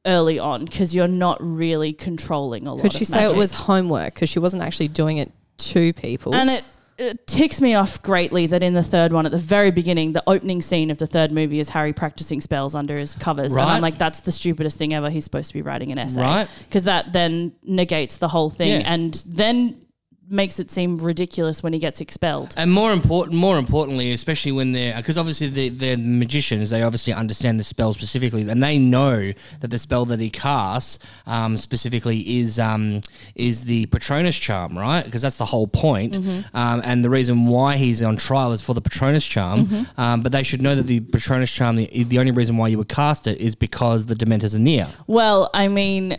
Speaker 5: early on because you're not really controlling a lot
Speaker 3: Could she
Speaker 5: of
Speaker 3: say it
Speaker 5: magic.
Speaker 3: was homework because she wasn't actually doing it to people?
Speaker 5: and it, it ticks me off greatly that in the third one at the very beginning the opening scene of the third movie is harry practicing spells under his covers and
Speaker 4: Right.
Speaker 5: i'm like that's the stupidest thing ever he's supposed to be writing an essay
Speaker 4: Right.
Speaker 5: because that then negates the whole thing
Speaker 4: Yeah.
Speaker 5: and then makes it seem ridiculous when he gets expelled
Speaker 4: And more important, more importantly, especially when they're because obviously the the magicians, they obviously understand the spell specifically, and they know that the spell that he casts um, specifically is um, is the Patronus charm, right? Because that's the whole point, um, and the reason why he's on trial is for the Patronus charm. Um, but they should know that the Patronus charm, the, the only reason why you would cast it is because the Dementors are near.
Speaker 5: Well, I mean,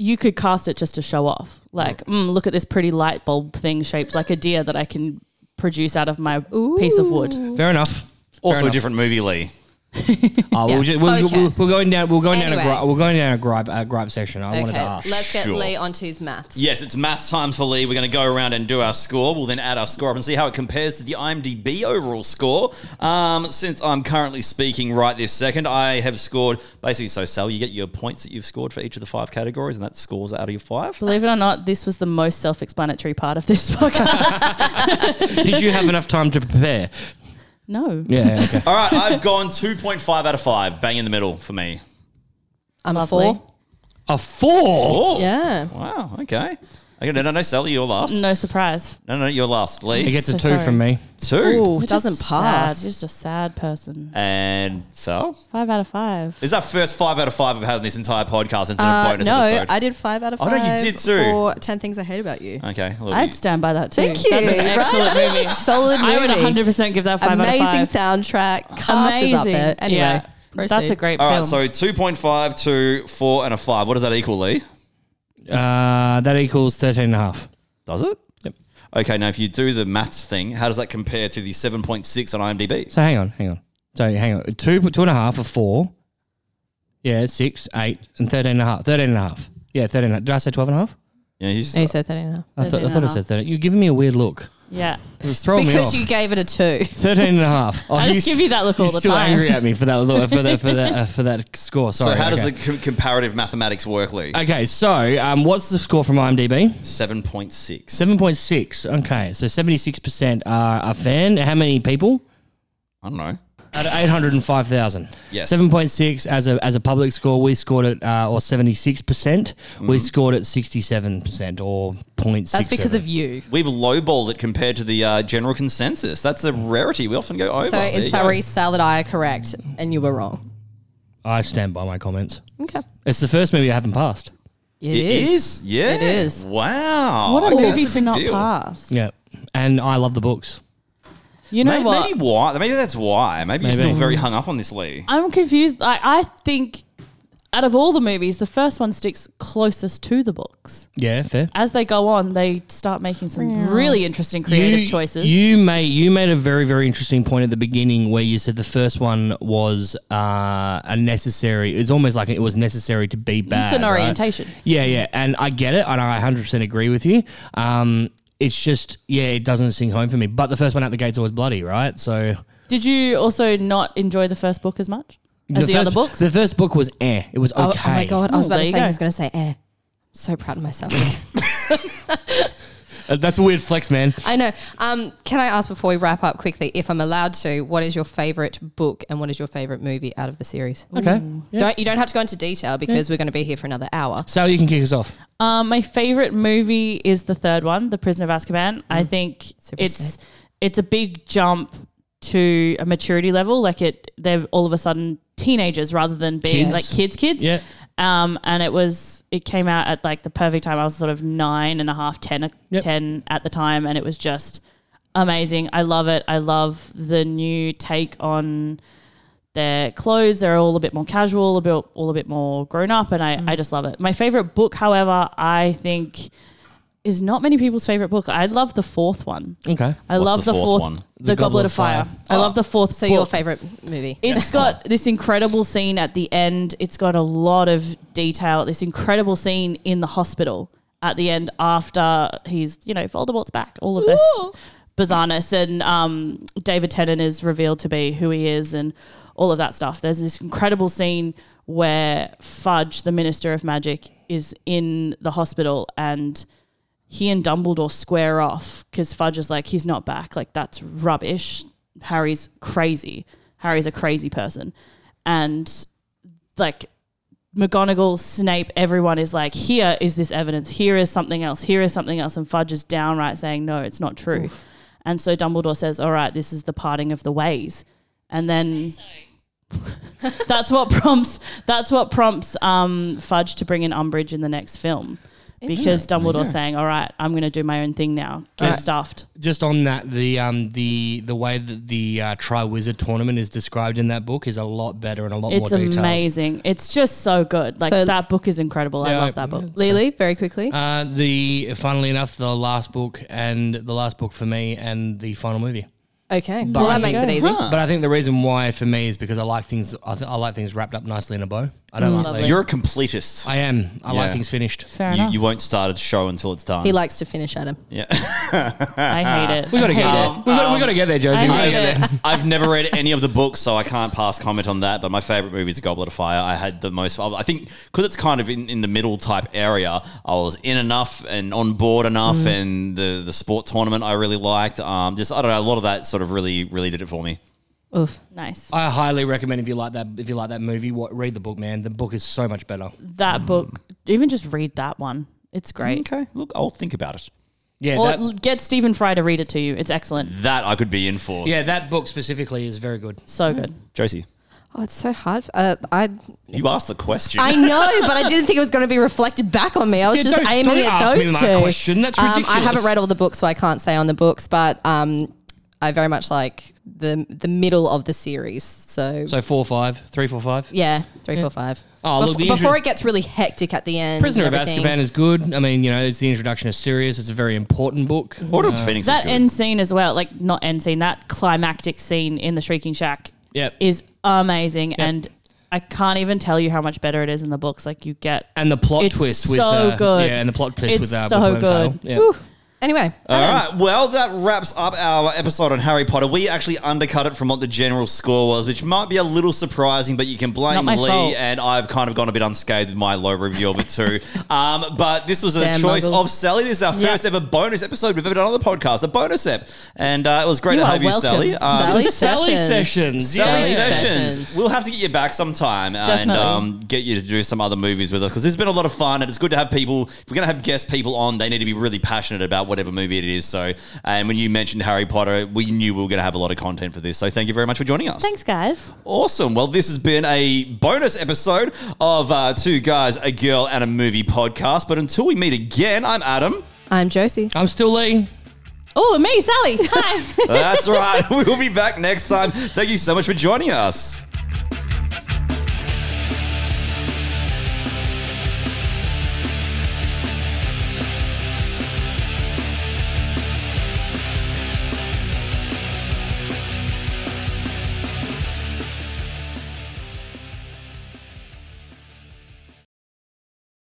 Speaker 5: you could cast it just to show off. Like, mm, look at this pretty light bulb thing shaped like a deer that I can produce out of my piece of wood.
Speaker 4: Fair enough.
Speaker 2: Also, a
Speaker 4: enough.
Speaker 2: different movie, Lee.
Speaker 4: Oh, we'll,
Speaker 3: Yeah,
Speaker 4: ju- we'll,
Speaker 3: focus.
Speaker 4: we'll, we're going down. We're going down. A
Speaker 3: Anyway.
Speaker 4: gripe, we're going down a gripe, uh, gripe session. I wanted to
Speaker 3: okay,
Speaker 4: ask.
Speaker 3: let's get
Speaker 2: Sure.
Speaker 3: Lee onto his maths.
Speaker 2: Yes, it's math times for Lee. We're going to go around and do our score. We'll then add our score up and see how it compares to the IMDb overall score. Um, since I'm currently speaking right this second, I have scored basically. So, Sal, you get your points that you've scored for each of the five categories, and that scores out of your five.
Speaker 5: Believe it or not, this was the most self explanatory part of this
Speaker 4: [LAUGHS]
Speaker 5: [LAUGHS] podcast.
Speaker 4: Did you have enough time to
Speaker 5: [LAUGHS]
Speaker 4: prepare?
Speaker 5: no.
Speaker 4: Yeah. Okay.
Speaker 2: All right, I've gone 2.5 out of five, bang in the middle for me.
Speaker 3: I'm a
Speaker 5: Lovely.
Speaker 3: four.
Speaker 4: A four.
Speaker 2: Oh,
Speaker 3: Yeah.
Speaker 2: Wow. Okay. Okay. No, no, no, Sally, you're last. No,
Speaker 5: No surprise.
Speaker 2: no, no you're last.
Speaker 4: It
Speaker 2: Lee,
Speaker 4: gets a
Speaker 5: So
Speaker 4: two
Speaker 5: sorry.
Speaker 4: from me.
Speaker 2: two.
Speaker 3: Ooh, it doesn't
Speaker 5: Just
Speaker 3: pass.
Speaker 5: Sad. Just a sad person.
Speaker 2: And Sal,
Speaker 5: Five out of five.
Speaker 2: is that first five out of five I've had in this entire podcast? It's
Speaker 3: Uh,
Speaker 2: a bonus
Speaker 3: no,
Speaker 2: episode.
Speaker 3: I did five out of
Speaker 2: Oh,
Speaker 3: five.
Speaker 2: no, you did too.
Speaker 3: For ten things I hate about you.
Speaker 2: okay. a little
Speaker 5: I'd
Speaker 2: bit-
Speaker 5: stand by that too.
Speaker 3: Thank you.
Speaker 5: That's an excellent
Speaker 3: Right?
Speaker 5: movie.
Speaker 3: Solid movie.
Speaker 5: I would 100% give that five
Speaker 3: Amazing
Speaker 5: out of five.
Speaker 3: soundtrack. Cast is up there. Anyway,
Speaker 5: Yeah. That's
Speaker 3: proceed.
Speaker 5: a great
Speaker 2: All right,
Speaker 5: film.
Speaker 2: so 2.5 to 4 and a 5. What does that equal, Lee?
Speaker 4: Uh, that equals 13 and a half.
Speaker 2: Does it? Yep. Okay, now if you do the maths thing, how does that compare to the 7.6 on IMDb?
Speaker 4: So hang on, hang on. So hang on. Two, two and a half are four. Yeah, six, eight, and 13 and a half. 13 and a half. Yeah, 13 and a half. Did I say 12 and a half?
Speaker 2: You know, you just-
Speaker 3: You said that enough.
Speaker 4: I, thought
Speaker 5: 13
Speaker 4: I
Speaker 5: and
Speaker 4: thought
Speaker 5: a
Speaker 4: I
Speaker 5: half.
Speaker 4: said 13. You're giving me a weird look.
Speaker 5: Yeah.
Speaker 4: It was throwing me
Speaker 3: Because
Speaker 4: off.
Speaker 3: you gave it a two.
Speaker 4: 13 and a
Speaker 5: [LAUGHS]
Speaker 4: half. Oh,
Speaker 5: I just
Speaker 4: you
Speaker 5: give you that look
Speaker 4: you're
Speaker 5: all the
Speaker 4: still
Speaker 5: time.
Speaker 4: angry at me for that, look, for that, for that, uh, for that score.
Speaker 2: so
Speaker 4: Sorry.
Speaker 2: how does
Speaker 4: okay.
Speaker 2: the com- comparative mathematics work, Lee?
Speaker 4: Okay, so um, what's the score from IMDb?
Speaker 2: 7.6.
Speaker 4: 7.6. Okay, so 76% are a fan. How many people?
Speaker 2: I don't know.
Speaker 4: Out of 805,000.
Speaker 2: Yes.
Speaker 4: 7.6 as a as a public score, we scored it, uh, or 76%. We scored it 67% or 0.6.
Speaker 3: That's because of you.
Speaker 2: We've lowballed it compared to the uh, general consensus. That's a rarity. We often go over.
Speaker 3: So
Speaker 2: There
Speaker 3: in
Speaker 2: you go.
Speaker 3: summary, Sal and I are correct, and you were wrong.
Speaker 4: I stand by my comments.
Speaker 3: Okay.
Speaker 4: It's the first movie I haven't passed.
Speaker 2: It is. Yeah.
Speaker 3: It is.
Speaker 2: Wow.
Speaker 5: What a
Speaker 2: Oh, Okay,
Speaker 5: movie
Speaker 2: that's
Speaker 5: to
Speaker 2: big
Speaker 5: not
Speaker 2: deal.
Speaker 5: pass.
Speaker 4: Yeah. And I love the books.
Speaker 5: You know
Speaker 2: Maybe,
Speaker 5: what?
Speaker 2: maybe why? Maybe that's why. Maybe, you're still
Speaker 4: Maybe.
Speaker 2: very hung up on this, Lee.
Speaker 5: I'm confused. I, I think out of all the movies, the first one sticks closest to the books.
Speaker 4: Yeah, fair.
Speaker 5: As they go on, they start making some really interesting creative
Speaker 4: you,
Speaker 5: choices.
Speaker 4: You made you made a very very interesting point at the beginning where you said the first one was uh, a necessary. It's almost like it was necessary to be bad.
Speaker 5: it's an
Speaker 4: right?
Speaker 5: orientation.
Speaker 4: Yeah, yeah, and I get it, and I 100% agree with you. Um, it's just yeah, it doesn't sing home for me. But the first one out the gate's always bloody, right? So
Speaker 5: Did you also not enjoy the first book as much as the,
Speaker 4: first,
Speaker 5: other books?
Speaker 4: the first book was eh, it was okay.
Speaker 3: Oh, oh my god! I was
Speaker 5: Oh,
Speaker 3: about
Speaker 5: there
Speaker 3: to
Speaker 5: you
Speaker 3: say I
Speaker 5: go.
Speaker 3: was going to say air. So proud of myself. [LAUGHS]
Speaker 4: Uh, that's a weird flex, man.
Speaker 3: I know. Um, can I ask before we wrap up quickly, if I'm allowed to, what is your favorite book and what is your favorite movie out of the series?
Speaker 4: Okay, yeah.
Speaker 3: Don't you don't have to go into detail because we're going to be here for another hour.
Speaker 4: Sal, you can kick us off.
Speaker 5: Um, my favorite movie is the third one, The Prisoner of Azkaban. I think
Speaker 3: Super
Speaker 5: it's
Speaker 3: sick.
Speaker 5: it's a big jump to a maturity level. Like it, they're all of a sudden teenagers rather than being
Speaker 4: Kids.
Speaker 5: like kids, kids.
Speaker 4: Yeah.
Speaker 5: Um, and it was it came out at like the perfect time. I was sort of nine and a half, ten, uh,
Speaker 4: Yep.
Speaker 5: ten at the time, and it was just amazing. I love it. I love the new take on their clothes. They're all a bit more casual, a bit all a bit more grown up, and I, I just love it. My favorite book, however, I think is not many people's favorite book. I love the fourth one.
Speaker 4: Okay,
Speaker 5: I
Speaker 2: What's
Speaker 5: love
Speaker 2: the
Speaker 5: the
Speaker 2: fourth
Speaker 5: fourth,
Speaker 2: one? Oh.
Speaker 5: the, Goblet, of Fire. I love the fourth.
Speaker 3: So your
Speaker 5: book.
Speaker 3: favorite movie?
Speaker 5: It's got this incredible scene at the end. It's got a lot of detail. This incredible scene in the hospital at the end after he's, you know, Voldemort's back, all of this bizarreness. And um, David Tennant is revealed to be who he is and all of that stuff. There's this incredible scene where Fudge, the Minister of Magic, is in the hospital and he and Dumbledore square off because Fudge is like, he's not back. Like, that's rubbish. Harry's crazy. Harry's a crazy person. And like, McGonagall, Snape, everyone is like, here is this evidence. Here is something else. Here is something else. And Fudge is downright saying, no, it's not true. And so Dumbledore says, all right, this is the parting of the ways. And then [LAUGHS] that's what prompts that's what prompts um, Fudge to bring in Umbridge in the next film because Dumbledore's saying, "All right, I'm going to do my own thing now. Get stuffed."
Speaker 4: Just on that, the um the the way that the uh, Triwizard tournament is described in that book is a lot better and a lot
Speaker 5: It's
Speaker 4: more details.
Speaker 5: amazing. It's just so good. Like
Speaker 3: So-
Speaker 5: that book is incredible.
Speaker 4: Yeah,
Speaker 5: I
Speaker 4: I-
Speaker 5: love that book.
Speaker 3: Lily, very quickly.
Speaker 4: Uh, the funnily enough, the last book and the last book for me and the final movie.
Speaker 3: okay. Well, that makes it easy.
Speaker 4: But I think the reason why for me is because I like things. I, th- I like things wrapped up nicely in a bow. I don't like. Like,
Speaker 2: You're a completist.
Speaker 4: I am. I
Speaker 2: Yeah.
Speaker 4: like things finished.
Speaker 5: Mm. Fair
Speaker 2: you,
Speaker 5: enough.
Speaker 2: you won't start a show until it's done.
Speaker 3: He likes to finish Adam.
Speaker 2: [LAUGHS]
Speaker 4: [LAUGHS]
Speaker 5: I hate it.
Speaker 4: We gotta get there.
Speaker 5: I hate it.
Speaker 4: We gotta, we gotta get there, Josie.
Speaker 5: I
Speaker 4: We gotta
Speaker 5: hate
Speaker 4: get there.
Speaker 5: it.
Speaker 2: I've never read any of the books, so I can't pass comment on that. But my favorite movie is The Goblet of Fire. I had the most, I think, because it's kind of in, in the middle type area. I was in enough and on board enough,
Speaker 5: Mm.
Speaker 2: and the the sport tournament I really liked. Um, just I don't know, a lot of that sort of really really did it for me.
Speaker 3: Oof.
Speaker 5: Nice.
Speaker 4: I highly recommend if you like that. If you like that movie, what read the book, man. The book is so much better.
Speaker 5: That book. Even just read that one. It's great.
Speaker 2: Okay, look, I'll think about it.
Speaker 4: Yeah.
Speaker 5: Or
Speaker 4: that,
Speaker 5: l- get Stephen Fry to read it to you. It's excellent.
Speaker 2: That I could be in for.
Speaker 4: yeah, that book specifically is very good.
Speaker 5: So good.
Speaker 2: Josie,
Speaker 3: Oh, it's so hard. Uh, I
Speaker 2: you asked the question.
Speaker 3: I know, but I didn't think it was going to be reflected back on me. I was
Speaker 4: Yeah,
Speaker 3: just
Speaker 4: don't-
Speaker 3: aiming
Speaker 4: don't
Speaker 3: at
Speaker 4: ask
Speaker 3: those
Speaker 4: me that
Speaker 3: two.
Speaker 4: question. That's
Speaker 3: Um, I
Speaker 4: ridiculous.
Speaker 3: haven't read all the books, so I can't say on the books. But um, I very much like the the middle of the series. So,
Speaker 4: So four, five, three, four, five.
Speaker 3: yeah, three, four, five.
Speaker 4: Oh, look, the
Speaker 3: Bef- before
Speaker 4: intro-
Speaker 3: it gets really hectic at the end.
Speaker 4: Prisoner of
Speaker 3: and everything.
Speaker 4: Azkaban is good. I mean, you know, it's the introduction of Sirius. It's a very important book.
Speaker 5: Mm-hmm.
Speaker 2: Order of the Phoenix.
Speaker 5: That
Speaker 2: is good.
Speaker 5: end scene as well, like not end scene, that climactic scene in the Shrieking Shack
Speaker 4: Yep.
Speaker 5: is amazing. And I can't even tell you how much better it is in the books. Like you get
Speaker 4: And the plot
Speaker 5: It's
Speaker 4: twist with
Speaker 5: so
Speaker 4: uh,
Speaker 5: good.
Speaker 4: yeah, and the plot twist
Speaker 5: It's
Speaker 4: with uh,
Speaker 5: so
Speaker 4: with Wormtail.
Speaker 5: good.
Speaker 4: Yeah.
Speaker 3: Whew. Anyway,
Speaker 2: All
Speaker 3: Adam,
Speaker 2: right. Well, that wraps up our episode on Harry Potter. We actually undercut it from what the general score was, which might be a little surprising, but you can blame
Speaker 5: Not my
Speaker 2: Lee,
Speaker 5: fault.
Speaker 2: and I've kind of gone a bit unscathed with my low review of it
Speaker 5: [LAUGHS]
Speaker 2: too. um, but this was a
Speaker 3: Damn
Speaker 2: choice
Speaker 3: muggles.
Speaker 2: of Sally. This is our
Speaker 5: Yeah.
Speaker 2: first ever bonus episode we've ever done on the podcast, a bonus ep, and uh, it was great
Speaker 5: You
Speaker 2: to
Speaker 5: are
Speaker 2: have you,
Speaker 5: welcome,
Speaker 2: Sally. Um,
Speaker 3: Sally
Speaker 4: uh, Sally
Speaker 3: sessions.
Speaker 4: sessions.
Speaker 2: Sally
Speaker 3: Sally
Speaker 2: sessions.
Speaker 3: Sessions.
Speaker 2: We'll have to get you back sometime and
Speaker 5: Definitely.
Speaker 2: um, get you to do some other movies with us because it's been a lot of fun and it's good to have people. If we're going to have guest people on, they need to be really passionate about whatever movie it is. So, and when you mentioned Harry Potter, we knew we were going to have a lot of content for this. So, thank you very much for joining us.
Speaker 5: Thanks guys.
Speaker 2: Awesome. Well, this has been a bonus episode of uh, Two Guys, a Girl, and a Movie podcast. But until we meet again, I'm
Speaker 5: [LAUGHS]
Speaker 2: Adam.
Speaker 3: I'm Josie.
Speaker 4: I'm still Lee.
Speaker 5: Oh, me, Sally.
Speaker 2: [LAUGHS]
Speaker 4: [LAUGHS]
Speaker 5: Hi.
Speaker 2: That's right. We'll be back next time. Thank you so much for joining us.